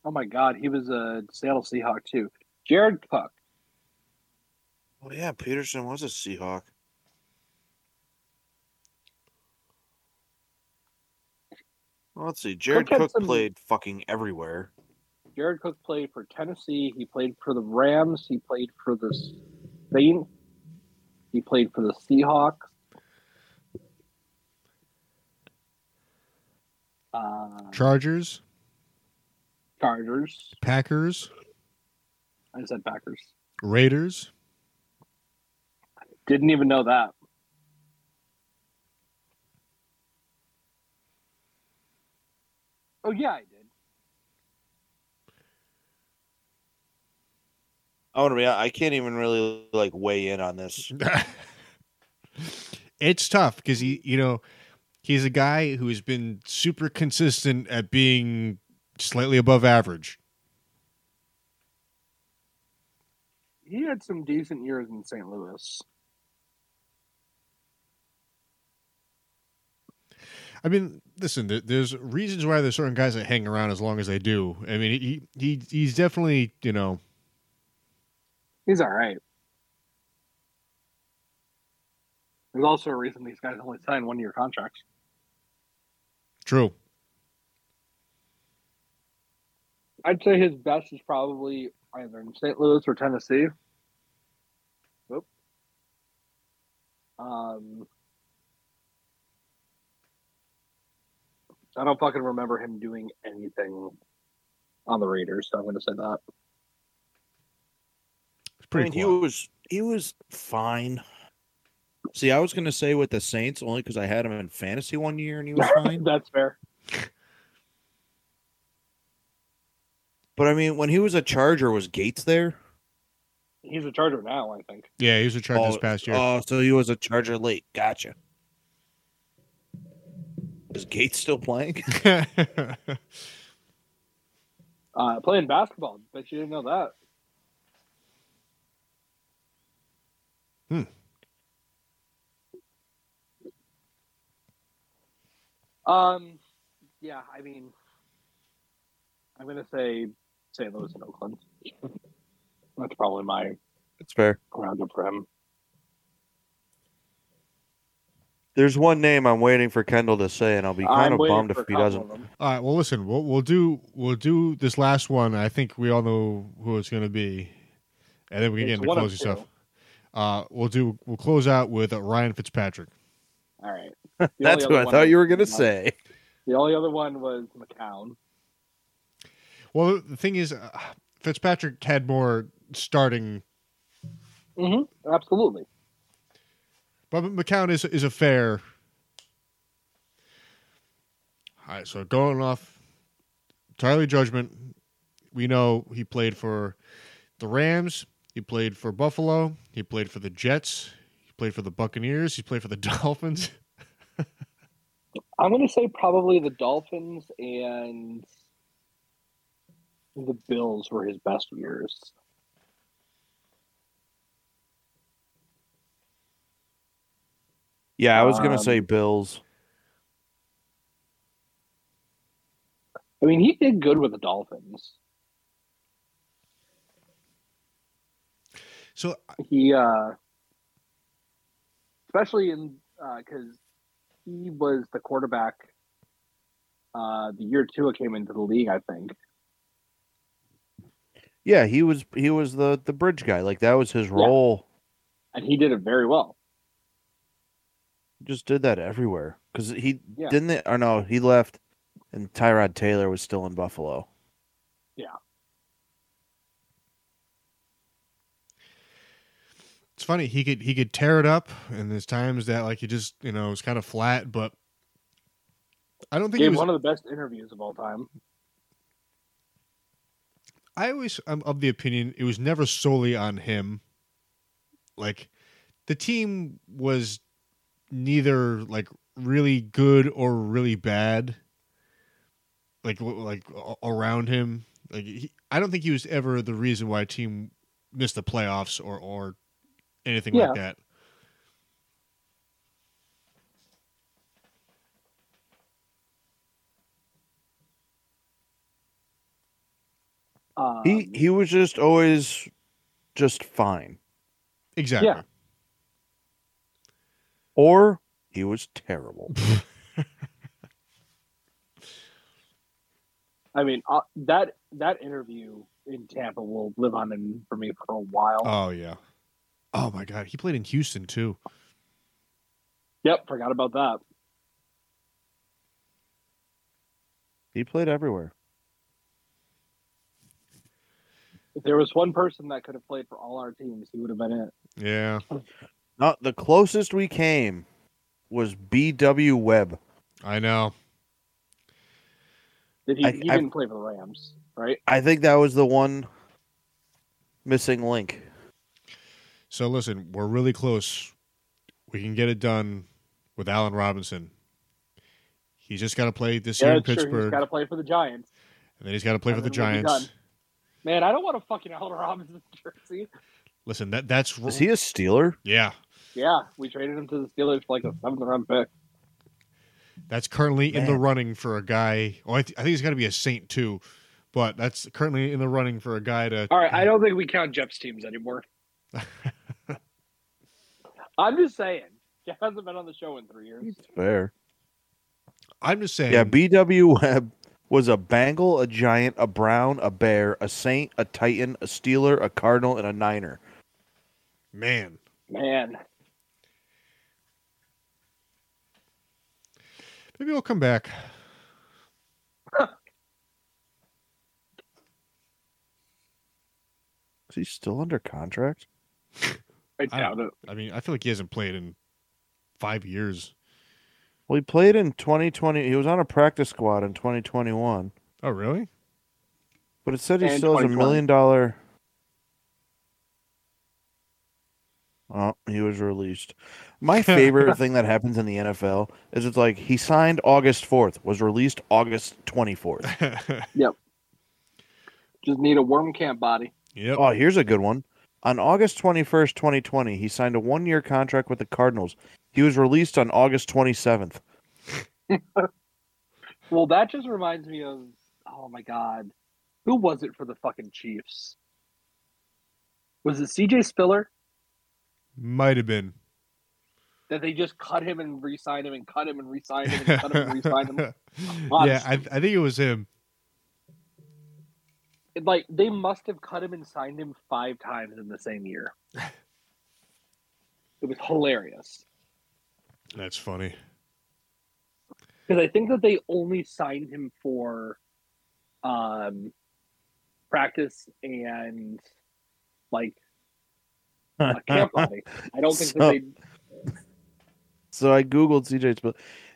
Speaker 3: Oh my God, he was a Seattle Seahawk too. Jared Cook.
Speaker 5: Oh yeah, Peterson was a Seahawk. Well, let's see. Jared
Speaker 3: had
Speaker 5: Cook
Speaker 3: some-
Speaker 5: played fucking everywhere.
Speaker 3: Jared Cook played for Tennessee. He played for the Rams. He played for the Saints. He played for the Seahawks. Uh,
Speaker 1: chargers
Speaker 3: Chargers.
Speaker 1: packers
Speaker 3: I said Packers.
Speaker 1: raiders
Speaker 3: Didn't even know that. Oh yeah, I did.
Speaker 5: I want to be. I can't even really like weigh in on this.
Speaker 1: it's tough because he, you know, he's a guy who has been super consistent at being slightly above average.
Speaker 3: He had some decent years in St. Louis.
Speaker 1: I mean, listen, there, there's reasons why there's certain guys that hang around as long as they do. I mean, he, he he's definitely, you know,
Speaker 3: He's all right. There's also a reason these guys only sign one year contracts.
Speaker 1: true.
Speaker 3: I'd say his best is probably either in St. Louis or Tennessee. Nope. Um, I don't fucking remember him doing anything on the Raiders, so I'm going to say that.
Speaker 1: It's pretty
Speaker 5: I mean,
Speaker 1: cool.
Speaker 5: he was he was fine. See, I was gonna say with the Saints only because I had him in fantasy one year and he was fine.
Speaker 3: That's fair.
Speaker 5: But I mean, when he was a Charger, was Gates there?
Speaker 3: He's a Charger now, I think.
Speaker 1: Yeah, he was a charge this
Speaker 5: Oh,
Speaker 1: past year.
Speaker 5: Oh, so he was a Charger late. Gotcha. Is Gates still playing?
Speaker 3: Uh, playing basketball. Bet you didn't know that.
Speaker 1: Hmm.
Speaker 3: Um, yeah, I mean, I'm gonna say St. Louis and Oakland. That's probably my
Speaker 5: That's fair.
Speaker 3: roundup for him.
Speaker 5: There's one name I'm waiting for Kendall to say, and I'll be kind
Speaker 3: I'm
Speaker 5: of
Speaker 3: waiting
Speaker 5: bummed
Speaker 3: for a
Speaker 5: if he
Speaker 3: couple
Speaker 5: doesn't.
Speaker 3: of them.
Speaker 1: all right. Well, listen. We'll, we'll do we'll do this last one. I think we all know who it's going to be, and then we can
Speaker 3: It's
Speaker 1: get into
Speaker 3: one of
Speaker 1: closing
Speaker 3: two.
Speaker 1: stuff. Uh, we'll do. We'll close out with uh, Ryan Fitzpatrick.
Speaker 3: All right. The only
Speaker 5: That's what
Speaker 3: other
Speaker 5: I
Speaker 3: one
Speaker 5: thought you were going to
Speaker 3: was-
Speaker 5: say.
Speaker 3: The only other one was McCown.
Speaker 1: Well, the thing is, uh, Fitzpatrick had more starting,
Speaker 3: Mm-hmm. Absolutely.
Speaker 1: but McCown is is a fair. All right, so going off entirely judgment, we know he played for the Rams, he played for Buffalo, he played for the Jets, he played for the Buccaneers, he played for the Dolphins.
Speaker 3: I'm going to say probably the Dolphins and the Bills were his best years.
Speaker 5: Yeah, I was going
Speaker 3: Um,
Speaker 5: to say Bills.
Speaker 3: I mean, he did good with the Dolphins.
Speaker 1: So
Speaker 3: He, uh, especially in because he was the quarterback uh, the year Tua came into the league, I think.
Speaker 5: Yeah, he was he was the the bridge guy. Like that was his
Speaker 3: Yeah.
Speaker 5: role.
Speaker 3: and he did it very well.
Speaker 5: He just did that everywhere because he
Speaker 3: Yeah.
Speaker 5: didn't. They, or no, he left, and Tyrod Taylor was still in Buffalo.
Speaker 1: it's funny he could he could tear it up, and there's times that like he just you know was kind of flat, but I don't think he
Speaker 3: Gave
Speaker 1: was
Speaker 3: one of the best interviews of all time.
Speaker 1: I always I'm of the opinion it was never solely on him. Like the team was neither like really good or really bad. Like w- like a- around him, like he, I don't think he was ever the reason why a team missed the playoffs or or anything
Speaker 3: Yeah.
Speaker 1: like that.
Speaker 3: Um,
Speaker 5: he he was just always just fine,
Speaker 1: Exactly.
Speaker 3: Yeah.
Speaker 5: or he was terrible.
Speaker 3: I mean, uh, that that interview in Tampa will live on in for me for a while.
Speaker 5: Uh,
Speaker 1: Oh yeah. Oh my god, he played in Houston too.
Speaker 3: yep, forgot about that.
Speaker 5: he played everywhere.
Speaker 3: If there was one person that could have played for all our teams, he would have been it.
Speaker 1: Yeah.
Speaker 5: Not the closest we came was B.W. Webb.
Speaker 1: I know.
Speaker 3: Did he,
Speaker 5: I-
Speaker 3: he
Speaker 5: I-
Speaker 3: didn't play for the Rams, right?
Speaker 5: I think that was the one missing link.
Speaker 1: So listen, we're really close. We can get it done with Allen Robinson. He's just got to play this year in
Speaker 3: sure. He's
Speaker 1: Pittsburgh,
Speaker 3: got to play for the Giants.
Speaker 1: and then he's got to play for
Speaker 3: and
Speaker 1: the
Speaker 3: then we'll be
Speaker 1: Giants.
Speaker 3: Man, I don't want to fucking Allen Robinson jersey.
Speaker 1: Listen, that that's
Speaker 5: Is he a Steeler?
Speaker 1: yeah,
Speaker 3: Yeah, we traded him to the Steelers for like a seventh round pick.
Speaker 1: that's currently in the
Speaker 5: Man.
Speaker 1: running for a guy. Oh, I, th- I think he's got to be a Saint too, but that's currently in the running for a guy to.
Speaker 3: All right, I don't think we count Jeff's teams anymore. I'm just saying, Jeff hasn't been on the show in three years.
Speaker 5: Fair.
Speaker 1: I'm just saying.
Speaker 5: Yeah, B.W. Webb was a Bengal, a Giant, a Brown, a Bear, a Saint, a Titan, a Steeler, a Cardinal, and a Niner.
Speaker 1: man,
Speaker 3: Man,
Speaker 1: maybe he'll come back.
Speaker 5: Is he still under contract?
Speaker 3: I
Speaker 1: I-
Speaker 3: doubt it.
Speaker 1: I mean, I feel like he hasn't played in five years.
Speaker 5: Well, he played in 2020. He was on a practice squad in 2021.
Speaker 1: Oh, really?
Speaker 5: But it said he
Speaker 3: And
Speaker 5: still has a
Speaker 3: 2020.
Speaker 5: million dollar. Oh, he was released. My favorite thing that happens in the NFL is it's like he signed August 4th, was released August 24th.
Speaker 3: Just need a worm camp body.
Speaker 1: yep.
Speaker 5: Oh, here's a good one. On August 21st, 2020, he signed a one year contract with the Cardinals. He was released on August 27th.
Speaker 3: Well, that just reminds me of oh my god, who was it for the fucking Chiefs? Was it C.J. Spiller
Speaker 1: Might have been.
Speaker 3: that they just cut him and re-signed him and cut him and re-signed him and cut him and re-signed him?
Speaker 1: yeah, I, I think it was him.
Speaker 3: It, Like they must have cut him and signed him five times in the same year. It was hilarious.
Speaker 1: That's funny.
Speaker 3: because I think that they only signed him for um, practice and like a camp body. I don't think
Speaker 5: So-
Speaker 3: that they.
Speaker 5: So I googled CJ Spiller.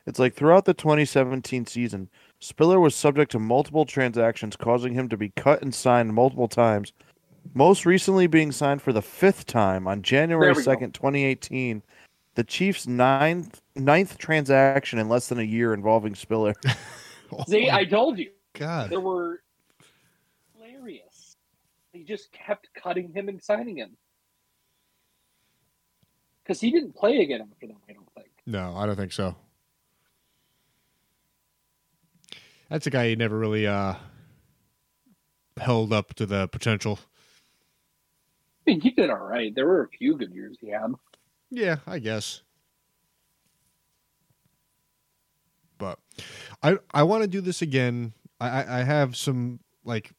Speaker 5: It's like throughout the 2017 season, Spiller was subject to multiple transactions, causing him to be cut and signed multiple times. Most recently, being signed for the fifth time on January
Speaker 3: There we go.
Speaker 5: 2nd, 2018, the Chiefs' ninth ninth transaction in less than a year involving Spiller.
Speaker 1: Oh
Speaker 3: See,
Speaker 1: my
Speaker 3: I told you
Speaker 1: God.
Speaker 3: there were hilarious. They just kept cutting him and signing him because he didn't play again after that. I don't think.
Speaker 1: No, I don't think so. That's a guy who never really uh, held up to the potential.
Speaker 3: I mean, he did all right. There were a few good years he had.
Speaker 1: Yeah, I guess. But I I want to do this again. I I- I have some like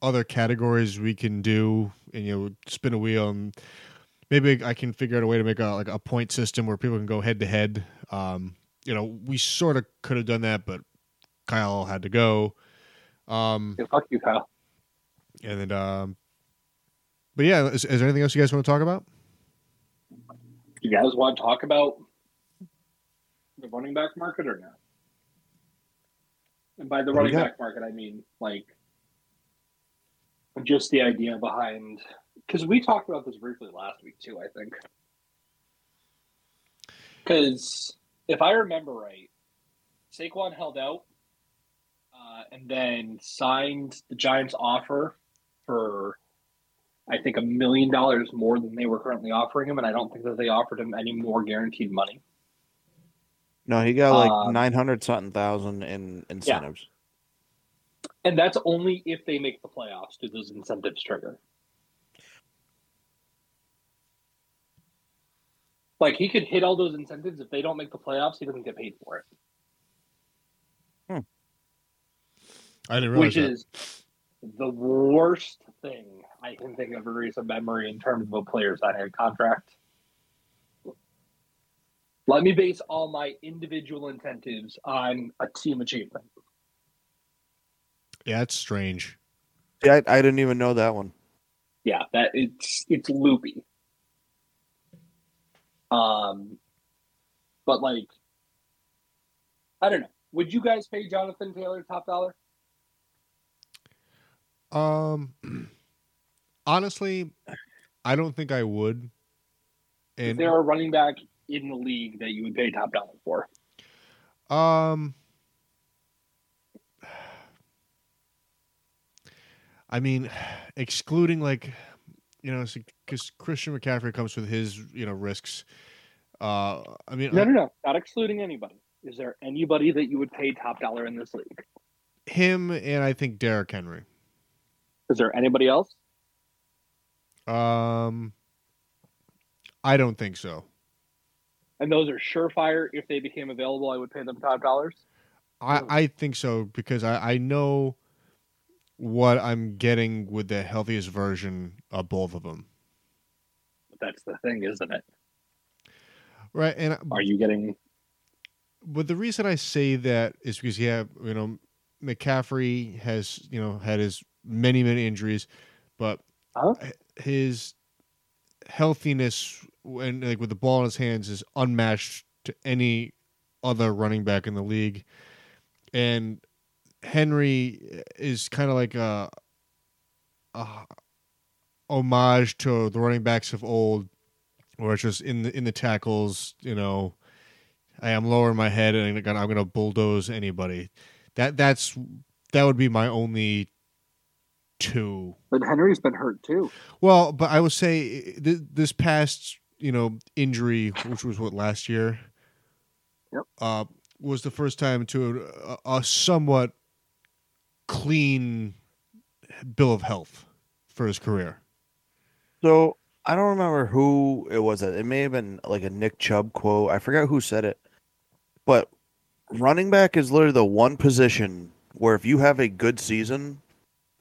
Speaker 1: other categories we can do, and you know, spin a wheel, and maybe I can figure out a way to make a like a point system where people can go head to head. Um, you know, we sort of could have done that, but Kyle had to go. Um,
Speaker 3: Yeah, fuck you, Kyle.
Speaker 1: and then um, but yeah, is, is there anything else you guys want to talk about?
Speaker 3: You guys want to talk about the running back market or not? And by the
Speaker 5: What do
Speaker 3: running
Speaker 5: we got?
Speaker 3: back market, I mean like just the idea behind. Because we talked about this briefly last week too, I think. Because if I remember right, Saquon held out uh, and then signed the Giants' offer for I think a million dollars more than they were currently offering him, and I don't think that they offered him any more guaranteed money.
Speaker 5: No, he got like
Speaker 3: Um,
Speaker 5: 900 something thousand in incentives.
Speaker 3: And that's only if they make the playoffs do those incentives trigger. Like he could hit all those incentives. If they don't make the playoffs, he doesn't get paid for it.
Speaker 1: I didn't realize
Speaker 3: which
Speaker 1: that.
Speaker 3: is the worst thing I can think of in recent memory in terms of a player signing a contract. Let me base all my individual incentives on a team achievement.
Speaker 1: yeah, it's strange.
Speaker 5: Yeah, I, I didn't even know that one.
Speaker 3: Yeah, that it's it's loopy. Um, but like, I don't know. Would you guys pay Jonathan Taylor top dollar?
Speaker 1: Um, honestly, I don't think I would.
Speaker 3: Is
Speaker 1: And
Speaker 3: there a running back in the league that you would pay top dollar for?
Speaker 1: um, I mean, excluding like, you know, because Christian McCaffrey comes with his you know risks. Uh, I mean,
Speaker 3: No, no, no. Not excluding anybody. Is there anybody that you would pay top dollar in this league?
Speaker 1: him and I think Derrick Henry.
Speaker 3: Is there anybody else?
Speaker 1: Um, I don't think so.
Speaker 3: And those are surefire. If they became available, I would pay them top dollars.
Speaker 1: I,
Speaker 3: Oh.
Speaker 1: I think so because I, I know what I'm getting with the healthiest version of both of them.
Speaker 3: But that's the thing, isn't it?
Speaker 1: Right. And
Speaker 3: Are you getting?
Speaker 1: but the reason I say that is because yeah, you know, McCaffrey has, you know, had his many, many injuries, but
Speaker 3: Huh?
Speaker 1: his healthiness and like with the ball in his hands is unmatched to any other running back in the league. And Henry is kind of like a uh, homage to the running backs of old, where it's just in the in the tackles. You know, I am lowering my head and I'm gonna, I'm gonna bulldoze anybody. That that's that would be my only two
Speaker 3: But Henry's been hurt too.
Speaker 1: well, but I would say eh, th- this past, you know, injury, which was what last year,
Speaker 3: Yep.
Speaker 1: uh, was the first time to a, a somewhat clean bill of health for his career.
Speaker 5: So I don't remember who it was. That it may have been like a Nick Chubb quote. I forgot who said it, but running back is literally the one position where if you have a good season,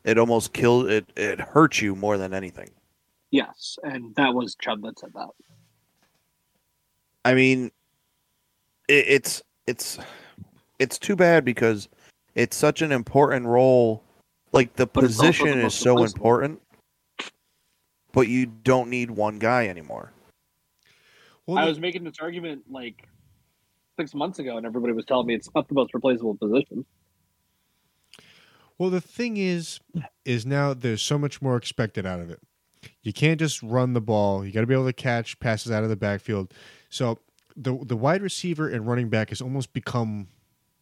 Speaker 5: it almost kills it. It hurts you more than anything.
Speaker 3: Yes, and that was Chubb that said that.
Speaker 5: I mean, it, it's it's it's too bad because it's such an important role. Like the
Speaker 3: But it's also the
Speaker 5: position is
Speaker 3: most
Speaker 5: so
Speaker 3: replaceable.
Speaker 5: important, but you don't need one guy anymore.
Speaker 1: Well,
Speaker 3: I was making this argument like six months ago, and everybody was telling me it's not the most replaceable position.
Speaker 1: Well, the thing is, is now there's so much more expected out of it. You can't just run the ball. You got to be able to catch passes out of the backfield. So the the wide receiver and running back has almost become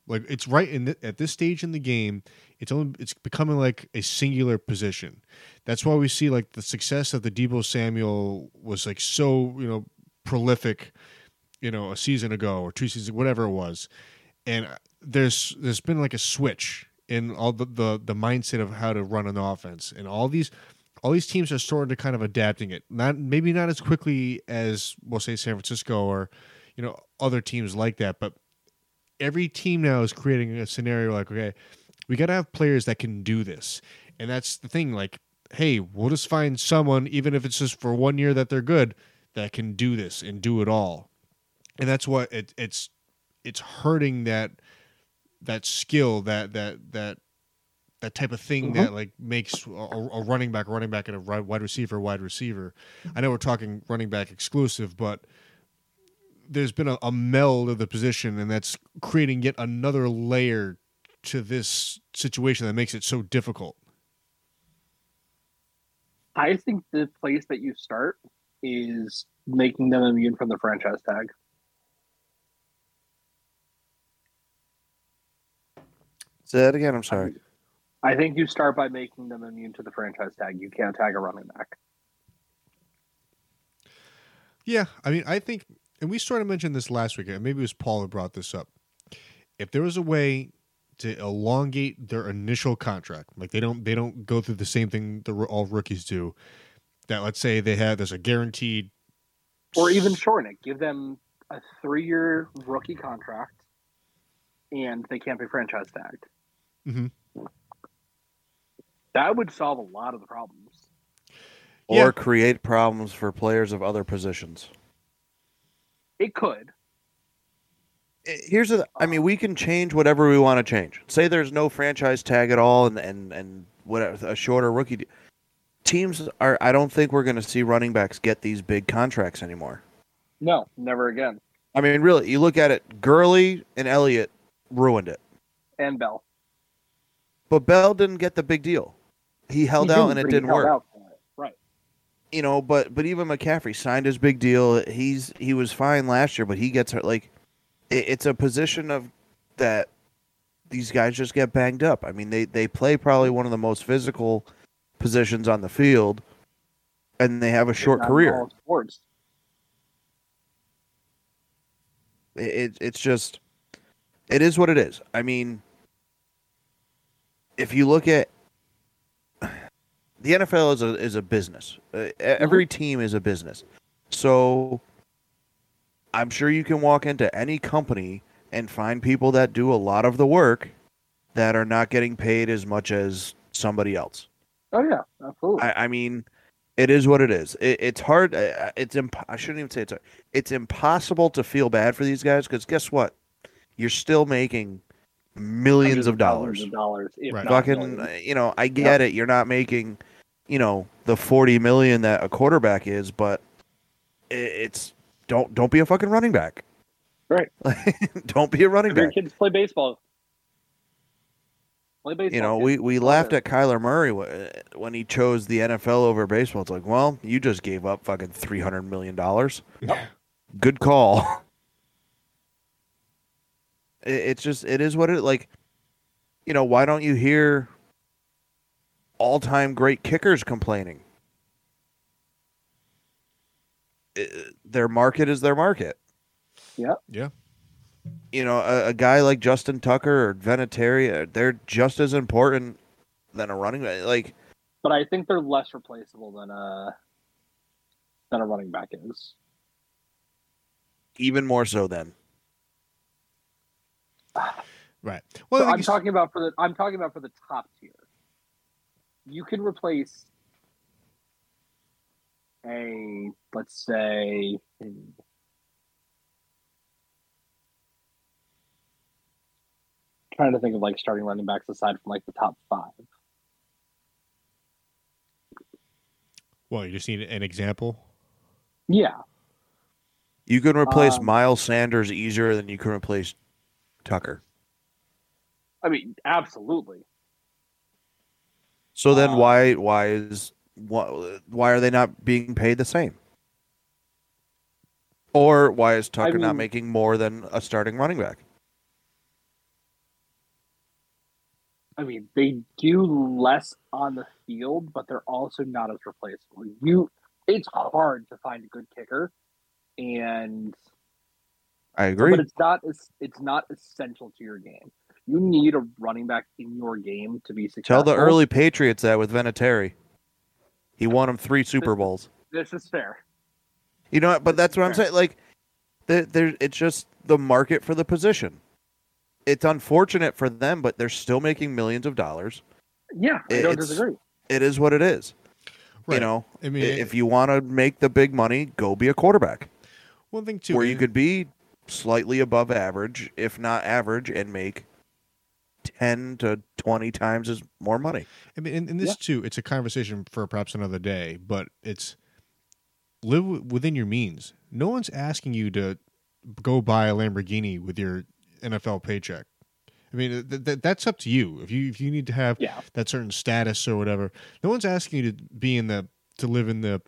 Speaker 1: like it's right in the, at this stage in the game. It's only it's becoming like a singular position. That's why we see like the success of the Debo Samuel was like so you know prolific, you know a season ago or two seasons whatever it was, and there's there's been like a switch in all the, the the mindset of how to run an offense and all these all these teams are sort of kind of adapting it not maybe not as quickly as we'll say san francisco or you know other teams like that but every team now is creating a scenario like okay we got to have players that can do this and that's the thing like hey we'll just find someone even if it's just for one year that they're good that can do this and do it all and that's what it, it's it's hurting that that skill that that that that type of thing that like makes a, a running back a running back and a ri- wide receiver a wide receiver i know we're talking running back exclusive but there's been a, a meld of the position and that's creating yet another layer to this situation that makes it so difficult
Speaker 3: I think the place that you start is making them immune from the franchise tag.
Speaker 5: Say that again. I'm sorry.
Speaker 3: I think you start by making them immune to the franchise tag. You can't tag a running back.
Speaker 1: Yeah, I mean, I think, and we sort of mentioned this last week, and maybe it was Paul who brought this up. If there was a way to elongate their initial contract, like they don't they don't go through the same thing that all rookies do, that let's say they have there's a guaranteed,
Speaker 3: or even shorten it. Give them a three-year rookie contract, and they can't be franchise tagged.
Speaker 1: Mhm.
Speaker 3: That would solve a lot of the problems.
Speaker 1: Yeah.
Speaker 5: or create problems for players of other positions.
Speaker 3: It could.
Speaker 5: I- Eh, Here's the I mean, we can change whatever we want to change. Say there's no franchise tag at all, and and and whatever a shorter rookie de- teams are. I don't think we're going to see running backs get these big contracts anymore.
Speaker 3: No, never again.
Speaker 5: I mean, really, you look at it. Gurley and Elliott ruined it,
Speaker 3: And Bell
Speaker 5: but Bell didn't get the big deal. He held
Speaker 3: He
Speaker 5: out, and
Speaker 3: but
Speaker 5: it
Speaker 3: he
Speaker 5: didn't
Speaker 3: held
Speaker 5: work.
Speaker 3: out for it. Right.
Speaker 5: you know, but but even McCaffrey signed his big deal. He's he was fine last year, but he gets hurt. Like it, it's a position of that these guys just get banged up. I mean, they they play probably one of the most physical positions on the field, and they have a short
Speaker 3: Not in
Speaker 5: career.
Speaker 3: all sports.
Speaker 5: It, it it's just it is what it is. I mean, if you look at the NFL is a is a business. Uh, e- every team is a business. So I'm sure you can walk into any company and find people that do a lot of the work that are not getting paid as much as somebody else.
Speaker 3: Oh yeah, absolutely.
Speaker 5: I, I mean, it is what it is. It, it's hard. uh, It's imp- I shouldn't even say it's hard. It's impossible to feel bad for these guys because guess what? You're still making millions
Speaker 3: Hundreds
Speaker 5: of
Speaker 3: thousands
Speaker 5: dollars.
Speaker 3: of dollars. if
Speaker 1: Right.
Speaker 3: not
Speaker 5: Fucking,
Speaker 3: millions.
Speaker 5: uh, you know, I get it. You're not making, you know, the forty million that a quarterback is, but i it's don't don't be a fucking running back.
Speaker 3: Right.
Speaker 5: don't be a running
Speaker 3: If your
Speaker 5: back.
Speaker 3: kids play baseball, Play baseball.
Speaker 5: you know,
Speaker 3: kid.
Speaker 5: we, we laughed at Kyler Murray wh- uh, when he chose the NFL over baseball. It's like, well, you just gave up fucking three hundred million dollars. Good call. It, it's just it is what it like. You know, why don't you hear all time great kickers complaining? I- Uh, their market is their market you know, a, a guy like Justin Tucker or Venetari, they're just as important than a running back. Like,
Speaker 3: but I think they're less replaceable than a than a running back is.
Speaker 5: even more so then.
Speaker 1: Right. Well, I
Speaker 3: so
Speaker 1: think
Speaker 3: I'm
Speaker 1: he's-
Speaker 3: talking about for the I'm talking about for the top tier. You can replace a let's say trying to think of like starting running backs aside from like the top five.
Speaker 1: well, you just need an example.
Speaker 3: Yeah.
Speaker 5: You can replace
Speaker 3: Um,
Speaker 5: Miles Sanders easier than you can replace Tucker.
Speaker 3: I mean absolutely.
Speaker 5: So then,
Speaker 3: uh,
Speaker 5: why why is why, why are they not being paid the same? Or why is Tucker not
Speaker 3: mean-
Speaker 5: making more than a starting running back?
Speaker 3: I mean, they do less on the field, but they're also not as replaceable. You, it's hard to find a good kicker, and
Speaker 5: I agree.
Speaker 3: but it's not es- it's not essential to your game. You need a running back in your game to be
Speaker 5: Tell
Speaker 3: successful.
Speaker 5: the early Patriots that with Venetari. He won them three Super Bowls.
Speaker 3: This is fair.
Speaker 5: You know, but that's what I'm
Speaker 3: Fair.
Speaker 5: saying. Like, there, there, it's just the market for the position. It's unfortunate for them, but they're still making millions of dollars.
Speaker 3: Yeah, I don't
Speaker 5: It's-
Speaker 3: disagree.
Speaker 5: It is what it is. You
Speaker 1: Right.
Speaker 5: know,
Speaker 1: I
Speaker 5: i-
Speaker 1: mean,
Speaker 5: if you want to make the big money, go be a quarterback,
Speaker 1: one thing too,
Speaker 5: where you
Speaker 1: is-
Speaker 5: could be slightly above average, if not average, and make ten to twenty times as more money.
Speaker 1: I mean, and, and this
Speaker 3: Yeah.
Speaker 1: too, it's a conversation for perhaps another day, but it's live wi- within your means. No one's asking you to go buy a Lamborghini with your NFL paycheck. I mean, th- th- that's up to you. If you if you need to have
Speaker 3: Yeah.
Speaker 1: that certain status or whatever, no one's asking you to be in the to live in the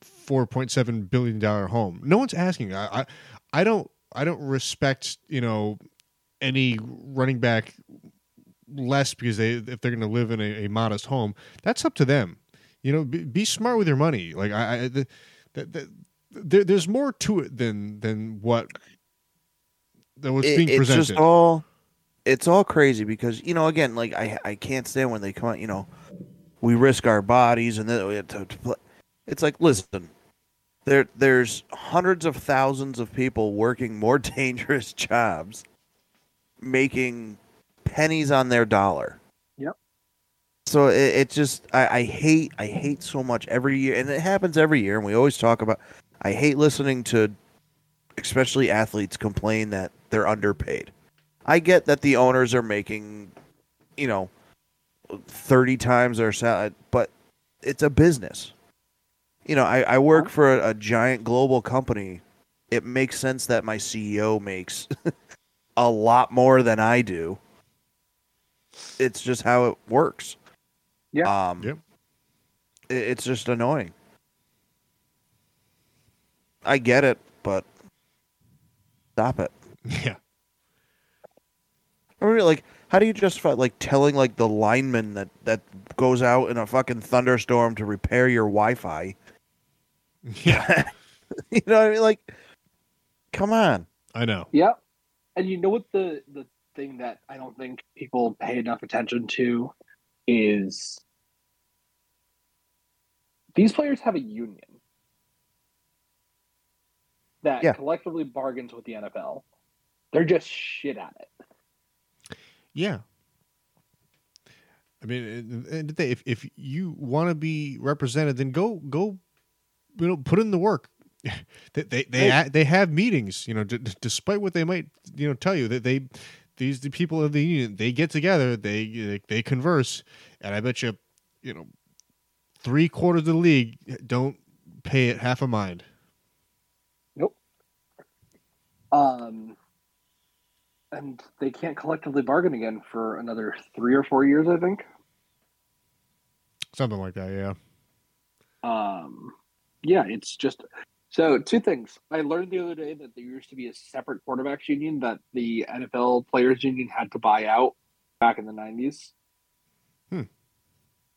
Speaker 1: four point seven billion dollar home. No one's asking. I, I I don't I don't respect you know any running back less because they if they're going to live in a, a modest home that's up to them you know be, be smart with your money like i, I the, the, the, there, there's more to it than than what that was
Speaker 5: It-
Speaker 1: being
Speaker 5: it's
Speaker 1: presented
Speaker 5: just all it's all crazy because you know again like I I can't stand when they come out you know we risk our bodies and then we have to, to play. it's like listen there there's hundreds of thousands of people working more dangerous jobs making pennies on their dollar
Speaker 3: Yep.
Speaker 5: so it, it just I, I hate I hate so much every year and it happens every year and we always talk about I hate listening to especially athletes complain that they're underpaid. I get that the owners are making, you know, 30 times their salary, but it's a business. You know, I, I work for a, a giant global company. It makes sense that my CEO makes a lot more than I do. It's just how it works.
Speaker 3: Yeah.
Speaker 5: Um,
Speaker 1: Yep.
Speaker 5: i- it's just annoying. I get it, but stop it.
Speaker 1: yeah
Speaker 5: I mean, like, how do you justify like telling like the lineman that that goes out in a fucking thunderstorm to repair your Wi-Fi?
Speaker 1: yeah
Speaker 5: you know what I mean? Like, come on.
Speaker 1: i know
Speaker 3: Yep. And you know what the the thing that I don't think people pay enough attention to is these players have a union that
Speaker 5: Yeah.
Speaker 3: collectively bargains with the NFL. They're just shit at it.
Speaker 1: Yeah. I mean, at the end of the day, if if you want to be represented, then go go, you know, put in the work. they they they,
Speaker 3: Right.
Speaker 1: a- they have meetings, you know, d- d- despite what they might you know tell you that they these the people of the union they get together, they they, they converse, and I bet you, you know, three quarters of the league don't pay it half a mind.
Speaker 3: Um, and they can't collectively bargain again for another three or four years, I think.
Speaker 1: Something like that, yeah.
Speaker 3: Um, yeah, it's just so two things. I learned the other day that there used to be a separate quarterbacks union that the NFL players union had to buy out back in the nineties.
Speaker 1: Hmm.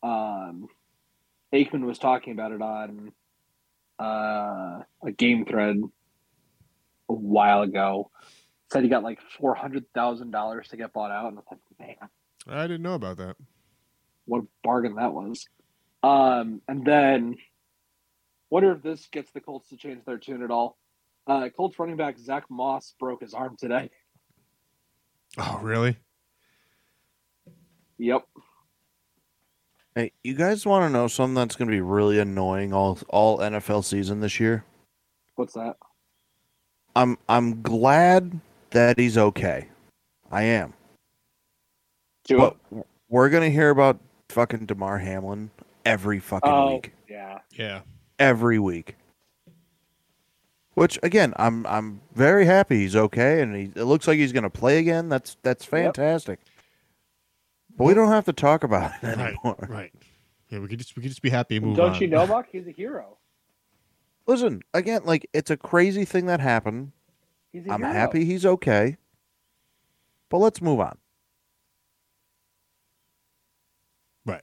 Speaker 3: Um, Aikman was talking about it on uh, a game thread a while ago. Said he got like four hundred thousand dollars to get bought out, and I was like, man,
Speaker 1: I didn't know about that.
Speaker 3: what a bargain that was. Um, and then wonder if this gets the Colts to change their tune at all. Uh, Colts running back Zach Moss broke his arm today.
Speaker 1: Oh, really?
Speaker 3: Yep.
Speaker 5: Hey, you guys want to know something that's going to be really annoying all all NFL season this year?
Speaker 3: What's that?
Speaker 5: I'm I'm glad that he's okay. I am.
Speaker 3: Tua?
Speaker 5: But we're gonna hear about fucking Damar Hamlin every fucking
Speaker 3: Oh.
Speaker 5: week.
Speaker 3: Yeah.
Speaker 1: Yeah.
Speaker 5: Every week. Which again, I'm I'm very happy he's okay, and he, it looks like he's gonna play again. That's that's fantastic. But we don't have to talk about it anymore.
Speaker 1: Right. Yeah, we could just we could just be happy and move
Speaker 3: Don't
Speaker 1: on.
Speaker 3: you know, Buck? He's a hero.
Speaker 5: Listen, again, like it's a crazy thing that happened.
Speaker 3: He's a
Speaker 5: I'm
Speaker 3: hero.
Speaker 5: happy he's okay. But let's move on.
Speaker 1: Right.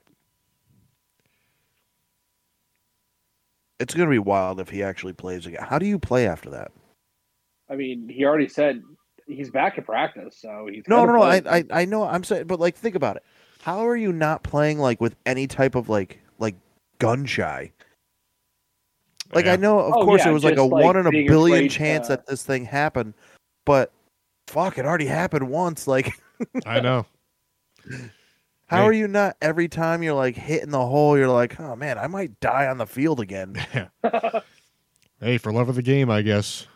Speaker 5: It's going to be wild if he actually plays again. How do you play after that?
Speaker 3: I mean, he already said he's back at practice, so he's
Speaker 5: No,
Speaker 3: gonna
Speaker 5: no, no. I,
Speaker 3: play.
Speaker 5: I, I know. I'm saying, but like, think about it. How are you not playing like with any type of like, like gun shy? Like,
Speaker 1: Yeah.
Speaker 5: I know, of
Speaker 3: Oh,
Speaker 5: course,
Speaker 3: yeah,
Speaker 5: it was like a
Speaker 3: just, like,
Speaker 5: one in a
Speaker 3: being
Speaker 5: billion
Speaker 3: afraid
Speaker 5: chance
Speaker 3: to-
Speaker 5: that this thing happened, but fuck, it already happened once. Like,
Speaker 1: I know.
Speaker 5: How
Speaker 1: Right.
Speaker 5: are you not every time you're like hitting the hole, you're like, oh man, I might die on the field again.
Speaker 1: Hey, for love of the game, I guess.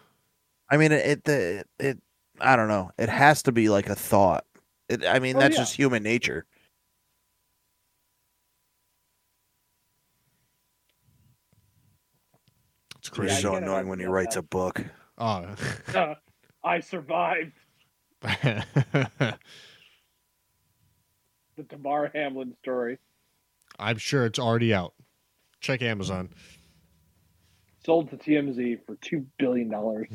Speaker 5: I mean, it, it, it, it I don't know. It has to be like a thought. It, I mean,
Speaker 3: Oh,
Speaker 5: that's
Speaker 3: yeah.
Speaker 5: just human nature.
Speaker 1: It's
Speaker 5: It's
Speaker 1: crazy.
Speaker 3: you
Speaker 5: so
Speaker 3: gotta
Speaker 5: annoying
Speaker 3: have
Speaker 5: when he
Speaker 3: that
Speaker 5: writes a
Speaker 3: stuff.
Speaker 5: book.
Speaker 1: Oh.
Speaker 3: I survived
Speaker 1: Oh.
Speaker 3: the Tamar Hamlin story.
Speaker 1: I'm sure it's already out. Check Amazon.
Speaker 3: Sold to TMZ for two billion dollars.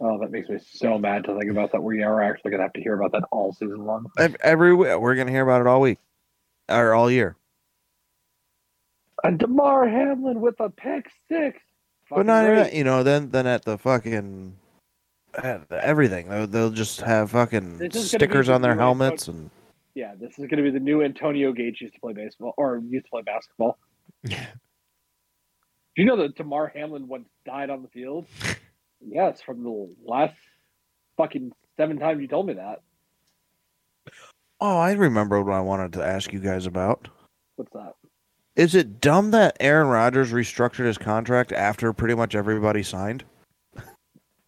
Speaker 3: oh, that makes me so mad to think about that. We are actually gonna have to hear about that all season long.
Speaker 5: Ev- Every we're gonna hear about it all week or all year.
Speaker 3: And Damar Hamlin with a pick six.
Speaker 5: But not even you know. Then then at the fucking at the- everything, they'll, they'll just have fucking
Speaker 3: This is gonna be
Speaker 5: stickers
Speaker 3: the
Speaker 5: on their
Speaker 3: new iPhone.
Speaker 5: helmets and
Speaker 3: Yeah, this is going to be the new Antonio Gates used to play baseball or used to play basketball. Do you know that Damar Hamlin once died on the field? yes, from the last fucking seven times you told me that.
Speaker 5: oh, I remember what I wanted to ask you guys about.
Speaker 3: What's that?
Speaker 5: Is it dumb that Aaron Rodgers restructured his contract after pretty much everybody signed?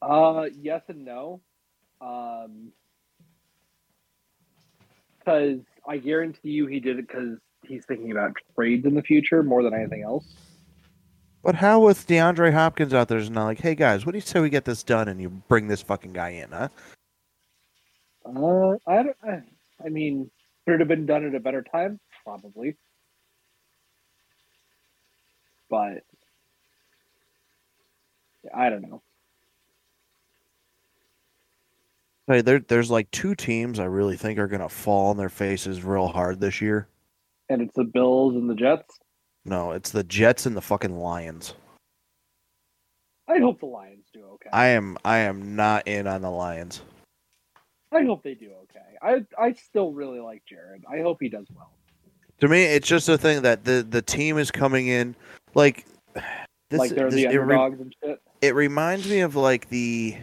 Speaker 3: Uh, yes and no. Um, because I guarantee you he did it because he's thinking about trades in the future more than anything else.
Speaker 5: But how with DeAndre Hopkins out there is not like, hey guys, what do you say we get this done and you bring this fucking guy in, huh?
Speaker 3: Uh, I don't. I, I mean, could it have been done at a better time? Probably. But I don't know.
Speaker 5: Hey, there, there's like two teams I really think are gonna fall on their faces real hard this year.
Speaker 3: And it's the Bills and the Jets.
Speaker 5: No, it's the Jets and the fucking Lions.
Speaker 3: I hope the Lions do okay. I,
Speaker 5: I am I am not in on the Lions.
Speaker 3: hope they do okay. I I still really like Jared. I hope he does well.
Speaker 5: To me, it's just a thing that the the team is coming in like this,
Speaker 3: like they're
Speaker 5: this-
Speaker 3: the
Speaker 5: it re-
Speaker 3: underdogs and shit.
Speaker 5: it reminds me of like the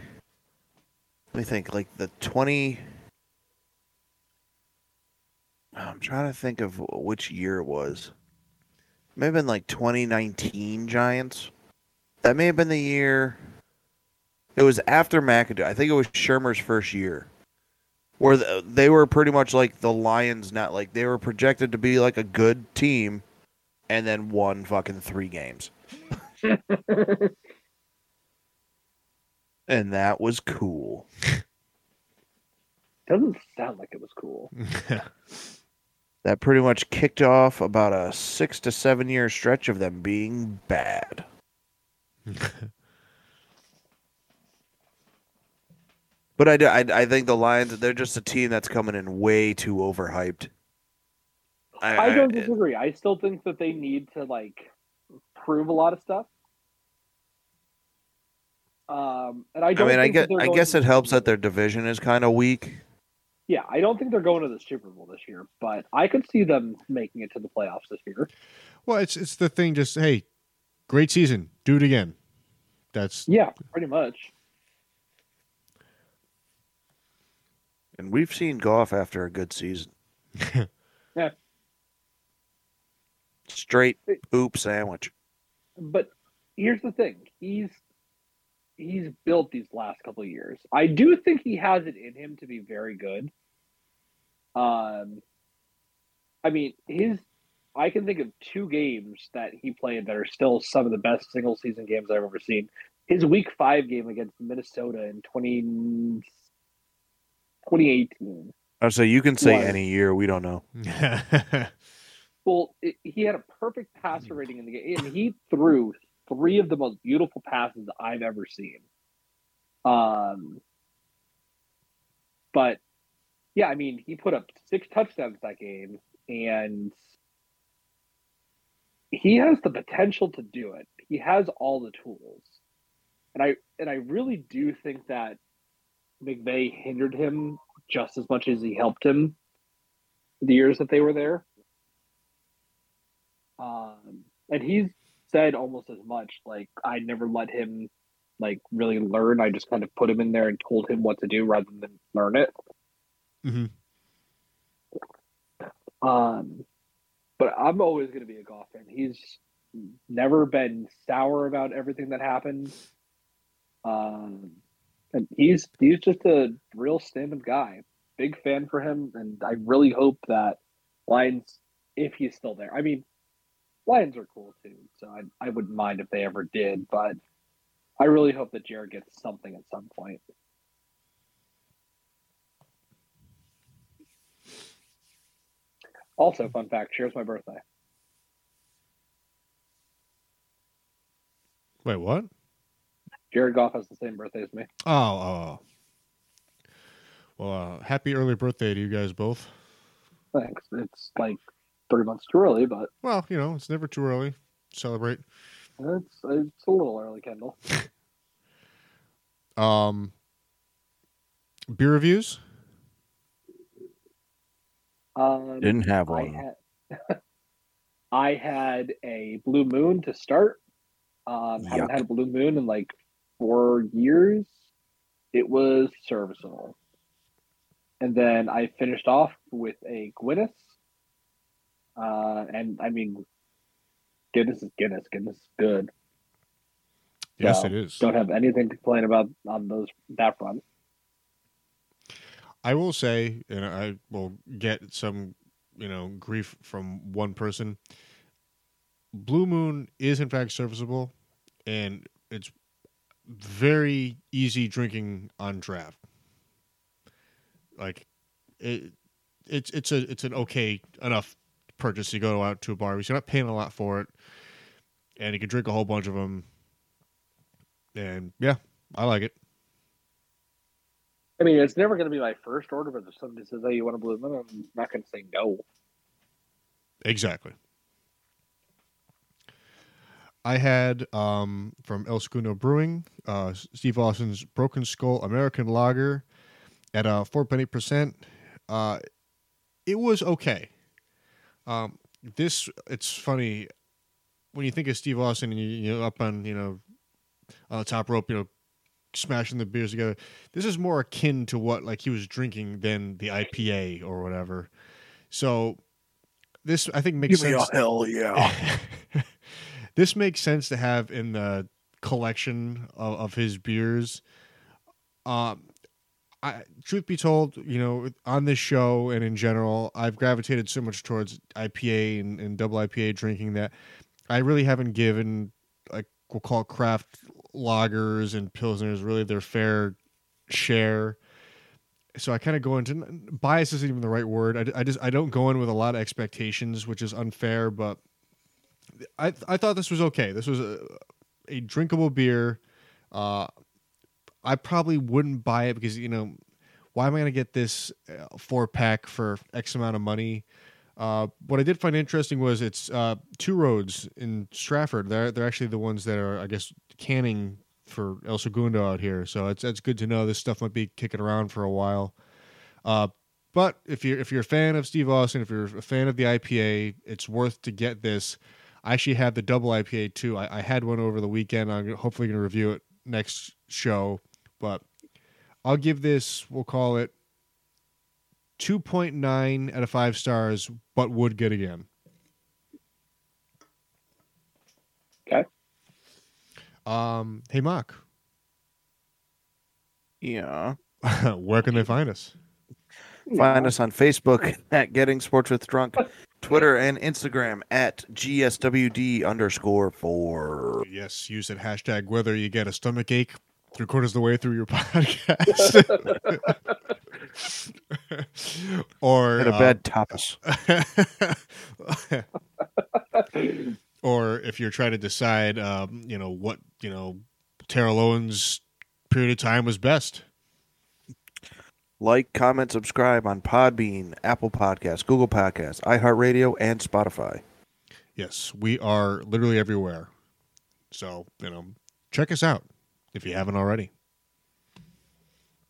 Speaker 5: let me think like the 20 i'm trying to think of which year it was may have been like 2019 giants that may have been the year it was after mcadoo i think it was shermer's first year where the, they were pretty much like the lions not like they were projected to be like a good team and then won fucking three games and that was cool.
Speaker 3: Doesn't sound like it was cool.
Speaker 5: That pretty much kicked off about a six to seven year stretch of them being bad. But I, do- I, I think the Lions, they're just a team that's coming in way too overhyped.
Speaker 3: I don't disagree. I still think that they need to like prove a lot of stuff. Um, and I
Speaker 5: I
Speaker 3: don't.
Speaker 5: mean, I
Speaker 3: think that
Speaker 5: guess,
Speaker 3: they're
Speaker 5: I
Speaker 3: going
Speaker 5: guess
Speaker 3: to
Speaker 5: it
Speaker 3: the
Speaker 5: helps
Speaker 3: Super
Speaker 5: that their division is kind of weak.
Speaker 3: Bowl. Yeah, I don't think they're going to the Super Bowl this year, but I could see them making it to the playoffs this year.
Speaker 1: well, it's it's the thing. Just hey, great season. Do it again. That's
Speaker 3: Yeah, pretty much.
Speaker 5: And we've seen Goff after a good season.
Speaker 3: Yeah.
Speaker 5: Straight poop sandwich.
Speaker 3: But here's the thing: he's he's built these last couple of years. I do think he has it in him to be very good. Um, I mean, his I can think of two games that he played that are still some of the best single season games I've ever seen. His Week Five game against Minnesota in 20, 2018.
Speaker 5: I say you can say
Speaker 3: Was.
Speaker 5: any year. We don't know.
Speaker 3: Well, it, he had a perfect passer rating in the game, and he threw three of the most beautiful passes I've ever seen. Um, but yeah, I mean, he put up six touchdowns that game, and he has the potential to do it. He has all the tools, and I and I really do think that McVay hindered him just as much as he helped him the years that they were there. Um, and he's said almost as much. Like I never let him like really learn. I just kind of put him in there and told him what to do rather than learn it.
Speaker 1: Mhm.
Speaker 3: Um, but I'm always going to be a golf fan. He's never been sour about everything that happened. Um, and he's he's just a real stand-up guy. Big fan for him, and I really hope that Lions, if he's still there. I mean, Lions are cool too, so I, I wouldn't mind if they ever did, but I really hope that Jared gets something at some point. Also, fun fact, cheers my birthday.
Speaker 1: Wait, what?
Speaker 3: Jared Goff has the same birthday as me.
Speaker 1: Oh, oh. oh. Well, uh, happy early birthday to you guys both.
Speaker 3: Thanks. It's like three months too early, but
Speaker 1: Well, you know, it's never too early. to Celebrate.
Speaker 3: it's, it's a little early, Kendall.
Speaker 1: Um, beer reviews.
Speaker 3: Um,
Speaker 5: Didn't have
Speaker 3: I
Speaker 5: one.
Speaker 3: had, I had a blue moon to start. Um, haven't
Speaker 5: Yuck.
Speaker 3: had a blue moon in like four years. It was serviceable. And then I finished off with a Guinness. Uh, and I mean, Guinness is Guinness. Guinness is good.
Speaker 1: Yes,
Speaker 3: Wow.
Speaker 1: it is.
Speaker 3: Don't have anything to complain about on those that front.
Speaker 1: I will say, and I will get some, you know, grief from one person. Blue Moon is in fact serviceable, and it's very easy drinking on draft. Like, it, it's it's a it's an okay enough purchase. You go out to a bar, you're not paying a lot for it, and you can drink a whole bunch of them. And yeah, I like it.
Speaker 3: I mean, it's never going to be my first order, but if somebody says, "Hey, you want a blue moon?" I'm not going to say no.
Speaker 1: Exactly. I had um, from El Segundo Brewing, uh, Steve Austin's Broken Skull American Lager at uh, 4.8%. Uh, it was okay. Um, this, it's funny, when you think of Steve Austin and you, you're up on, you know, on the top rope, you know, smashing the beers together, this is more akin to what, like, he was drinking than the IPA or whatever. So this, I think, makes sense.
Speaker 5: hell yeah.
Speaker 1: this makes sense to have in the collection of, of his beers. Um, I, truth be told, you know, on this show and in general, I've gravitated so much towards IPA and, and double IPA drinking that I really haven't given, like, we'll call it craft lagers and pilsners really their fair share. So I kind of go into bias isn't even the right word. I, I just I don't go in with a lot of expectations, which is unfair. But I I thought this was okay. This was a, a drinkable beer. Uh, I probably wouldn't buy it because you know why am I going to get this uh, four pack for X amount of money? Uh, what I did find interesting was it's uh, two roads in Stratford. They're they're actually the ones that are I guess canning for El Segundo out here. So it's that's good to know. This stuff might be kicking around for a while. Uh, but if you're if you're a fan of Steve Austin, if you're a fan of the IPA, it's worth to get this. I actually have the double IPA too. I, I had one over the weekend. I'm hopefully going to review it next show, but I'll give this. We'll call it 2.9 out of five stars, but would get again.
Speaker 3: Okay.
Speaker 1: Um, hey, Mark,
Speaker 5: Yeah.
Speaker 1: where can they find us?
Speaker 5: Find us on Facebook at Getting Sports with Drunk, Twitter and Instagram at GSWD underscore four.
Speaker 1: Yes, use that hashtag whether you get a stomach ache three quarters of the way through your podcast or
Speaker 5: And a
Speaker 1: uh,
Speaker 5: bad tapas.
Speaker 1: or if you're trying to decide, um, you know what you know, Tara Lowen's period of time was best.
Speaker 5: Like, comment, subscribe on Podbean, Apple Podcasts, Google Podcasts, iHeartRadio, and Spotify.
Speaker 1: Yes, we are literally everywhere. So you know, check us out if you haven't already.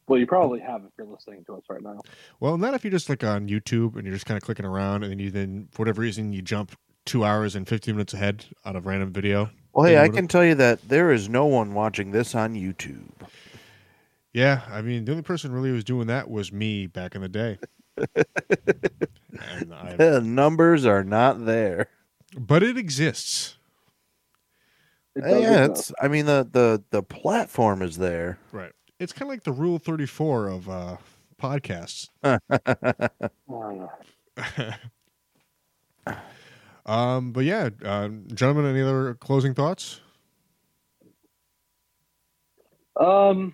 Speaker 3: Well, you probably have if you're listening to us right now.
Speaker 1: Well, not if you're just like on YouTube and you're just kind of clicking around, and then you then for whatever reason you jump two hours and 15 minutes ahead out of random video.
Speaker 5: Well, hey,
Speaker 1: Yeah,
Speaker 5: I
Speaker 1: what
Speaker 5: can tell you that there is no one watching this on YouTube.
Speaker 1: Yeah, I mean, the only person really who was doing that was me back in the day. and I
Speaker 5: The numbers are not there.
Speaker 1: but it exists.
Speaker 3: It does
Speaker 5: Yeah,
Speaker 3: exist.
Speaker 5: it's, I mean the, the the platform is there.
Speaker 1: It's kind of like the rule 34 of uh, podcasts.
Speaker 3: Uh,
Speaker 1: um, but yeah, uh, gentlemen, any other closing thoughts?
Speaker 3: Um,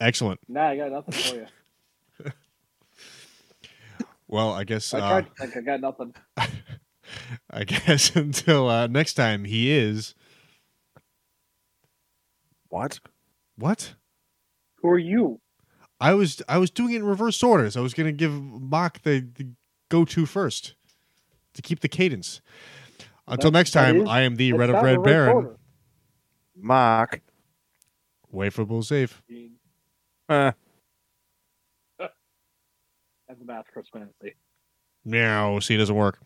Speaker 1: Excellent.
Speaker 3: nah, I got nothing for you.
Speaker 1: Well, I guess
Speaker 3: I
Speaker 1: uh,
Speaker 3: tried to think. I got nothing.
Speaker 1: I guess until uh, next time, he is
Speaker 5: What?
Speaker 1: what?
Speaker 3: Who are you?
Speaker 1: I was I was doing it in reverse order. So I was going to give Mock the, the go to first to keep the cadence. Until
Speaker 3: That-
Speaker 1: next
Speaker 3: that
Speaker 1: time,
Speaker 3: is-
Speaker 1: I am the
Speaker 3: It's
Speaker 1: Red
Speaker 3: not
Speaker 1: of
Speaker 3: a
Speaker 1: Red Baron.
Speaker 3: recorder.
Speaker 5: Mock.
Speaker 1: Wait for Bull Safe.
Speaker 5: Uh,
Speaker 3: That's the math, Chris Mansley.
Speaker 1: No, see, it doesn't work.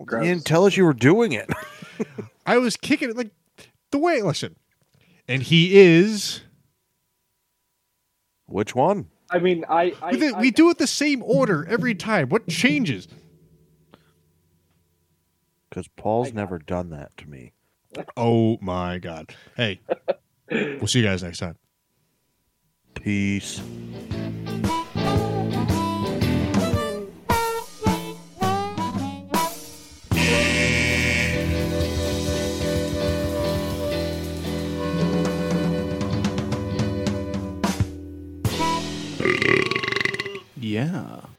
Speaker 5: you didn't tell us you were doing it.
Speaker 1: I was kicking it like the way. Listen, and he is.
Speaker 5: Which one?
Speaker 3: I mean, I, I,
Speaker 1: we, do-
Speaker 3: I
Speaker 1: we do it the same order every time. What changes?
Speaker 5: Because Paul's
Speaker 3: I got
Speaker 5: never done that to me.
Speaker 1: Oh my god! Hey, we'll see you guys next time.
Speaker 5: Peace.
Speaker 7: Yeah.